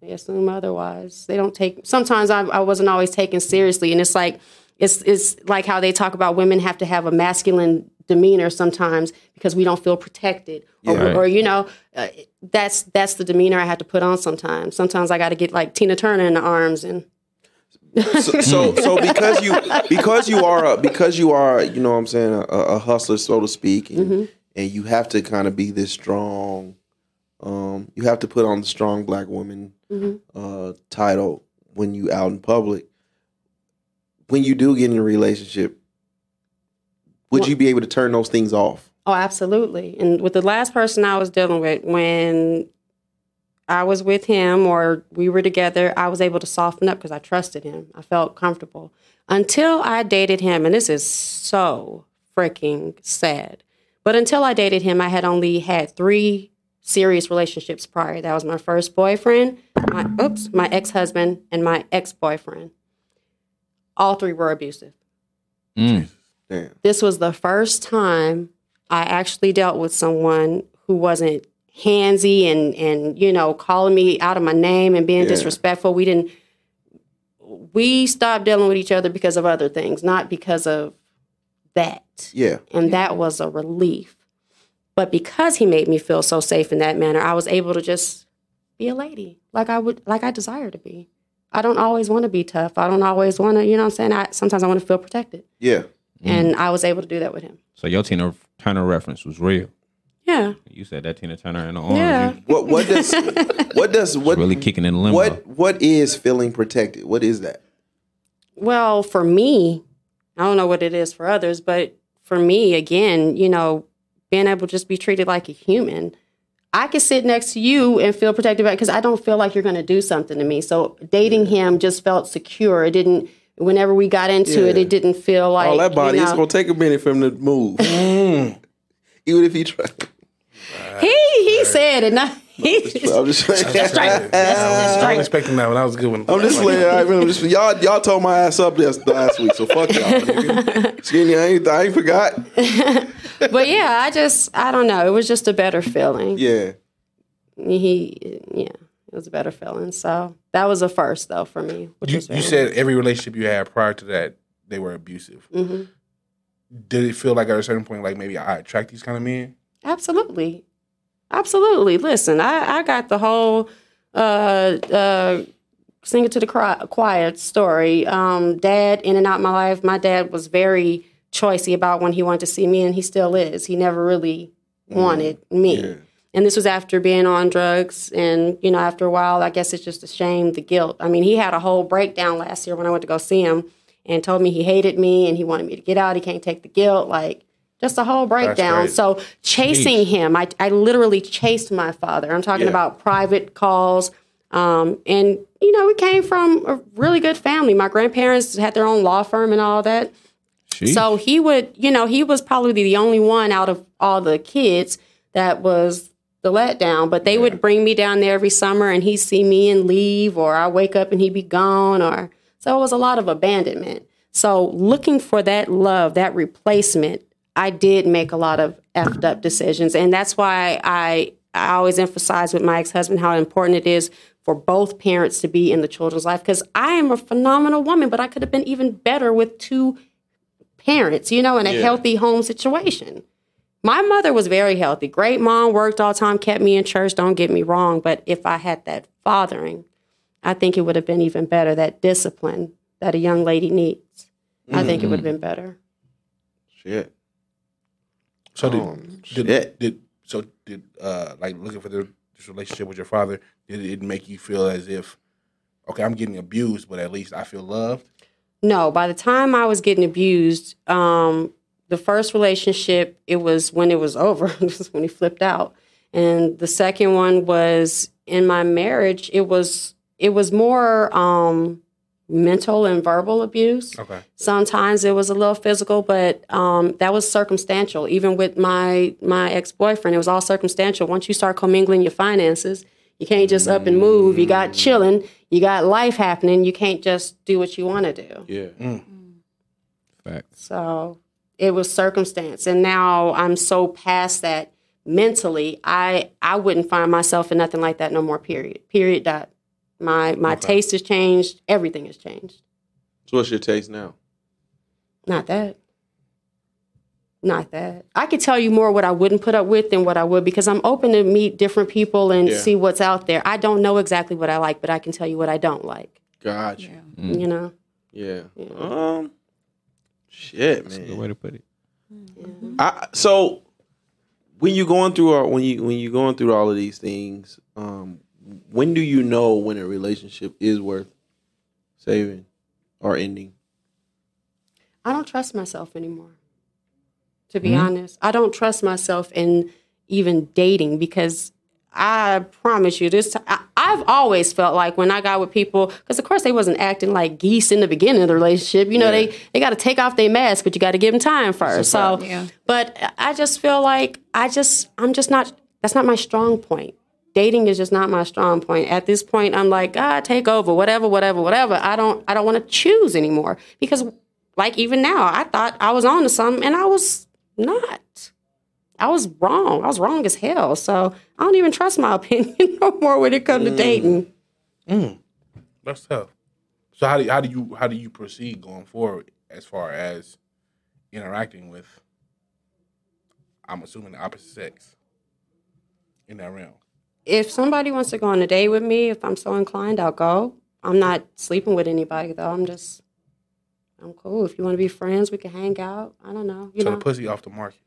D: They assume otherwise. They don't take. Sometimes I, I wasn't always taken seriously, and it's like it's it's like how they talk about women have to have a masculine demeanor sometimes because we don't feel protected or,
E: Yeah.
D: or you know uh, that's that's the demeanor I had to put on sometimes. Sometimes I got to get like Tina Turner in the arms and.
A: so, so so because you because you are a, because you are you know what I'm saying a, a hustler so to speak and, and you have to kind of be this strong um you have to put on the strong black woman uh title when you out in public when you do get in a relationship would you be able to turn those things off
D: Oh, absolutely. And with the last person I was dealing with, when I was with him or we were together, I was able to soften up because I trusted him. I felt comfortable until I dated him. And this is so freaking sad. But until I dated him, I had only had three serious relationships prior. That was my first boyfriend, my oops, my ex husband, and my ex boyfriend. All three were abusive
E: Mm.
A: damn
D: this was the first time I actually dealt with someone who wasn't handsy and and you know calling me out of my name and being disrespectful. We didn't we stopped dealing with each other because of other things, not because of that.
A: yeah
D: And that was a relief. But because he made me feel so safe in that manner, I was able to just be a lady like I would like I desire to be. I don't always want to be tough. I don't always want to, you know what I'm saying? I sometimes I want to feel protected.
A: yeah
D: And I was able to do that with him.
E: So your Tina Turner reference was real.
D: Yeah.
E: You said that Tina Turner in the arms.
D: Yeah.
E: you
A: what what does what does what
E: Really kicking in the limbo.
A: what what is feeling protected what is that
D: Well, for me, I don't know what it is for others, but for me, again, you know, being able to just be treated like a human. I could sit next to you and feel protected because I don't feel like you're going to do something to me. So dating him just felt secure. It didn't. Whenever we got into it,
A: Yeah.
D: it didn't feel like
A: all that body
D: You
A: it's
D: know,
A: gonna take a minute for him to
F: Mm.
A: move even if he tries
D: he he said it. Not,
F: I'm just playing.
B: I was expecting that one. That was a good one.
F: I'm just playing. I remember just y'all y'all told my ass up this last week, so fuck y'all. nigga. Excuse me, I ain't I ain't forgot.
D: but yeah, I just I don't know. It was just a better feeling.
F: Yeah.
D: He yeah, it was a better feeling. So that was a first though for me. Which
B: You,
D: was very
B: you said every relationship you had prior to that, they were abusive.
D: Mhm.
B: Did it feel like at a certain point, like maybe I attract these kind of men?
D: Absolutely. Absolutely. Listen, I, I got the whole uh, uh, Sing It to the Cri- Quiet story. Um, dad, in and out my life, my dad was very choicey about when he wanted to see me, and he still is. He never really Mm-hmm. wanted me. And this was after being on drugs. And, you know, after a while, I guess it's just the shame, the guilt. I mean, he had a whole breakdown last year when I went to go see him and told me he hated me and he wanted me to get out. He can't take the guilt. Like, just a whole breakdown.
B: crazy.
D: So, chasing him, I, I literally chased my father. I'm talking about private calls. Um, and, you know, we came from a really good family. My grandparents had their own law firm and all that. So he would, you know, he was probably the only one out of all the kids that was the letdown. But they would bring me down there every summer, and he'd see me and leave, or I wake up and he'd be gone, or so it was a lot of abandonment. So looking for that love, that replacement, I did make a lot of effed up decisions, and that's why I I always emphasize with my ex husband how important it is for both parents to be in the children's life because I am a phenomenal woman, but I could have been even better with two parents, you know, in a healthy home situation. My mother was very healthy. Great mom, worked all the time, kept me in church, don't get me wrong. But if I had that fathering, I think it would have been even better. That discipline that a young lady needs, I think it would have been better.
F: Shit.
B: So did,
F: Oh,
B: did,
F: shit.
B: did so did uh like looking for the, this relationship with your father? Did it make you feel as if okay, I'm getting abused, but at least I feel loved?
D: No, by the time I was getting abused, um, the first relationship, it was when it was over, this is when he flipped out. And the second one was in my marriage, it was it was more um, mental and verbal abuse.
B: Okay,
D: Sometimes it was a little physical, but um, that was circumstantial. Even with my my ex boyfriend, it was all circumstantial. Once you start commingling your finances, you can't just up and move. You got chilling, you got life happening. You can't just do what you want to do.
A: Yeah.
E: Facts.
D: So it was circumstance, and now I'm so past that mentally. I I wouldn't find myself in nothing like that no more. Period. Period. Dot. My my taste has changed. Everything has changed.
F: So what's your taste now?
D: Not that. Not that. I could tell you more what I wouldn't put up with than what I would because I'm open to meet different people and see what's out there. I don't know exactly what I like, but I can tell you what I don't like.
F: Gotcha.
D: You know?
F: Yeah. Um shit, man.
E: Good way to put it.
F: I so when you going through all, when you when you going through all of these things, um, when do you know when a relationship is worth saving or ending?
D: I don't trust myself anymore. To be honest, I don't trust myself in even dating because I promise you this. I, I've always felt like when I got with people, because of course they wasn't acting like geese in the beginning of the relationship. You know, they they got to take off their mask, but you got to give them time first. So, but I just feel like I just I'm just not. That's not my strong point. Dating is just not my strong point. At this point, I'm like, ah, take over, whatever, whatever, whatever. I don't I don't want to choose anymore because like even now, I thought I was on to something and I was not. I was wrong. I was wrong as hell. So I don't even trust my opinion no more when it
F: Mm.
D: comes to dating.
B: that's tough. So how do how do you how do you proceed going forward as far as interacting with? I'm assuming the opposite sex in that realm.
D: If somebody wants to go on a date with me, if I'm so inclined, I'll go. I'm not sleeping with anybody though. I'm just I'm cool. If you want to be friends, we can hang out. I don't know. You
B: So
D: know.
B: the pussy off the market.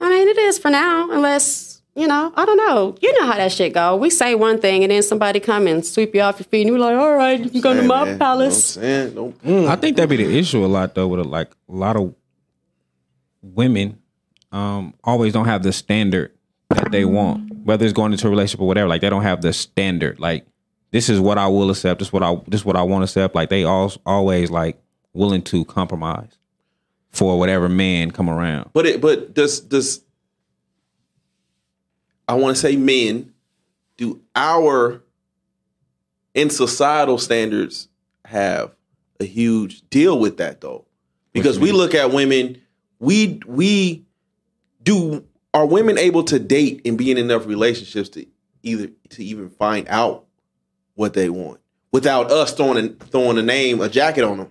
D: I mean, it is for now, unless you know. I don't know. You know how that shit go. We say one thing, and then somebody come and sweep you off your feet, and you're like, "All right, you can go to my
F: man,
D: palace."
F: You know what I'm saying? Don't-
E: I think that be the issue a lot though with like a lot of women um always don't have the standard that they want whether it's going into a relationship or whatever like they don't have the standard like this is what I will accept this is what I this is what I want to accept like they all always like willing to compromise for whatever man come around
F: But it but does does I want to say men
A: do our in societal standards have a huge deal with that though? Because we look at women, we we do are women able to date and be in enough relationships to either to even find out what they want without us throwing a, throwing a name a jacket on them?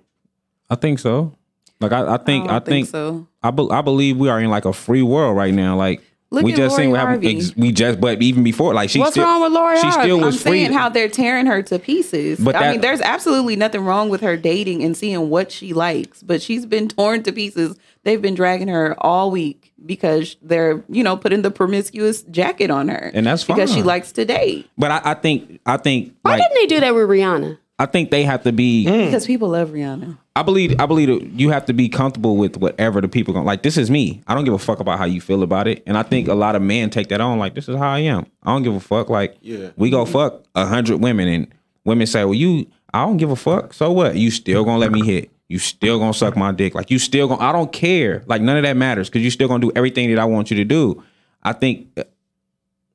E: I think so. Like I, I think
C: don't
E: I, think,
C: Oh, so.
E: I, be, I believe we are in like a free world right now. Like
C: Look
E: we
C: at
E: just seen
C: Lori
E: what happened.
C: Harvey.
E: ex- we just but even before like she
C: What's
E: still,
C: wrong with Lori?
E: She still
C: Harvey?
E: was
C: I'm
E: free.
C: saying how they're tearing her to pieces.
E: But
C: I
E: that-
C: mean, there's absolutely nothing wrong with her dating and seeing what she likes, but she's been torn to pieces. They've been dragging her all week because they're, you know, putting the promiscuous jacket on her.
E: And that's
C: because she
E: fine.
C: likes to date.
E: but I, I think I think
D: Why
E: like
D: didn't they do that with Rihanna?
E: I think they have to be.
C: Because people love Rihanna.
E: I believe I believe that you have to be comfortable with whatever the people going like. This is me. I don't give a fuck about how you feel about it. And I think a lot of men take that on. Like this is how I am. I don't give a fuck. Like
A: Yeah.
E: we go fuck a hundred women, and women say, "Well, you, I don't give a fuck. So what? You still gonna let me hit? You still gonna suck my dick? Like you still gonna? I don't care. Like none of that matters because you still gonna do everything that I want you to do. I think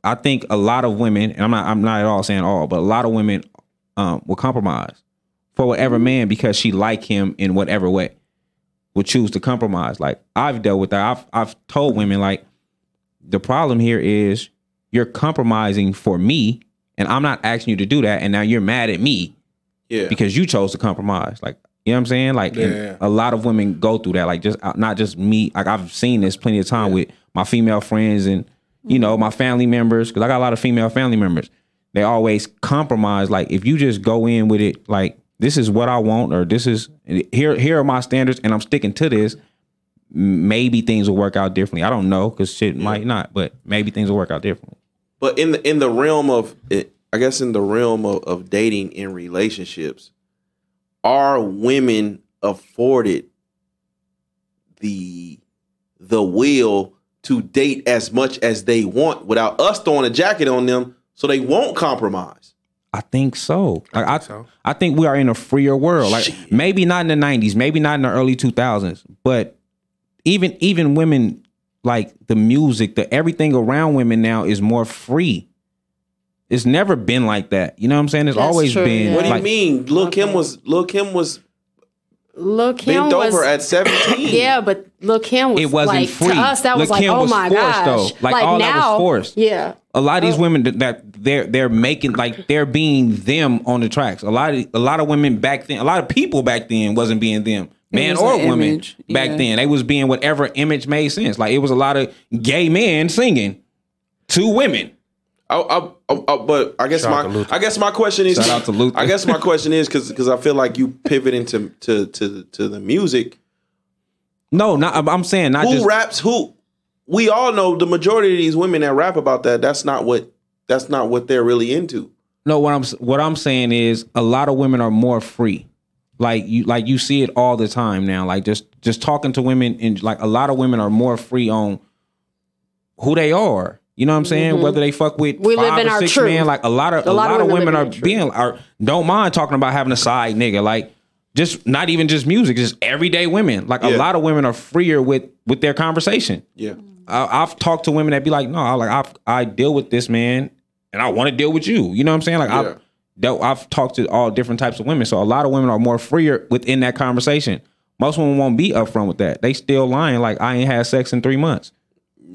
E: I think a lot of women, and I'm not I'm not at all saying all, but a lot of women um, will compromise for whatever man because she like him in whatever way. Will choose to compromise. Like I've dealt with that. I've I've told women like the problem here is you're compromising for me, and I'm not asking you to do that, and now you're mad at me
A: Yeah.
E: because you chose to compromise. Like, you know what I'm saying? Like, and
B: Yeah.
E: a lot of women go through that. Like, just uh, not just me. Like, I've seen this plenty of time with my female friends and you know my family members because I got a lot of female family members. They always compromise. Like, if you just go in with it, like this is what I want, or this is here. Here are my standards, and I'm sticking to this. m- Maybe things will work out differently. I don't know because shit might not, but maybe things will work out differently.
A: but in the in the realm of eh, I guess in the realm of, of dating and relationships, are women afforded the the will to date as much as they want without us throwing a jacket on them so they won't compromise?
E: I think so. Like, I, I,
B: think so.
E: think we are in a freer world. Like maybe not in the nineties, maybe not in the early two thousands, but even even women like the music, the everything around women now is more free. It's never been like that. You know what I'm saying? It's
D: That's
E: always
D: true,
E: been
D: yeah.
A: What do you
E: like-
A: mean? Lil Kim was Lil Kim was
D: Look, him
A: bent
D: was
A: over at seventeen.
D: yeah, but look, him was
E: It wasn't
D: like,
E: free.
D: To us, that was
E: Lil'
D: like,
E: Kim
D: oh
E: was
D: my
E: forced,
D: gosh,
E: though. Like, all that was forced.
D: Yeah,
E: a lot of
C: Oh.
E: these women th- that they're they're making like they're being them on the tracks. A lot of a lot of women back then, a lot of people back then wasn't being them, man
C: was
E: or
C: an
E: woman.
C: image,
E: Back
C: yeah.
E: then, they was being whatever image made sense. Like it was a lot of gay men singing to women.
A: I, I, I, I- but I guess
B: Shout out to
A: my
B: Luther.
A: I guess my question is
E: Shout out to Luther.
A: I guess my question is because I feel like you pivoting to to to to the music.
E: No, not I'm- I'm saying not
A: who
E: just
A: raps who we all know the majority of these women that rap about that that's not what that's not what they're really into
E: no. What I'm s- what I'm saying is a lot of women are more free. Like you like you see it all the time now. Like just just talking to women and like a lot of women are more free on who they are. You know what I'm saying? Whether they fuck with
D: Mm-hmm. We
E: five
D: live in
E: or
D: our
E: six
D: truth.
E: men, like a lot of a, lot, of women,
D: live in
E: are
D: their truth.
E: being are don't mind talking about having a side nigga. Like just not even just music, just everyday women. Like a
A: Yeah.
E: lot of women are freer with with their conversation.
A: yeah
E: I, I've talked to women that be like, no, I like I've, I deal with this man, and I want to deal with you. You know what I'm saying? Like
A: Yeah.
E: I've dealt, I've talked to all different types of women, so a lot of women are more freer within that conversation. Most women won't be upfront with that. They still lying like I ain't had sex in three months.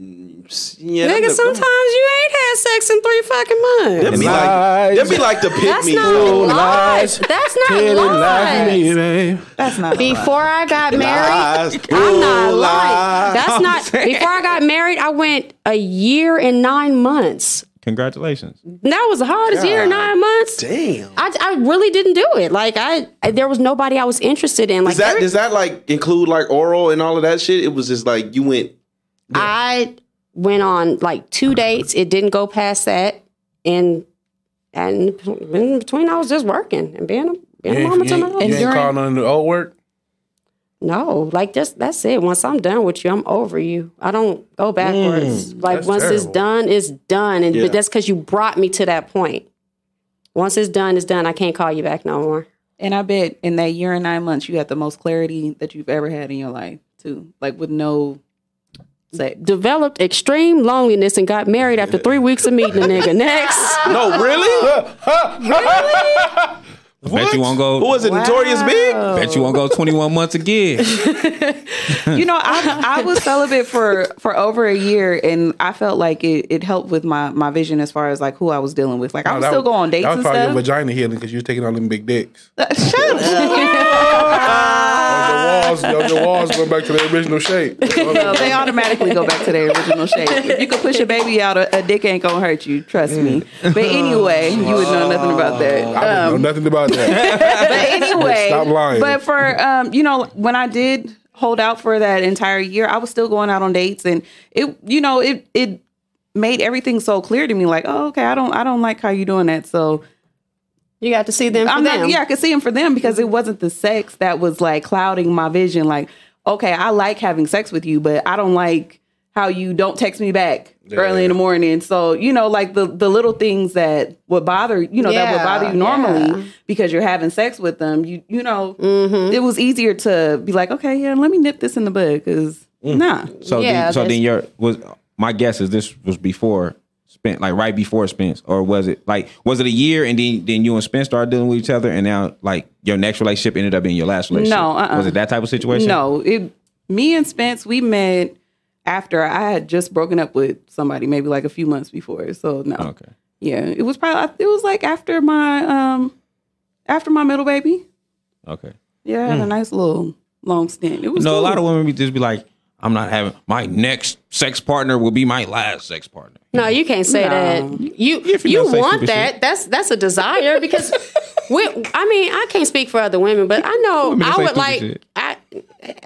A: yeah
D: nigga,
A: them-
D: sometimes you ain't had sex in three fucking months.
A: them be like
B: Lies.
A: them be like the pick
D: That's
A: me
D: not
B: Ooh,
D: lies.
B: lies.
D: That's not
B: Tell it lies to me,
D: lies.
B: babe.
C: That's not
D: Before I got married,
A: Lies.
D: I'm
A: Ooh,
D: not
A: lies.
D: lying. That's not. Before I got married, I went a year and nine months.
E: Congratulations.
D: That was the hardest year and nine months.
A: damn
D: I, I really didn't do it. Like I, I- there was nobody I was interested in. Like
A: does that
D: every-
A: does that like include like oral and all of that shit it was just like you went
D: I went on like two dates. It didn't go past that, and and in between I was just working and being a being
B: You
D: a
B: ain't,
D: mama
B: you
D: to my
B: ain't, you
D: husband.
B: ain't calling none of the old work.
D: No, like just that's it. Once I'm done with you, I'm over you. I don't go backwards. like
B: Mm, that's
D: once it's
B: terrible.
D: done, it's done, and
A: Yeah.
D: but that's because you brought me to that point. Once it's done, it's done. I can't call you back no more.
C: And I bet in that year and nine months, you had the most clarity that you've ever had in your life, too. Like with no
D: developed extreme loneliness and got married after three weeks of meeting a nigga. Next.
A: No, really?
B: Oh,
E: Bet you won't go.
A: Who was it? Notorious Big?
E: Bet you won't go 21 months again.
C: You know, I I was celibate for for over a year, and I felt like it, it helped with my my vision as far as like who I was dealing with. Like I would
B: That
C: still
B: was-
C: go on dates
B: That
C: and
B: was probably your
C: stuff.
B: vagina healing because you was taking all them big dicks.
C: Shut up.
B: Your walls, your, your walls going back to their original shape.
C: Ah. No, they automatically go back to their original shape. If you could push a baby out, a, a dick ain't gonna hurt you. Trust me. But anyway, you would know nothing about that.
B: I don't know nothing about that.
C: But anyway,
B: Stop lying.
C: But for um, you know, when I did hold out for that entire year, I was still going out on dates, and it, you know, it it made everything so clear to me. Like, oh, okay, I don't I don't like how you doing that. So
D: You got to see them for
C: I'm
D: them.
C: not, yeah, I could see him for them because it wasn't the sex that was like clouding my vision. Like, okay, I like having sex with you, but I don't like how you don't text me back early in the morning. So, you know, like the the little things that would bother, you know, that would
D: Yeah,
C: bother you normally because you're having sex with them. You you know,
D: Mm-hmm.
C: it was easier to be like, okay, yeah, let me nip this in the bud cuz
D: Mm.
C: nah.
E: So
D: Yeah,
E: then, so then
D: that's-
E: your was my guess is this was before Spence, like right before Spence, or was it like was it a year and then then you and Spence started dealing with each other and now like your next relationship ended up being your last relationship?
C: No, uh-uh.
E: was it that type of situation?
C: No, it. Me and Spence, we met after I had just broken up with somebody, maybe like a few months before. So no,
E: Okay.
C: yeah, it was probably it was like after my um after my middle baby.
E: Okay.
C: Yeah, I had a nice little long stint. It was
E: Hmm. No, a lot
C: cool.
E: of women be just be like, I'm not having my next sex partner will be my last sex partner.
D: No, you can't say that. You you,
E: you're gonna say
D: want
E: stupid
D: that.
E: shit.
D: That's that's a desire because we, I mean, I can't speak for other women, but I know
E: Women
D: I
E: say
D: would
E: stupid
D: like
E: shit.
D: I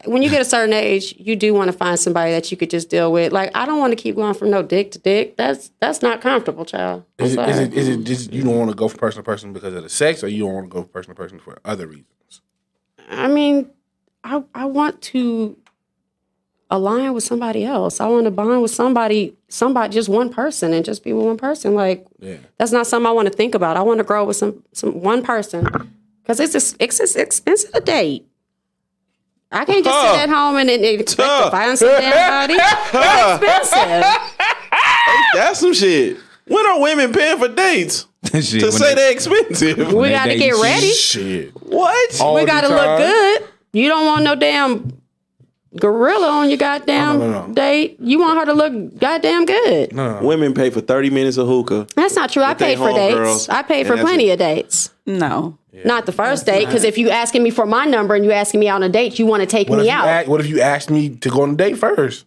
D: when you get a certain age, you do want to find somebody that you could just deal with. Like I don't want to keep going from no dick to dick. That's that's not comfortable, child. I'm
B: Is it,
D: sorry.
B: is it, is it just you don't want to go from person to person because of the sex, or you don't want to go from person to person for other reasons?
D: I mean, I I want to align with somebody else. I want to bond with somebody, somebody just one person and just be with one person. Like
B: Yeah.
D: that's not something I want to think about. I want to grow with some some one person because it's just, it's just expensive to date. I can't just sit at home and, and expect to find some damn body. It's expensive.
A: That's some shit. When are women paying for dates?
E: Shit,
A: To
E: when
A: say
E: they-
A: they're expensive.
D: We
E: They-
D: got to
E: they-
D: get ready.
B: Shit.
A: What?
D: We got to look good. You don't want no damn gorilla on your goddamn
B: No, no, no.
D: date. You want her to look goddamn good.
A: Women pay for 30 minutes of hookah.
D: That's not true. I
A: they
D: paid for
A: home
D: dates.
A: girls,
D: I paid for
A: and that's
D: plenty of dates.
C: no.
D: Not the first date, because if you asking me for my number and you asking me out on a date, you want to take
B: What if,
D: me
B: you
D: out.
B: ask, what if you asked me to go on a date first?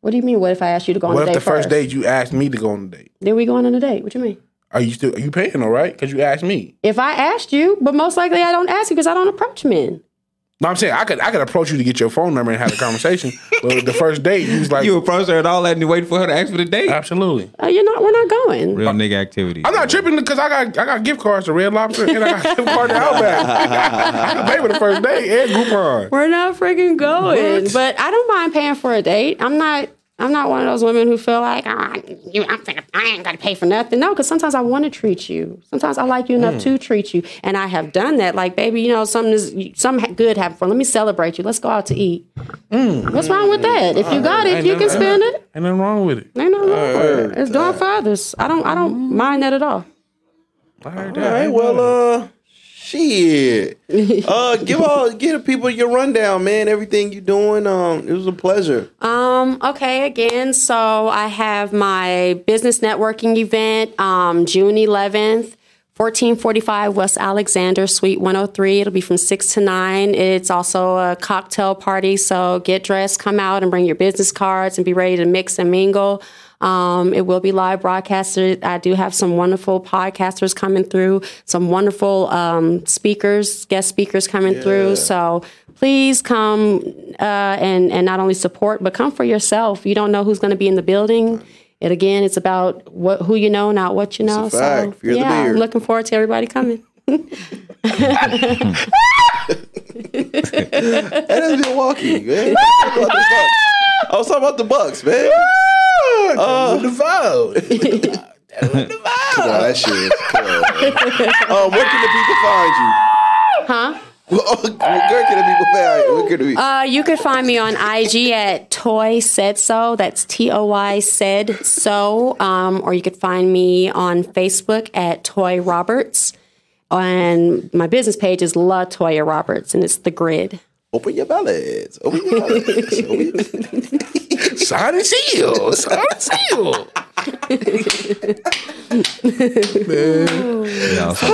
D: what do you mean? What if I asked you to go on
B: What
D: a date
B: if the first date you asked me to go on a date?
D: Then we going on a date. What you mean?
B: Are you still are you paying all right? Because you asked me.
D: If I asked you, but most likely I don't ask you because I don't approach men.
B: No, I'm saying I could I could approach you to get your phone number and have a conversation. but the first date you was like
E: You approached her and all that and you waited for her to ask for the date.
B: absolutely.
D: Uh, you're not. We're not going.
E: Real nigga activity.
B: I'm not tripping because I got I got gift cards to Red Lobster and I got gift card to Outback. I can pay for the first date and Groupon.
C: We're not freaking going. But
D: But I don't mind paying for a date. I'm not. I'm not one of those women who feel like oh, you. I'm finna, I ain't gotta pay for nothing. No, because sometimes I want to treat you. Sometimes I like you enough to treat you, and I have done that. Like, baby, you know, something is something ha- good happened for. Let me celebrate you. Let's go out to eat. What's wrong with that? If you got it, you can spend it.
B: Ain't nothing wrong with it.
D: Ain't nothing wrong with it. It's doing for others. I don't. I don't mind that at all.
B: I heard
A: All
B: that.
A: right, well, uh, shit. Uh, give all, give the people your rundown, man. Everything you doing. Um, it was a pleasure.
D: Um, okay, again, so I have my business networking event um, June 11th, 1445 West Alexander, Suite 103. It'll be from 6 to 9. It's also a cocktail party, so get dressed, come out, and bring your business cards and be ready to mix and mingle. Um, it will be live broadcasted. I do have some wonderful podcasters coming through, some wonderful um, speakers, guest speakers coming through. So please come uh, and and not only support, but come for yourself. You don't know who's going to be in the building. And again, it's about what who you know, not what you know.
A: a fact.
D: So
A: Fear the
D: yeah,
A: beard.
D: looking forward to everybody coming.
A: That has been walking, man. I was talking about the Bucks. I was talking about the Bucks, man. Uh, the Come on, that shit. is cool. um, where can the people find you?
D: Huh?
A: Where can the people find you? Where can the people?
D: Uh, you could find me on IG at Toy Said So. That's T O Y Said So. Um, or you could find me on Facebook at Toy Roberts. And my business page is La Toya Roberts, and it's The Grid.
A: Open your ballads. Open your ballads. Open your-
B: Sign and seal. Sign and seal.
E: Yeah, so-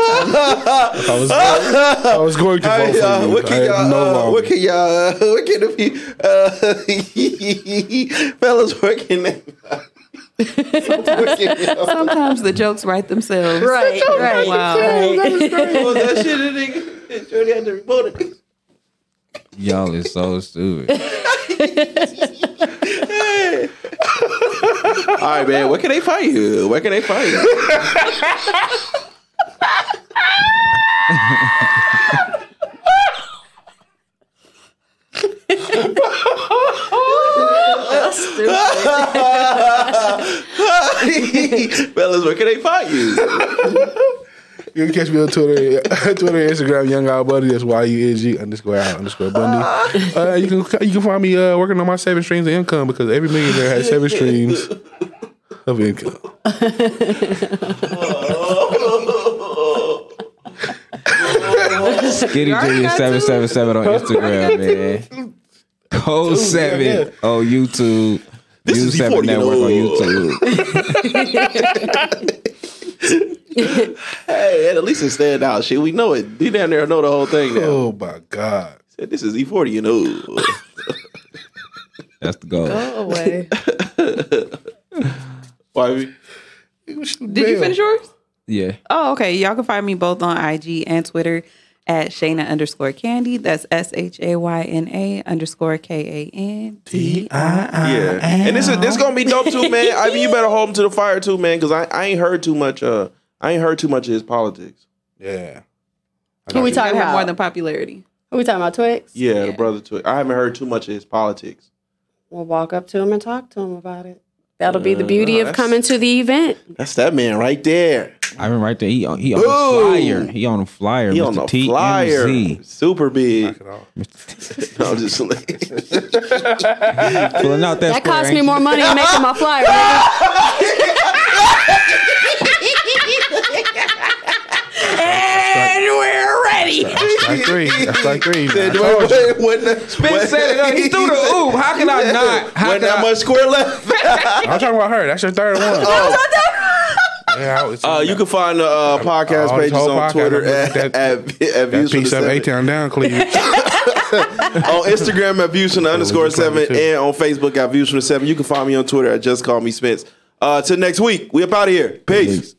B: I was, I was going to
A: All right,
B: vote for
A: y'all.
B: you.
A: What
B: I
A: can
B: am
A: y'all?
B: no
A: uh,
B: longer.
A: what can y'all? Uh, what can the pe- uh, fellas? Where can they? Where can y'all-
C: Sometimes the jokes write themselves.
D: Right, right.
C: Oh, Wow.
A: Well, Oh, that shit, that nigga, Jordy had to remote it.
E: y'all is so stupid.
A: All right, man. Where can they find you? Where can they find you? fellas, where can they find you?
B: You can catch me on Twitter, uh, Twitter, Instagram, Young Al Bundy. That's Y U N G underscore Al underscore Bundy. Uh, you can you can find me uh, working on my seven streams of income because every millionaire has seven streams of income.
E: Skitty Junior seven seven seven on Instagram, man. Code seven on YouTube.
A: This
E: U
A: is
E: seven
A: before, you
E: network on
A: know.
E: YouTube.
A: Hey, at least it's stand out shit. We know it. You down there know the whole thing now.
B: Oh my God!
A: Said, This is E40, you know.
E: That's the goal.
D: Oh,
C: away.
A: Wifey.
C: Did you finish yours?
E: Yeah.
C: Oh, okay. Y'all can find me both on IG and Twitter at Shayna underscore Candy. That's S H A Y N A underscore K A N D.
A: Yeah, and this is this gonna be dope too, man. I mean, you better hold him to the fire too, man, because I, I ain't heard too much. Uh, I ain't heard too much of his politics.
B: Yeah.
D: Who we talking about?
C: More than popularity.
D: Who we talking about, Twix?
A: Yeah, the brother to it. I haven't heard too much of his politics.
D: We'll walk up to him and talk to him about it. That'll be the beauty of
A: that's-
D: coming to the event.
A: That's that man right there.
E: I been right there. He on he on
A: Boom.
E: the flyer. He on the flyer.
A: He
E: Mr.
A: on the
E: TMZ.
A: flyer, super big. No, I'm just
E: Pulling out that,
D: That
E: square,
D: cost me
E: ain't
D: more money than making my flyer. and we're ready.
B: Like three. That's like three. man. I told you.
A: when, when, the-
E: you?
A: when-
E: Been set it up. He threw the oop. How can I not? How
A: when
E: can
A: that
E: I-
A: much square left.
B: I'm talking about her. That's your third one. Oh. Yeah, I was-
A: Oh, Uh, you can find the uh, podcast
B: Oh, this
A: pages
B: whole
A: on
B: podcast,
A: Twitter
B: I'm
A: at,
B: looking
A: at,
B: at
A: at,
B: that
A: views from the
B: piece up
A: Seven.
B: eight town down Cleveland.
A: on Instagram at views from the underscore
B: you trying
A: seven
B: to do?
A: and on Facebook at views from the seven. You can find me on Twitter at just call me Spence. Uh, till next week, we up out of here. Peace.